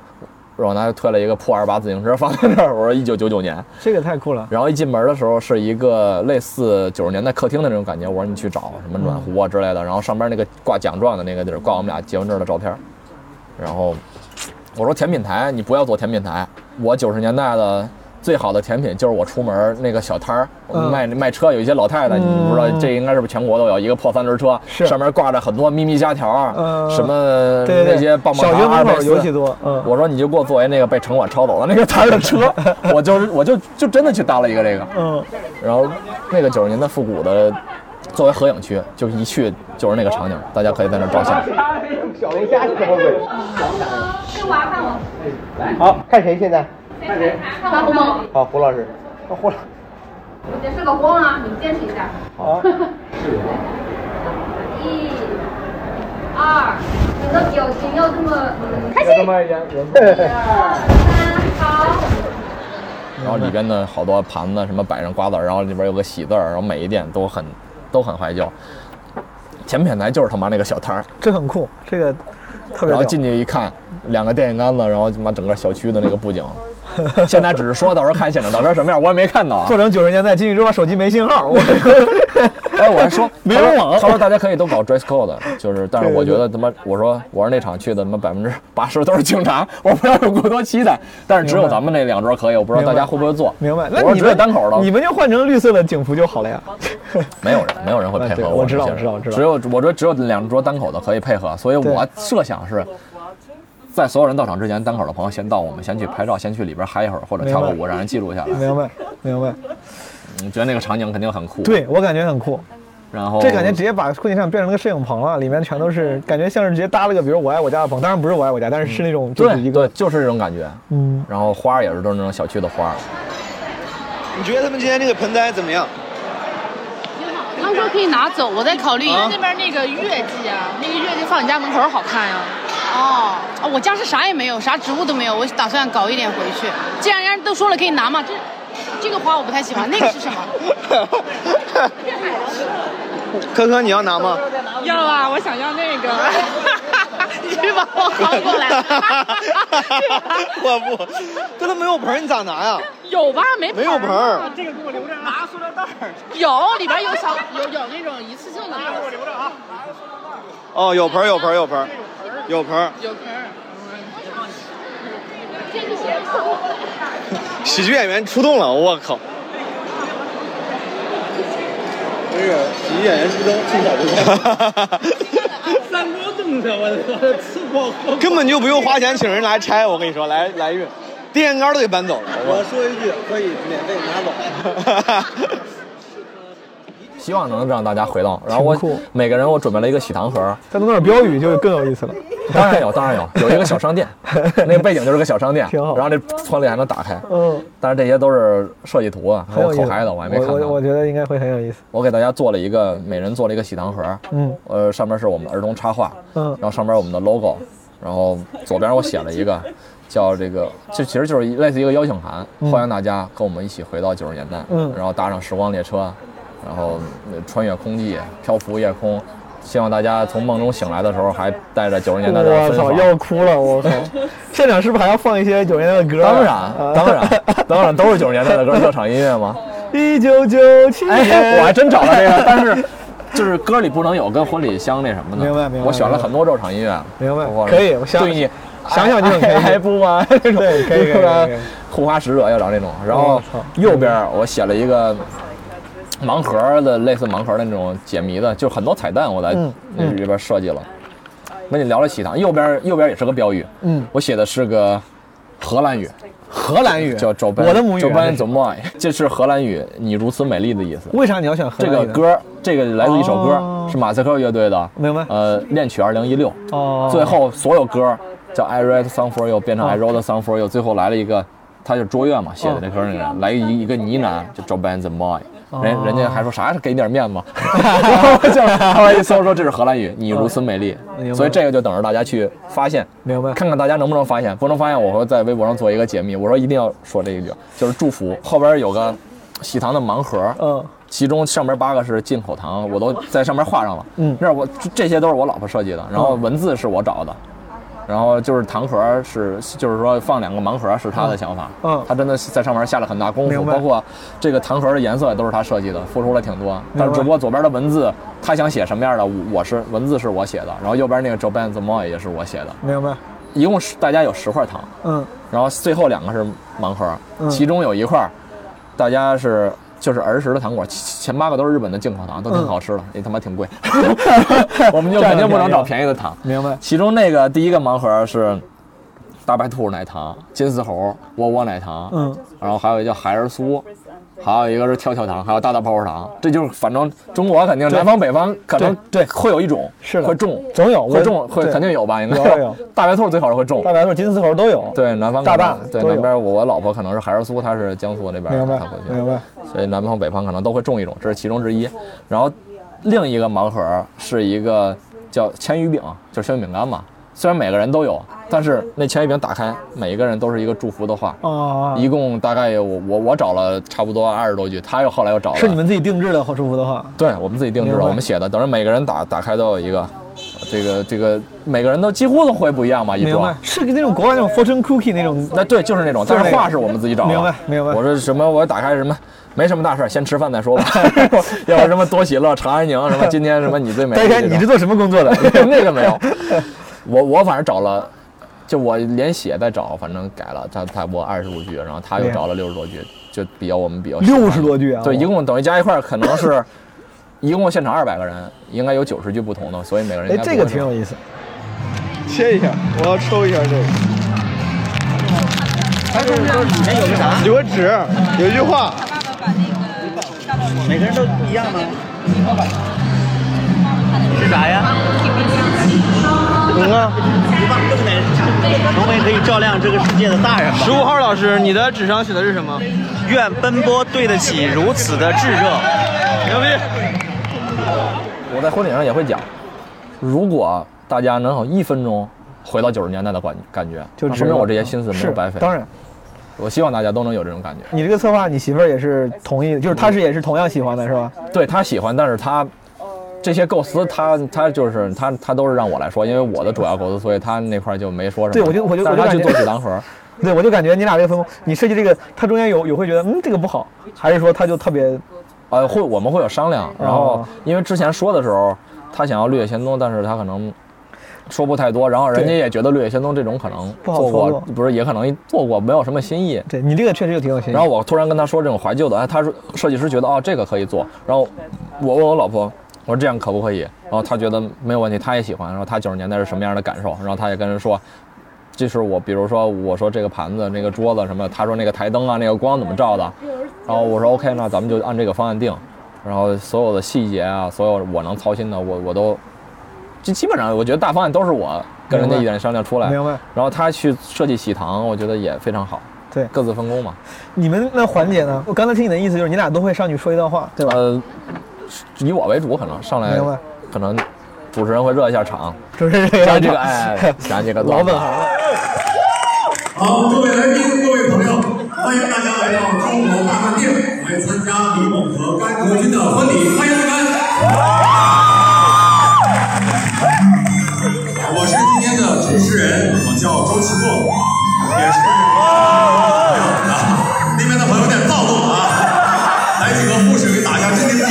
S4: 然后他推了一个破二八自行车放在那儿，我说一九九九年，
S7: 这个太酷了，
S4: 然后一进门的时候是一个类似九十年代客厅的那种感觉，我说你去找什么暖壶啊之类的，然后上边那个挂奖状的那个地儿挂我们俩结婚证的照片，然后我说甜品台你不要做甜品台，我九十年代的。最好的甜品就是我出门那个小摊儿，我们
S7: 嗯
S4: 卖卖车有一些老太太，你不知道这应该是不是全国都有一个破三轮车，上面挂着很多咪咪虾条儿，
S7: 嗯
S4: 什么
S7: 对对对
S4: 那些棒棒糖啊
S7: 小学门口
S4: 阿尔卑斯
S7: 尤其多嗯
S4: 我说你就给我作为那个被城管抄走的那个摊儿的 车，我就是我就就真的去搭了一个这个，
S7: 嗯，
S4: 然后那个九十年代复古的，作为合影区，就一去就是那个场景，大家可以在那儿照 相。
S10: 小龙虾是什么鬼？
S6: 是我啊，看我，
S10: 好看谁现在？
S6: 看谁？看红毛。
S10: 好，胡老师。哦胡老
S6: 我这是个光啊，你们坚持一下。
S10: 好。
S6: 一、
S24: 二，你的表情要这么嗯开
S12: 这
S24: 心。
S12: 么一点，有
S4: 然后里边的好多盘子什么摆上瓜子儿，然后里边有个喜字儿，然后每一店都很都很怀旧。前面台就是他妈那个小摊儿，
S7: 这很酷，这个特别
S4: 然后
S7: 屌
S4: 进去一看，两个电线杆子，然后他妈整个小区的那个布景。现在只是说到时候看现场，到时候什么样我也没看到啊。
S7: 作成九十年代进去之后手机没 信号，我
S4: 哎，我还说
S7: 没人
S4: 他说
S7: 网
S4: 他说大家可以都搞 dress code，就是，但是
S7: 对
S4: 我觉得他妈，我说我说那场去的他妈百分之八十都是警察，我不知道有过多期待，但是只有
S7: 明白
S4: 咱们那两桌可以，我不知道大家会不会做。
S7: 明白？
S4: 我
S7: 那
S4: 说
S7: 你
S4: 只有
S7: 们
S4: 单口的，
S7: 你们就换成绿色的警服就好了呀。
S4: 没有人，没有人会配合
S7: 啊对
S4: 我
S7: 我知道
S4: 这些
S7: 我知道我知道
S4: 只有我觉得只有两桌单口的可以配合，所以我设想是。在所有人到场之前，单口的朋友先到，我们先去拍照，先去里边嗨一会儿，或者跳个
S7: 明
S4: 舞，
S7: 白
S4: 让人记录下来。
S7: 明白，明白。
S4: 你觉得那个场景肯定很酷。
S7: 对，我感觉很酷，
S4: 然后
S7: 这感觉直接把婚礼现场变成了个摄影棚了，里面全都是，感觉像是直接搭了个，比如我爱我家的棚，当然不是我爱我家，但是是那种就是一个，
S4: 就是这种感觉。
S7: 嗯，
S4: 然后花儿也是都是那种小区的花儿。
S25: 你觉得他们今天这个盆栽怎么样？
S19: 他们说可以拿走，我在考虑，因为
S25: 啊
S19: 那边那个月季啊，那个月季放你家门口好看呀、哦，啊我家是啥也没有，啥植物都没有，我打算搞一点回去。既然人家都说了可以拿嘛，这这个花我不太喜欢，那个是什么？
S25: 科科，你要拿吗？
S19: 要啊，我想要那个。 你去把我扛过 来。
S25: 我不，这都没有盆儿，你咋拿
S7: 啊
S25: 呀？
S19: 有吧？没
S25: 没有盆儿
S19: 这个给我留着，拿塑料袋儿。有，里边有小有有那种一次性的。给我留着啊。
S25: 哦，有盆儿，有盆儿，有盆儿，有盆儿。
S19: 有盆儿。
S25: 喜剧演员出动了，我靠！不是，喜剧演员出动，从小就
S15: 三锅粽子，我我吃过喝
S25: 根本就不用花钱请人来拆，我跟你说，来来运，电线杆都给搬走了。
S15: 我 说一句，可以免费拿走。
S4: 希望能让大家回到。然后我每个人我准备了一个喜糖盒，
S7: 再弄点标语就更有意思了。
S4: 当然有，当然有，有一个小商 店，那个背景就是个小商店，
S7: 挺好
S4: 然后这窗帘还能打开，
S7: 嗯，
S4: 但是这些都是设计图啊，还
S7: 很有
S4: 有
S7: 意
S4: 口
S7: 思。
S4: 嗨的，我还没看
S7: 我
S4: 到。
S7: 我觉得应该会很有意思。
S4: 我给大家做了一个，每人做了一个喜糖盒，
S7: 嗯
S4: 呃，上面是我们的儿童插画，
S7: 嗯
S4: 然后上边我们的 logo，然后左边我写了一个叫这个，这其实就是一类似一个邀请函，
S7: 嗯
S4: 欢迎大家跟我们一起回到九十年代，
S7: 嗯
S4: 然后搭上时光列车，然后呃穿越空际，漂浮夜空，希望大家从梦中醒来的时候还带着九十年代的
S7: 我
S4: 芬
S7: 操，
S4: 芳。
S7: 要哭 了！我靠，现场是不是还要放一些九十年代的歌啊？
S4: 当然，当然，当然都是九十年代的歌， 热场音乐吗？
S7: 一九九 七
S4: 哎，
S7: 年，
S4: 我还真找了这 个，但是就是歌里不能有跟婚礼相那什么的。
S7: 明白明白
S4: 我选了很多热场音乐。
S7: 明白
S4: 我
S7: 可以我想
S4: 对你
S7: 想想就很开心
S4: 还 不 完这种，
S7: 对可以可以
S4: 突然
S7: 可以可以
S4: 护花使者要找这种。然
S7: 我
S4: 后
S7: 操
S4: 右边我写了一个盲盒的，类似盲盒的那种解谜的，就是很多彩蛋，我在
S7: 嗯
S4: 那
S7: 嗯
S4: 里边设计了。那你聊了喜糖，右边右边也是个标语，
S7: 嗯
S4: 我写的是个荷兰语。
S7: 荷兰语
S4: 叫 j o b
S7: 我的母语啊
S4: j o b a n
S7: 这是
S4: z o m a 这是荷兰语“你如此美丽”的意思。
S7: 为啥你要选荷
S4: 这
S7: 兰
S4: 个
S7: 语呢哦
S4: 歌，这个来自一首歌，是马赛克乐队的，
S7: 明白？
S4: 呃，恋曲二零一六，
S7: 哦
S4: 最后所有歌叫 I write song for you 变成
S7: 哦
S4: I wrote song for you，最后来了一个，他就卓越嘛写的
S7: 哦
S4: 这歌里面，来一一个呢喃，就 j o b a n z o m a 人
S7: 哦
S4: 人家还说啥给你点 面子嘛，然后 就后来一搜说这是荷兰语，你如此美丽
S7: 嗯明，白
S4: 所以这个就等着大家去发现，
S7: 明白？
S4: 看看大家能不能发现，不能发现我会在微博上做一个解密。我说一定要说这一句，就是祝福。后边有个喜糖的盲盒，
S7: 嗯，
S4: 其中上面八个是进口糖，我都在上面画上了。
S7: 嗯
S4: 那我这这些都是我老婆设计的，然后文字是我找的。
S7: 嗯
S4: 然后就是糖盒是，就是说放两个盲盒是她的想法，
S7: 嗯嗯
S4: 她真的在上面下了很大功夫，
S7: 明白
S4: 包括这个糖盒的颜色也都是她设计的，付出了挺多。但
S7: 明
S4: 是
S7: 白
S4: 只不过左边的文字她想写什么样的，我我是文字是我写的，然后右边那个 Joban z m o y 也是我写的，
S7: 明白？
S4: 一共是大家有十块糖，
S7: 嗯，
S4: 然后最后两个是盲盒，
S7: 嗯
S4: 其中有一块儿大家是就是儿时的糖果，其前八个都是日本的进口糖，都挺好
S7: 嗯
S4: 吃的，也他妈挺 贵，我们就肯定不能找便宜的糖。
S7: 明白？
S4: 其中那个第一个盲盒是大白兔奶糖、金丝猴、窝窝奶糖，
S7: 嗯，
S4: 然后还有一个叫孩儿酥。还有一个是跳跳糖，还有大大泡泡糖，这就是反正中国肯定
S7: 对
S4: 南方北方可能
S7: 对
S4: 会有一种
S7: 是的
S4: 会中，
S7: 总有
S4: 会
S7: 我
S4: 中会
S7: 对
S4: 肯定有吧？应该
S7: 有 有
S4: 大白兔最好是会中，
S7: 大白兔、金丝猴都有。
S4: 对，南方
S7: 大
S4: 可能
S7: 大
S4: 对
S7: 都有
S4: 南边我我老婆可能是海尔苏，她是江苏那边，
S7: 明白
S4: 她回去，
S7: 明白。
S4: 所以南方北方可能都会中一种，这是其中之一。然后另一个盲盒是一个叫千鱼饼，就是鲜鱼饼干嘛。虽然每个人都有，但是那千鱼饼打开，每一个人都是一个祝福的话。
S7: 哦，
S4: 一共大概有我我我找了差不多二十多句，他又后来又找了。
S7: 哦是你们自己定制的好祝福的话，
S4: 对我们自己定制
S7: 明
S4: 的，
S7: 白
S4: 我们写的，等于每个人打打开都有一个，这个这个每个人都几乎都会不一样嘛，啊一
S7: 明
S4: 桌
S7: 白。？是那种国外那种 fortune cookie 那种，
S4: 那对，就是那种，但
S7: 就是那个
S4: 话是我们自己找的。
S7: 明白明白
S4: 我说什么？我打开什么？没什么大事儿，先吃饭再 说吧。要不什么多喜乐、长安宁什么？今天什么你最美？
S7: 大家你是做什么工作的？
S4: 那个没有，我我反正找了，就我连写再找，反正改了，他他我二十五句，然后他又找了六十多句，就比较我们比较喜欢的
S7: 60多句啊
S4: 对，
S7: 哇
S4: 一共等于加一块儿可能是，一共现场二百个人，应该有九十句不同的，所以每个人
S7: 哎，
S4: 应该
S7: 这个
S4: 不会
S7: 挺
S4: 少
S7: 有意思。
S6: 切一下，我要抽一下这个。
S26: 里
S6: 面有个啥？有个纸，有一句话。
S17: 每个人都不一样吗？是啥呀？
S6: 嗯啊，
S17: 一望更美，成为可以照亮这个世界的大人吧。
S6: 十五号老师，你的纸上写的是什么？
S17: 愿奔波对得起如此的炙热。
S6: 牛逼！
S4: 我在婚礼上也会讲，如果大家能有一分钟回到九十年代的感感觉，
S7: 就
S4: 那
S7: 值
S4: 说明
S7: 了
S4: 我这些心思没
S7: 是
S4: 有白费。
S7: 当然，
S4: 我希望大家都能有这种感觉。
S7: 你这个策划，你媳妇儿也是同意的，就是她是也是同样喜欢的，是吧？
S4: 对他喜欢，但是他这些哦构思他，他就是他他都是让我来说，因为我的主要构思，所以他那块儿就没说什么。
S7: 对我就我就
S4: 但是
S7: 我就
S4: 他去
S7: 感觉
S4: 做纸糖盒，
S7: 对，我就感觉你俩这个分工，你设计这个，她中间有有会觉得嗯这个不好，还是说她就特别
S4: 呃，会我们会有商量，
S7: 哦
S4: 然后因为之前说的时候，他想要略有仙踪，但是他可能。说不太多，然后人家
S7: 对
S4: 也觉得略有仙踪这种可能
S7: 不好
S4: 做
S7: 操
S4: 过
S7: 作，
S4: 不是也可能做过，没有什么新意。
S7: 对你这个确实就挺有新意。
S4: 然后我突然跟他说这种怀旧的，哎，他说设计师觉得哦这个可以做，然后我问我老婆，我说这样可不可以？然后她觉得没有问题，她也喜欢。然后她九十年代是什么样的感受？然后她也跟人说，这是我，比如说我说这个盘子、那个桌子什么，她说那个台灯啊、那个光怎么照的，然后我说 OK，那咱们就按这个方案定。然后所有的细节啊，所有我能操心的，我我都，这基本上我觉得大方案都是我跟人家一点商量出来。
S7: 明白。
S4: 然后他去设计喜糖，我觉得也非常好。
S7: 对，
S4: 各自分工嘛。
S7: 你们那环节呢？我刚才听你的意思就是你俩都会上去说一段话，对吧？
S4: 呃，以我为主，可能上来
S7: 明白
S4: 可能主持人会热一下场，
S7: 主持人热一下
S4: 讲几个
S7: 场
S4: 哎，讲几个
S7: 老本行
S4: 了。
S1: 好，各位来宾，各位朋友，欢迎大家来到高楼大饭店来参加李猛和甘国军的婚礼，欢迎你们！我是今天的主持人，我叫周奇墨，也是啊，那边的朋友有点躁动啊，来几个护士给打一下镇定剂。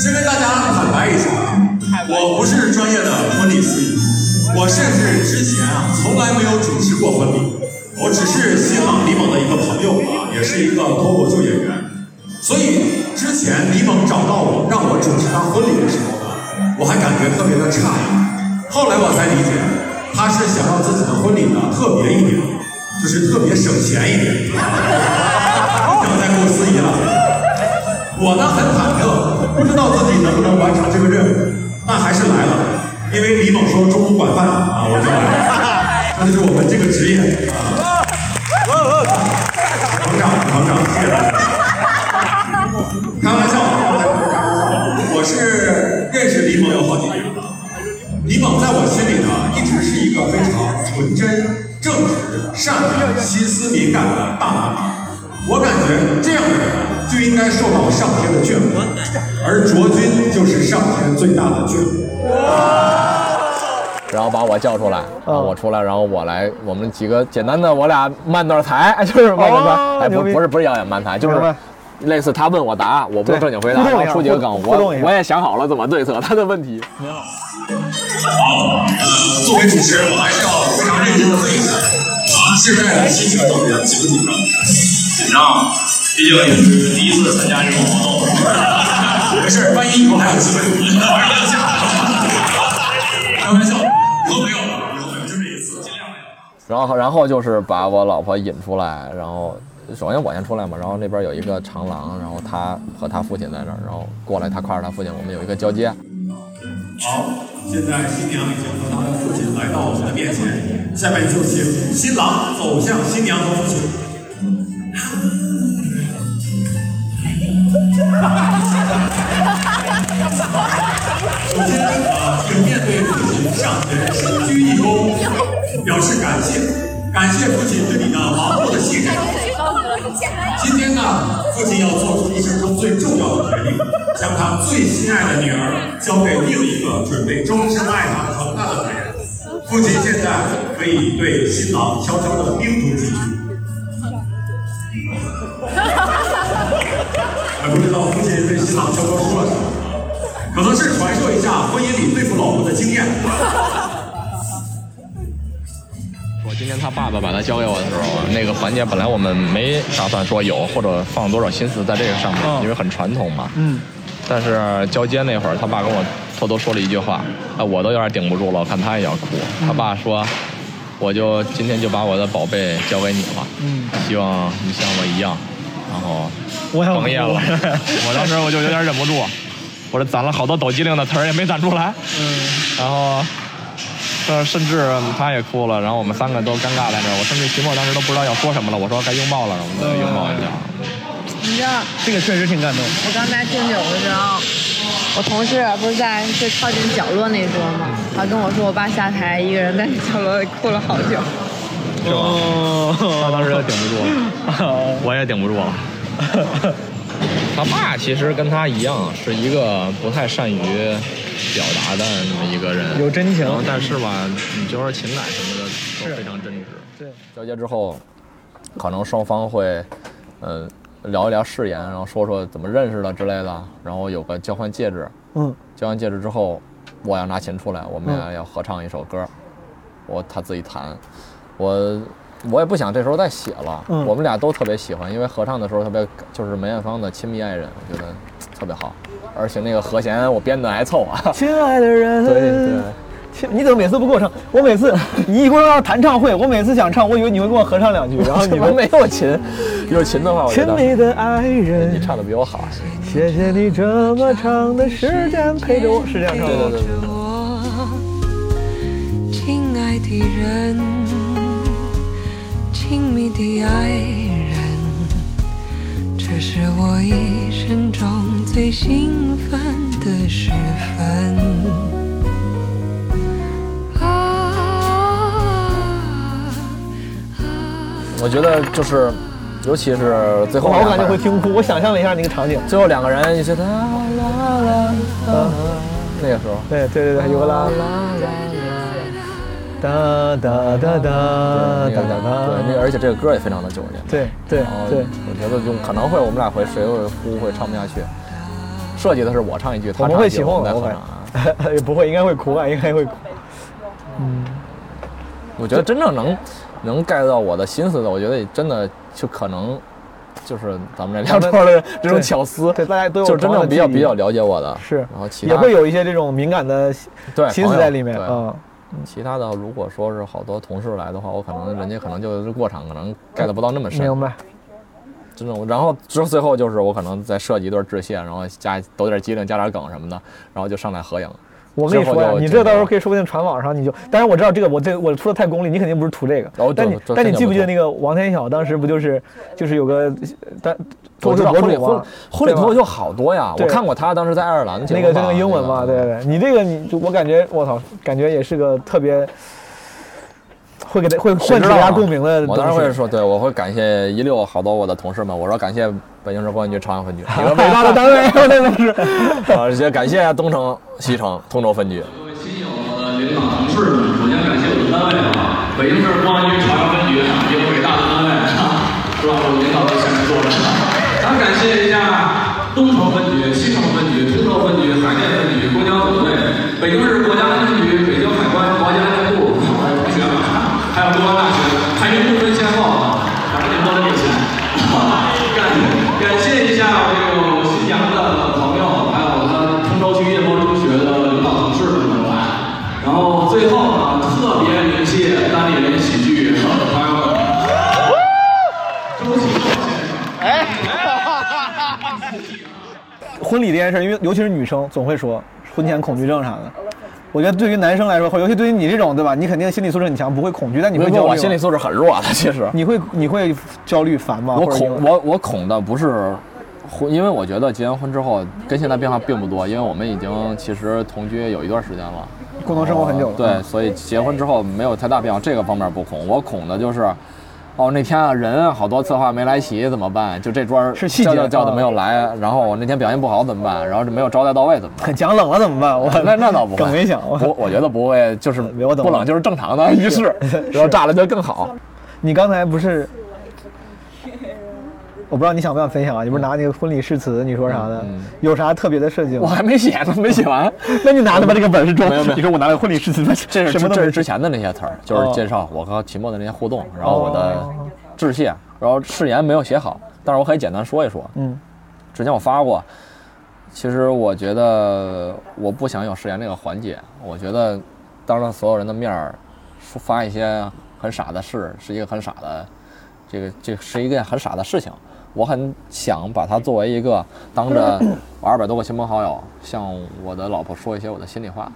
S1: 先跟大家坦白一下，啊我不是专业的婚礼司仪，我甚至之前啊从来没有主持过婚礼，我只是新浪李猛的一个朋友啊，也是一个脱口秀演员，所以之前李猛找到我让我主持他婚礼的时候呢，我还感觉特别的诧异，后来我才理解，他是想让自己的婚礼呢特别一点，就是特别省钱一点，不想再雇司仪了。我呢很忐忑，不知道自己能不能完成这个任务，但还是来了，因为李猛说中午管饭啊，我就来了。这就是我们这个职业啊。成长，成长，谢谢大家。开玩笑，我是认识李猛有好几年了。李猛在我心里呢，一直是一个非常纯真、正直、善良、心思敏感的大男孩。我感觉这样的人啊就应该受到上天的眷顾，而卓君就是上天最大的眷顾。
S4: 然后把我叫出来，
S7: 嗯
S4: 然后我出来，然后我来，我们几个简单的，我俩慢段台， 哎就是慢段
S7: 哦
S4: 台，哎，不
S7: 牛逼
S4: 不是不是谣言慢台，就
S7: 明
S4: 是
S7: 白
S4: 类似他问我答，我不是正
S7: 对
S4: 经回
S7: 互
S4: 答，
S7: 动一
S4: 然后
S7: 下
S4: 出几个梗
S7: 互，互
S4: 我
S7: 动一下
S4: 我也想好了怎么对策他的问题。
S1: 好，呃，作为主持人，我还是要非常认真的问一下，啊，现在的心情怎么样？紧不紧张？紧张，啊毕竟也是第一次参加这种活动。没事儿，万一以后还有机会，我还是要下。开玩笑，以后没有了，以后没有，就这一次，尽量没有。
S4: 然后然后就是把我老婆引出来，然后首先我先出来嘛，然后那边有一个长廊，然后他和他父亲在那儿，然后过来他挎着他父亲，我们有一个交接，
S1: 好，现在新娘已经和她的父亲来到我们的面前，下面就请新郎走向新娘和父亲。
S27: 哈哈哈哈哈！
S8: 先
S1: 呃
S8: 啊，这个面对父亲上前深鞠一躬，表示感谢，感谢父亲对你的忙碌的信任。今天呢，父亲要做出一生中最重要的决定，将他最心爱的女儿交给另一个准备终身爱他疼他的男人。父亲现在可以对新郎悄悄的叮嘱几句。还不知道父亲对新郎悄悄说了什么，可能是传授一下婚姻里对付老婆的经验。
S4: 我今天他爸爸把他交给我的时候，那个环节本来我们没打算说有或者放多少心思在这个上面，因为很传统嘛。
S7: 嗯，
S4: 但是交接那会儿，他爸跟我偷偷说了一句话，啊，我都有点顶不住了，我看他也要哭。他爸说，我就今天就把我的宝贝交给你了，
S7: 嗯，
S4: 希望你像我一样，然后
S7: 我想
S4: 哽咽了。 我当时我就有点忍不住，我这攒了好多抖机灵的词儿也没攒出来，
S7: 嗯，
S4: 然后，呃，甚至他也哭了，然后我们三个都尴尬在那儿。我甚至徐墨当时都不知道要说什么了，我说该拥抱了，我们就拥抱一下。
S18: 你知道，
S4: 这个确实挺感动。
S18: 我刚才敬酒的时候，我同事不是在最靠近角落那桌吗？他跟我说，我爸下台一个人在角落里哭了好久。
S4: 是吧？
S7: 哦
S4: 他当时就顶不住了， 我也顶不住了。他爸其实跟他一样，是一个不太善于表达的那么一个人，
S7: 有真情
S4: 然后但是吧，你就说情感什么的都非常真挚。
S7: 对，
S4: 交接之后，可能双方会，呃，聊一聊誓言，然后说说怎么认识的之类的，然后有个交换戒指。
S7: 嗯，
S4: 交换戒指之后，我要拿琴出来，我们俩要合唱一首歌，我他自己弹，我我也不想这时候再写了。
S7: 嗯
S4: 我们俩都特别喜欢，因为合唱的时候特别就是梅艳芳的《亲密爱人》，我觉得特别好，而且那个和弦我编的挨凑 啊。
S7: 亲爱的人，
S4: 对对
S7: 亲，你怎么每次不给我唱？我每次 你一说要弹唱会，我每次想唱，我以为你会跟我合唱 两句，然后你
S4: 没有琴，有琴的话，我觉
S7: 亲
S4: 得
S7: 密的爱人，
S4: 你唱的比我好。
S7: 谢谢你这么长的时间陪着我，是这样唱的吗？
S4: 对对对对
S11: 亲爱的人，亲密的爱人，这是我一生中最兴奋的时分。
S4: 我觉得就是，尤其是最后
S7: 我
S4: 两个
S7: 我感觉
S4: 人
S7: 会听哭，我想象了一下那个场景，
S4: 最后两个人一起哒啦啦啦，那个时候，
S7: 对对对对，有个啦哒哒哒哒
S4: 那个
S7: 哒哒哒，
S4: 对，那个而且这个歌也非常的九十年代。
S7: 对对
S4: 然后
S7: 对，
S4: 我觉得就可能会我们俩会谁会哭会唱不下去，设计的是我唱一句，
S7: 我
S4: 他
S7: 们
S4: 唱
S7: 会
S4: 一句，
S7: 起哄
S4: 们再
S7: 的，我
S4: 合
S7: 感
S4: 唱啊。
S7: 觉 也不会，应该会哭吧，应该会哭。嗯，
S4: 我觉得真正能能 get 到我的心思的，我觉得真的就可能就是咱们这聊天的这种巧思，
S7: 对大家都有
S4: 就是真正比较
S7: 同样的记忆
S4: 比较了解我的，
S7: 是，
S4: 然后其他
S7: 也会有一些这种敏感的心
S4: 对
S7: 心
S4: 朋
S7: 思
S4: 友
S7: 在里面
S4: 对
S7: 啊。
S4: 其他的，如果说是好多同事来的话，我可能人家可能就是过场，可能 get 不到那么深。
S7: 明白。
S4: 这种，然后之后最后就是我可能再设计一段致谢，然后加抖点机灵，加点梗什么的，然后就上来合影。
S7: 我跟你说
S4: 之
S7: 呀
S4: 后，就
S7: 你这到时候可以说不定传网上，你就，当然我知道这个，我这我说的太功利，你肯定不是图这个。
S4: 哦对
S7: 但你
S4: 这
S7: 但你
S4: 真的
S7: 记不
S4: 不
S7: 记得
S4: 错
S7: 那个王天晓当时不就是就是有个但脱
S4: 我
S7: 口
S4: 知
S7: 秀
S4: 道
S7: 博
S4: 婚礼
S7: 主
S4: 婚
S7: 吗？
S4: 婚礼
S7: 对吧
S4: 脱口秀好多呀，
S7: 对
S4: 我看过他当时在爱尔兰结
S7: 那
S4: 婚
S7: 个就
S4: 吧
S7: 那个英文
S4: 那
S7: 嘛，对对对，你这个你就我感觉我操，感觉也是个特别会给他会
S4: 谁
S7: 唤
S4: 知
S7: 起
S4: 道
S7: 大
S4: 啊
S7: 家共鸣的东
S4: 我
S7: 西。
S4: 当时会说，对我会感谢一溜好多我的同事们，我说感谢北京市公安局朝阳分 局，你们伟大的单位，
S7: 我真的是，
S4: 啊，也感谢东城、西城、通州分局。
S8: 呃，领导同事们，首先感谢我们单位啊，北京市公安局朝阳分局啊，一个伟大的单位啊，是吧？我们领导都前面坐着。咱感谢一下东城分局、西城分局、通州分局、海淀分局、公交总队、北京市国家安全局、北京海关、国家安全部，我的同学们，还有中央大学，排名不分先后啊，咱们得多留点钱。感感谢一下这个新阳的朋友，还有他通州区夜猫中学的领导同事们的来。然后最后呢，特别鸣谢单立人喜剧和朋友们周启正先生。哎。
S7: 哎 婚礼这件事，因为尤其是女生总会说婚前恐惧症啥的。我觉得对于男生来说，或者尤其对于你这种，对吧？你肯定心理素质很强，不会恐惧，但你会
S4: 不
S7: 焦
S4: 不
S7: 虑吗。
S4: 我心理素质很弱的其实
S7: 你会你会焦虑烦吗？
S4: 我
S7: 或者因为
S4: 恐我我恐的不是婚，因为我觉得结完婚之后跟现在变化并不多，因为我们已经其实同居有一段时间了，
S7: 共同生活很久了。
S4: 对，所以结婚之后没有太大变化，这个方面不恐。我恐的就是，哦，那天啊人好多策划没来齐怎么办？就这桌是
S7: 细节
S4: 叫叫叫的
S7: 啊
S4: 没有来，然后我那天表现不好怎么办？然后就没有招待到位怎么办？
S7: 很 讲冷了怎么办？我
S4: 那那倒不会，
S7: 梗没想我
S4: 我我觉得不会，就是
S7: 懂
S4: 不
S7: 了
S4: 冷就是正常的仪式， 然后炸了就更好。
S7: 你刚才不是，嗯 我不知道你想不想分享啊？你不是拿那个婚礼誓词，你说啥的？有啥特别的事情？
S4: 嗯我还没写呢，没写完。
S7: 那你拿的吧，这个本是中
S4: 没有没有。
S7: 你说我拿了婚礼誓词，
S4: 这是
S7: 什么都
S4: 这
S7: 没哦
S4: 是之前的那些词儿，就是介绍我和秦墨的那些互动，然后我的致谢，然后誓言没有写好，但是我可以简单说一说。
S7: 嗯，
S4: 之前我发过，其实我觉得我不想有誓言这个环节，我觉得当着所有人的面儿说发一些很傻的事，是一个很傻的，这个这是一件很傻的事情。我很想把它作为一个当着我二百多个亲朋好友，向我的老婆说一些我的心里话，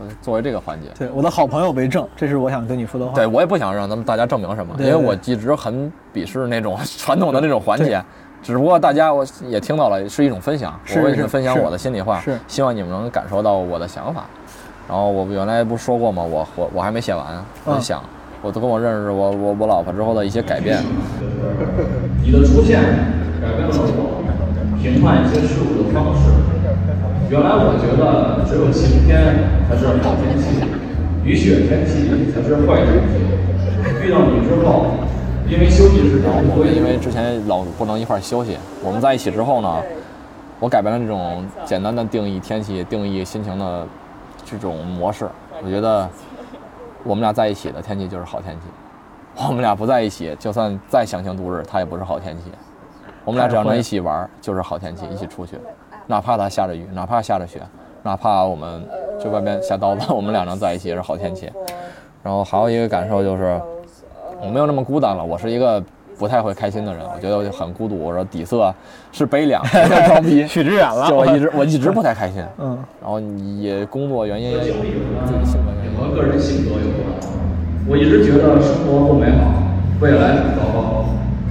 S4: 呃，作为这个环节。
S7: 对，我的好朋友为证，这是我想跟你说的话。
S4: 对，我也不想让咱们大家证明什么，因
S7: 对
S4: 为我一直很鄙视那种 传统的那种环节。只不过大家我也听到了，是一种分享，
S7: 是
S4: 我为你
S7: 是
S4: 们分享
S7: 是
S4: 我的心里话，
S7: 是
S4: 希望你们能感受到我的想法。然后我不原来不是说过吗？我我我还没写完，我就想，我都跟我认识我我我老婆之后的一些改变，
S8: 你的出现改变了我评判一些事物的方式。原来我觉得只有晴天才是好天气，雨雪天气才是坏天气。遇到你之后，因为休息是
S4: 然后我们因为之前老不能一块儿休息，我们在一起之后呢，我改变了这种简单的定义天气、定义心情的这种模式。我觉得我们俩在一起的天气就是好天气，我们俩不在一起，就算再想情度日，它也不是好天气。我们俩只要能一起玩儿，就是好天气，一起出去，哪怕它下着雨，哪怕下着雪，哪怕我们就外面下刀子，
S8: 哦
S4: 我们俩能在一起也是好天气。然后还有一个感受就是，我没有那么孤单了。我是一个不太会开心的人，我觉得我就很孤独。我说底色是悲凉，不是装 逼，
S7: 许志远了
S4: 就我一直我一直不太开心，
S7: 嗯，
S4: 然后也工作原因也有，自己性格原因。
S8: 和个人性格有关。我一直觉得生活不美好，未来很糟糕。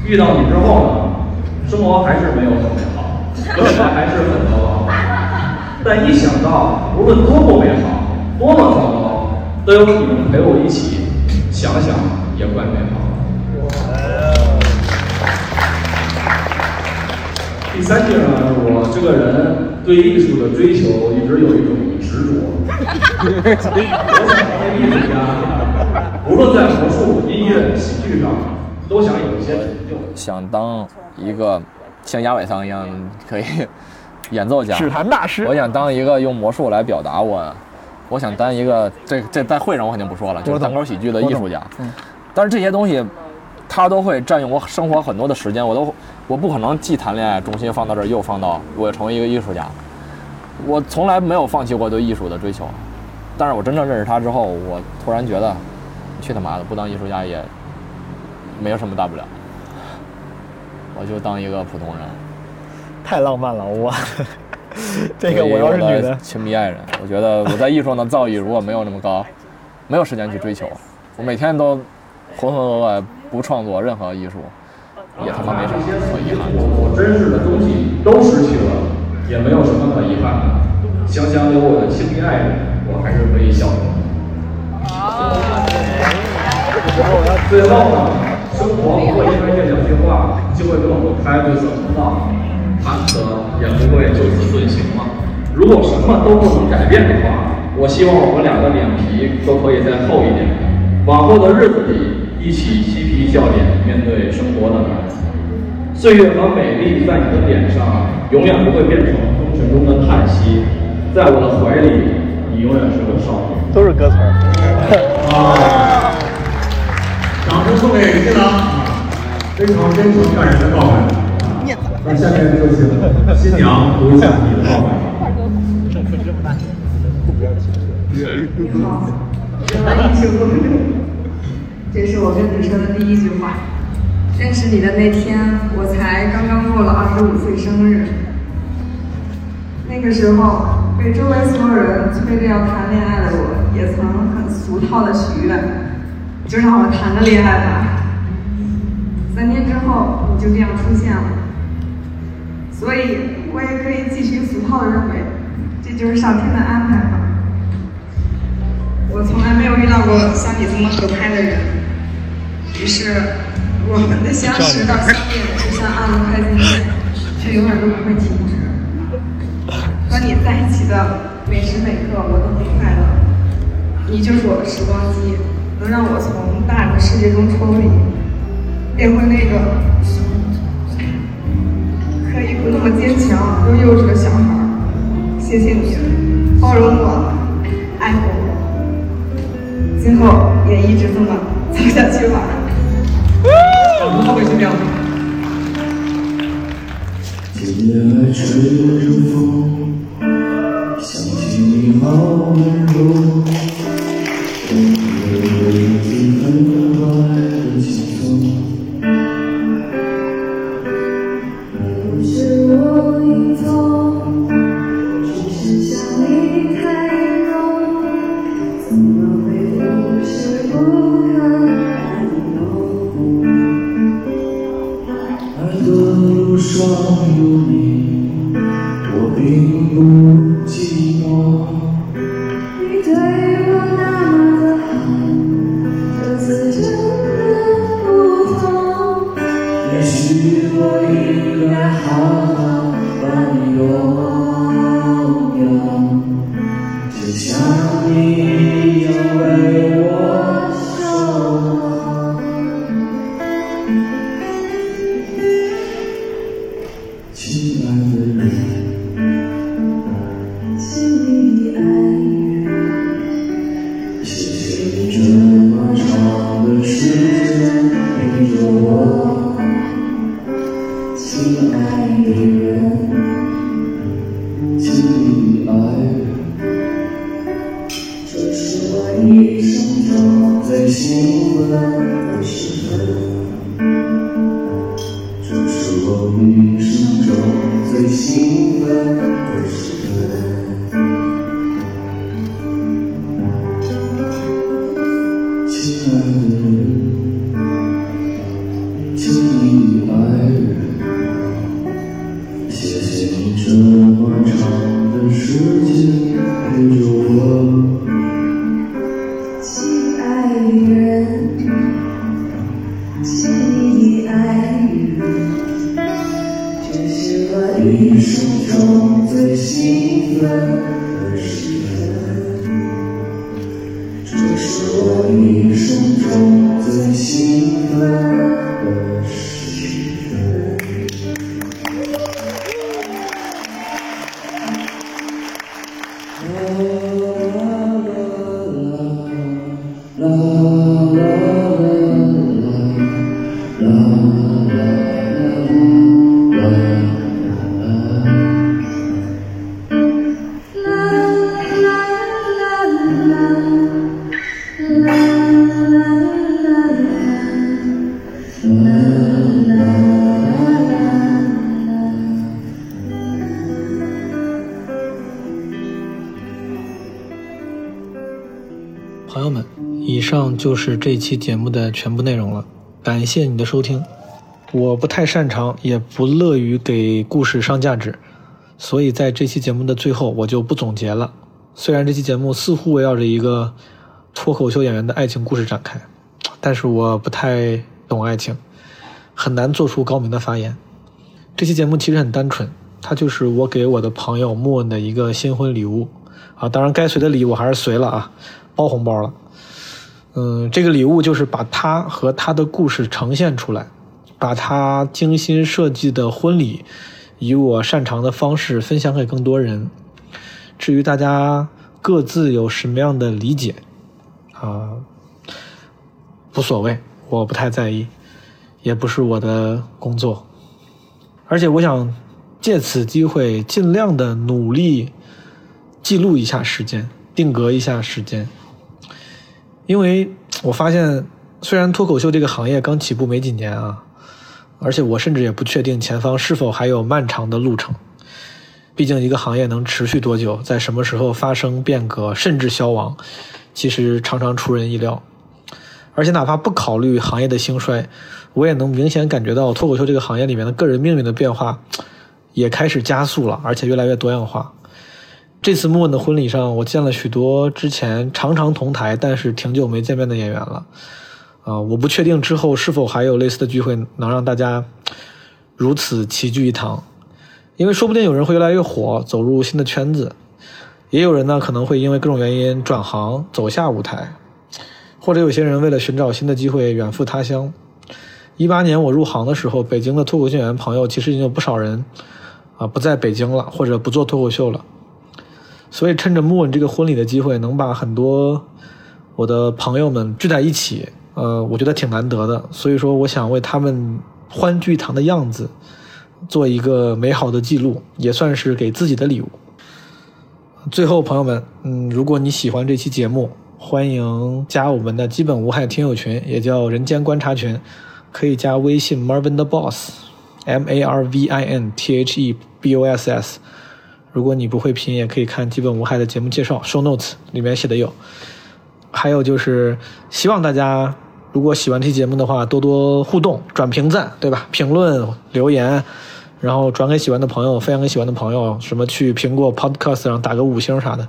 S8: 遇到你之后呢，生活还是没有很美好，未来还是很糟糕。但一想到无论多不美好，多么糟糕，都有你们陪我一起，想想也怪美好。第三点呢，我这个人对艺术的追求一直有一种执着。我想成为艺术家，无论在魔术、音乐、喜剧上，都想有一些成就。
S4: 想当一个像鸭尾桑一样可以 演奏家，
S7: 指弹大师
S4: 我想当一个用魔术来表达我，我想当一个这这在会上我肯定不说了，就是
S7: 我懂
S4: 单口喜剧的艺术家。
S7: 嗯，
S4: 但是这些东西，它都会占用我生活很多的时间，我都我不可能既谈恋爱，重心放到这儿，又放到我要成为一个艺术家。我从来没有放弃过对艺术的追求，但是我真正认识他之后，我突然觉得，去他妈的，不当艺术家也没有什么大不了，我就当一个普通人。
S7: 太浪漫了，我 这个
S4: 所以
S7: 我
S4: 我
S7: 要是女的
S4: 的，亲密爱人，我觉得我在艺术上的造诣如果没有那么高，没有时间去追求，我每天都浑浑噩噩不创作任何艺术，也他妈没啥可遗憾的。
S8: 我真实的东西都失去了，也没有什么可遗憾的。想想有我的亲密爱人，我还是可以笑的。最后呢，生活不会因为这两句话就会跟我们开绿色通道，坎坷也不会就此遁形了。如果什么都不能改变的话，我希望我们俩的脸皮都可以再厚一点，往后的日子里一起嬉皮笑脸面对生活的难。岁月和美丽在你的脸上永远不会变成风尘中的叹息，在我的怀里，你永远是个少女。
S7: 都是歌词儿。
S8: 掌声送给新郎，非常真诚感人的告白。那下面就请新娘读一下你的告 白。
S13: 你好， 欢迎九哥，这是我跟你说的第一句话。认识你的那天，我才刚刚过了二十五岁生日。那个时候，被周围所有人催着要谈恋爱的我，也曾很俗套的许愿，就让我谈个恋爱吧。三天之后，你就这样出现了。所以我也可以继续俗套的认为，这就是上天的安排吧。我从来没有遇到过像你这么合拍的人，于是我们的相识到相恋就像按了快进键，却永远都不会停止。和你在一起的每时每刻，我都很快乐。你就是我的时光机，能让我从大人的世界中抽离，变回那个可以不那么坚强又幼稚的小孩儿。谢谢你，包容我，爱护我，今后也一直这么走下去吧。我不后悔去表白。
S6: 今夜还吹着风，想起你好温柔，我有一丝分外的轻松。
S24: 不是我一错，只是想你太浓，怎么会不是不可感动？
S6: 耳朵如霜有你，我并不寂寞。
S24: 你对我那么的好，这次真的不同。
S6: 也许我应该好好把你拥有，就像你一样为我守候。亲爱的人，
S24: 心里的爱
S6: 谢谢你这么长的时间陪着我，亲爱的人，亲爱的人，这是我一生中最兴奋的时刻，这是我一生中最兴奋的时刻。亲爱的人，亲爱的人，谢谢你这么长的时间陪着我，
S24: 亲爱的人，亲爱的人，这是我一
S6: 一
S24: 生
S6: 生
S24: 中
S6: 中最兴奋的时刻，这是我一生中最兴奋的时刻。
S7: 朋友们，以上就是这期节目的全部内容了，感谢你的收听。我不太擅长，也不乐于给故事上价值，所以在这期节目的最后，我就不总结了。虽然这期节目似乎围绕着一个脱口秀演员的爱情故事展开，但是我不太懂爱情，很难做出高明的发言。这期节目其实很单纯，它就是我给我的朋友莫恩的一个新婚礼物啊，当然该随的礼我还是随了啊，包红包了。嗯，这个礼物就是把他和他的故事呈现出来，把他精心设计的婚礼以我擅长的方式分享给更多人。至于大家各自有什么样的理解，啊、无所谓，我不太在意，也不是我的工作。而且我想借此机会，尽量的努力记录一下时间，定格一下时间，因为我发现，虽然脱口秀这个行业刚起步没几年啊，而且我甚至也不确定前方是否还有漫长的路程。毕竟一个行业能持续多久，在什么时候发生变革甚至消亡，其实常常出人意料。而且哪怕不考虑行业的兴衰，我也能明显感觉到脱口秀这个行业里面的个人命运的变化，也开始加速了，而且越来越多样化。这次莫问的婚礼上，我见了许多之前常常同台但是挺久没见面的演员了。啊、我不确定之后是否还有类似的聚会能让大家如此齐聚一堂，因为说不定有人会越来越火，走入新的圈子；也有人呢可能会因为各种原因转行走下舞台，或者有些人为了寻找新的机会远赴他乡。一八年我入行的时候，北京的脱口秀演员朋友其实已经有不少人啊、不在北京了，或者不做脱口秀了。所以趁着莫文这个婚礼的机会，能把很多我的朋友们聚在一起，呃，我觉得挺难得的。所以说，我想为他们欢聚一堂的样子做一个美好的记录，也算是给自己的礼物。最后，朋友们，嗯，如果你喜欢这期节目，欢迎加我们的基本无害听友群，也叫人间观察群，可以加微信 Marvin the Boss，M A R V I N T H E B O S S。如果你不会拼，也可以看基本无害的节目介绍 show notes 里面写的有。还有就是，希望大家如果喜欢这期节目的话，多多互动、转评赞，对吧？评论、留言，然后转给喜欢的朋友，分享给喜欢的朋友，什么去苹果 Podcast 上打个五星啥的。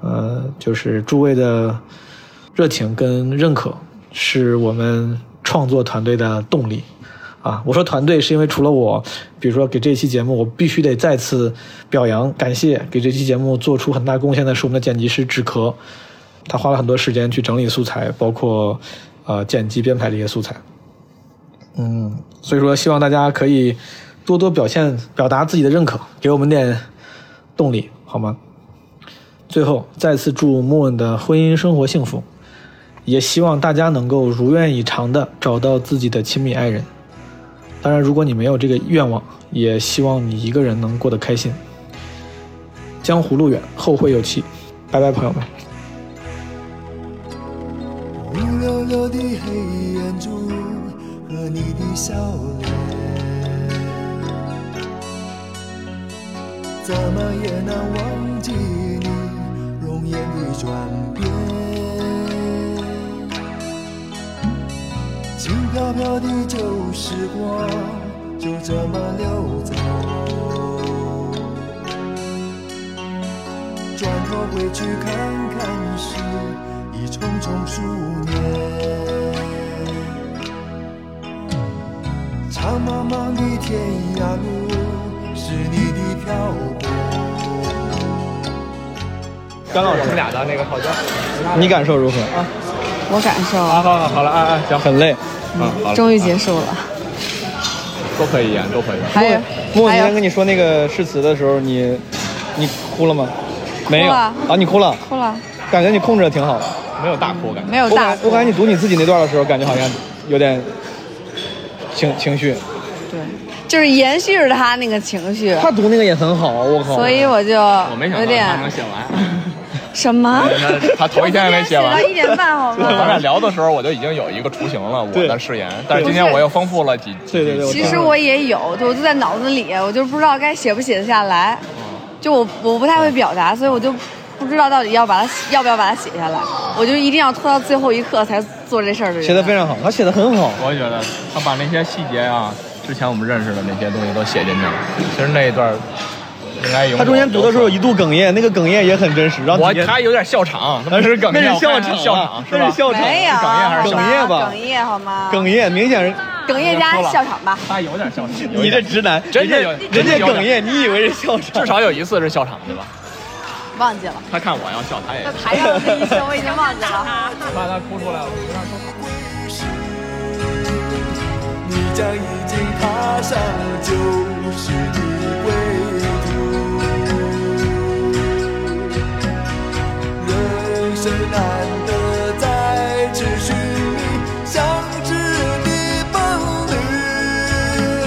S7: 呃，就是诸位的热情跟认可是我们创作团队的动力。啊，我说团队是因为除了我，比如说给这期节目，我必须得再次表扬、感谢给这期节目做出很大贡献的是我们的剪辑师纸壳，他花了很多时间去整理素材，包括呃剪辑编排这些素材。嗯，所以说希望大家可以多多表现、表达自己的认可，给我们点动力，好吗？最后，再次祝莫恩的婚姻生活幸福，也希望大家能够如愿以偿的找到自己的亲密爱人。当然，如果你没有这个愿望，也希望你一个人能过得开心。江湖路远，后会有期。拜拜，朋友们。
S6: 乌溜溜的黑眼珠和你的笑脸，怎么也难忘记你容颜的转变。轻飘飘的旧时光就这么溜走，转头回去看看时，已匆匆数年。长茫茫的天涯路是你的漂泊。
S25: 甘老师，我们俩的那个好像，你感受如何？啊，
S18: 我感受
S25: 啊，好好好了，啊啊，行，很累，嗯，好了，
S18: 终于结束了。
S25: 都可以演，都可以。
S18: 还有
S25: 莫，我
S18: 还
S25: 今
S18: 有
S25: 天跟你说那个誓词的时候，你你哭了吗？没有
S18: 了
S25: 啊，你哭了，
S18: 哭了，
S25: 感觉你控制的挺好的，没有大哭，我感觉
S18: 没有大
S25: 我感我感觉你读你自己那段的时候，感觉好像有点情情绪。
S18: 对，就是延续着他那个情绪，
S25: 他读那个也很好，我靠。
S18: 所以我就有点
S4: 写完。
S18: 什么？
S4: 他头一天还没写完，
S18: 啊 我今天写到1点半好吗
S4: 咱俩聊的时候，我就已经有一个雏形了，我的誓言。但是今天我又丰富了几几对对对
S18: 其实我也有，对我就在脑子里，我就不知道该写不写得下来。就我我不太会表达，所以我就不知道到底要把它写要不要把它写下来。我就一定要拖到最后一刻才做这事儿的人。
S25: 写的非常好，他写的很好。
S4: 我也觉得他把那些细节啊，之前我们认识的那些东西都写进去了。其实那一段应该有。
S25: 他中间读的时候一度哽咽，那个哽咽也很真实，让
S4: 我
S25: 底下
S4: 他有点笑场，
S25: 那是哽咽
S4: 那是笑
S25: 我看
S4: 场，
S25: 见
S4: 笑
S25: 了
S4: 场是
S25: 那
S4: 吧？
S25: 是笑场啊哎
S18: 没有，啊
S4: 是哽咽还是笑
S18: 好
S25: 哽咽
S18: 吧
S25: 吧
S18: 哽咽好吗？
S25: 哽咽，明显是。
S18: 哽咽加笑场吧。
S4: 他有点笑场。
S25: 你这直男，
S4: 真的有
S25: 人家人家
S4: 真的有
S25: 哽咽，你以为是笑场？
S4: 至少有一次是笑场对吧？
S18: 忘记了，
S4: 他看我要笑，他也。
S18: 还让我一声，我已经忘记了。
S4: 把他哭出来了，不让说话。
S6: 你将已经踏上旧时的归途。人生难得再次寻觅相知的伴侣，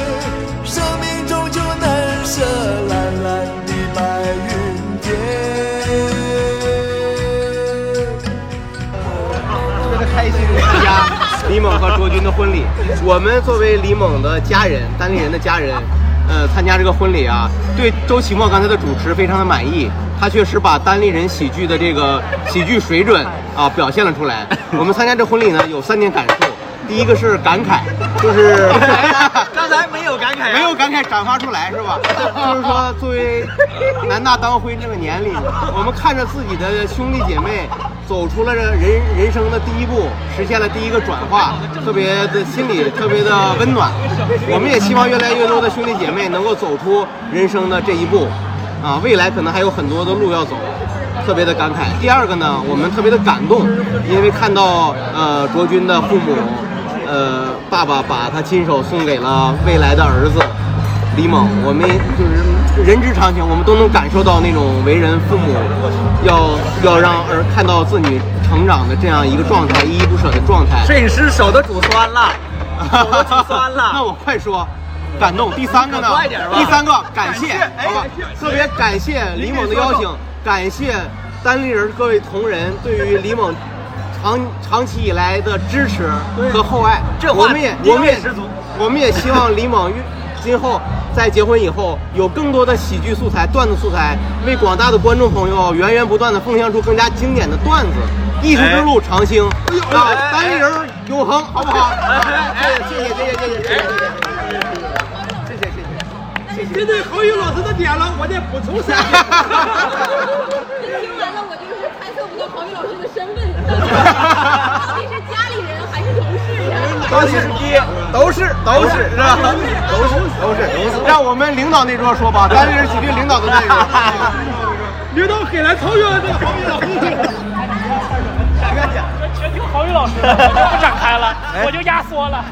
S6: 生命终究难舍蓝蓝的白云间。
S10: 特别开心的参加 李猛和卓君的婚礼。我们作为李猛的家人，单立人的家人，呃，参加这个婚礼啊，对周奇墨刚才的主持非常的满意。他确实把单立人喜剧的这个 喜剧水准啊表现了出来。我们参加这婚礼呢，有三点感受。第一个是感慨，就是
S15: 刚才
S10: 还没有
S17: 啊
S10: 感慨、没有感慨展发出来是吧？就是说，作为南大当辉这个年龄，我们看着自己的兄弟姐妹走出了这人人生的第一步，实现了第一个转化，特别的心里特别的温暖。
S17: 啊
S10: 我们也希望越来越多的兄弟姐妹能够走出人生的这一步，啊，未来可能还有很多的路要走。特别的感慨。第二个呢，我们特别的感动，因为看到呃卓君的父母，呃爸爸把他亲手送给了未来的儿子李猛，我们就是人之常情，我们都能感受到那种为人父母要要让儿看到子女成长的这样一个状态，依依不舍的状态。
S15: 摄影师手都煮酸了，手都煮酸了。
S10: 那我快说。感动。第三个
S15: 你
S10: 呢
S15: 可快点儿？吧
S10: 第三个感
S15: 感
S10: 谢，
S15: 谢哎
S10: 好吧
S15: 感谢
S10: 特别感谢李猛的邀请，感谢单立人各位同仁对于李猛长长期以来的支持和厚爱。
S15: 这话
S10: 我们也
S15: 力
S10: 我
S15: 量
S10: 们也
S15: 十足
S10: 我们也希望李猛越今后在结婚以后有更多的喜剧素材、段子素材，为广大的观众朋友源源不断的奉献出更加经典的段子。艺术之路长兴，啊，单立人永恒，好不好？谢谢谢谢谢谢谢谢谢谢谢谢。
S15: 针对侯宇老师的点了，我得补充三
S2: 听完了，我就是猜测不到黄宇老师的身份， 到底是家里人还是同事呀？
S10: 都是爹，都是都是是吧？都是都是都是，让我们领导那桌说吧，咱这是喜剧领导的那桌。领导很难超越这个黄宇 老师。
S3: 全听郝宇老师的，我就不展开了，我就压缩了。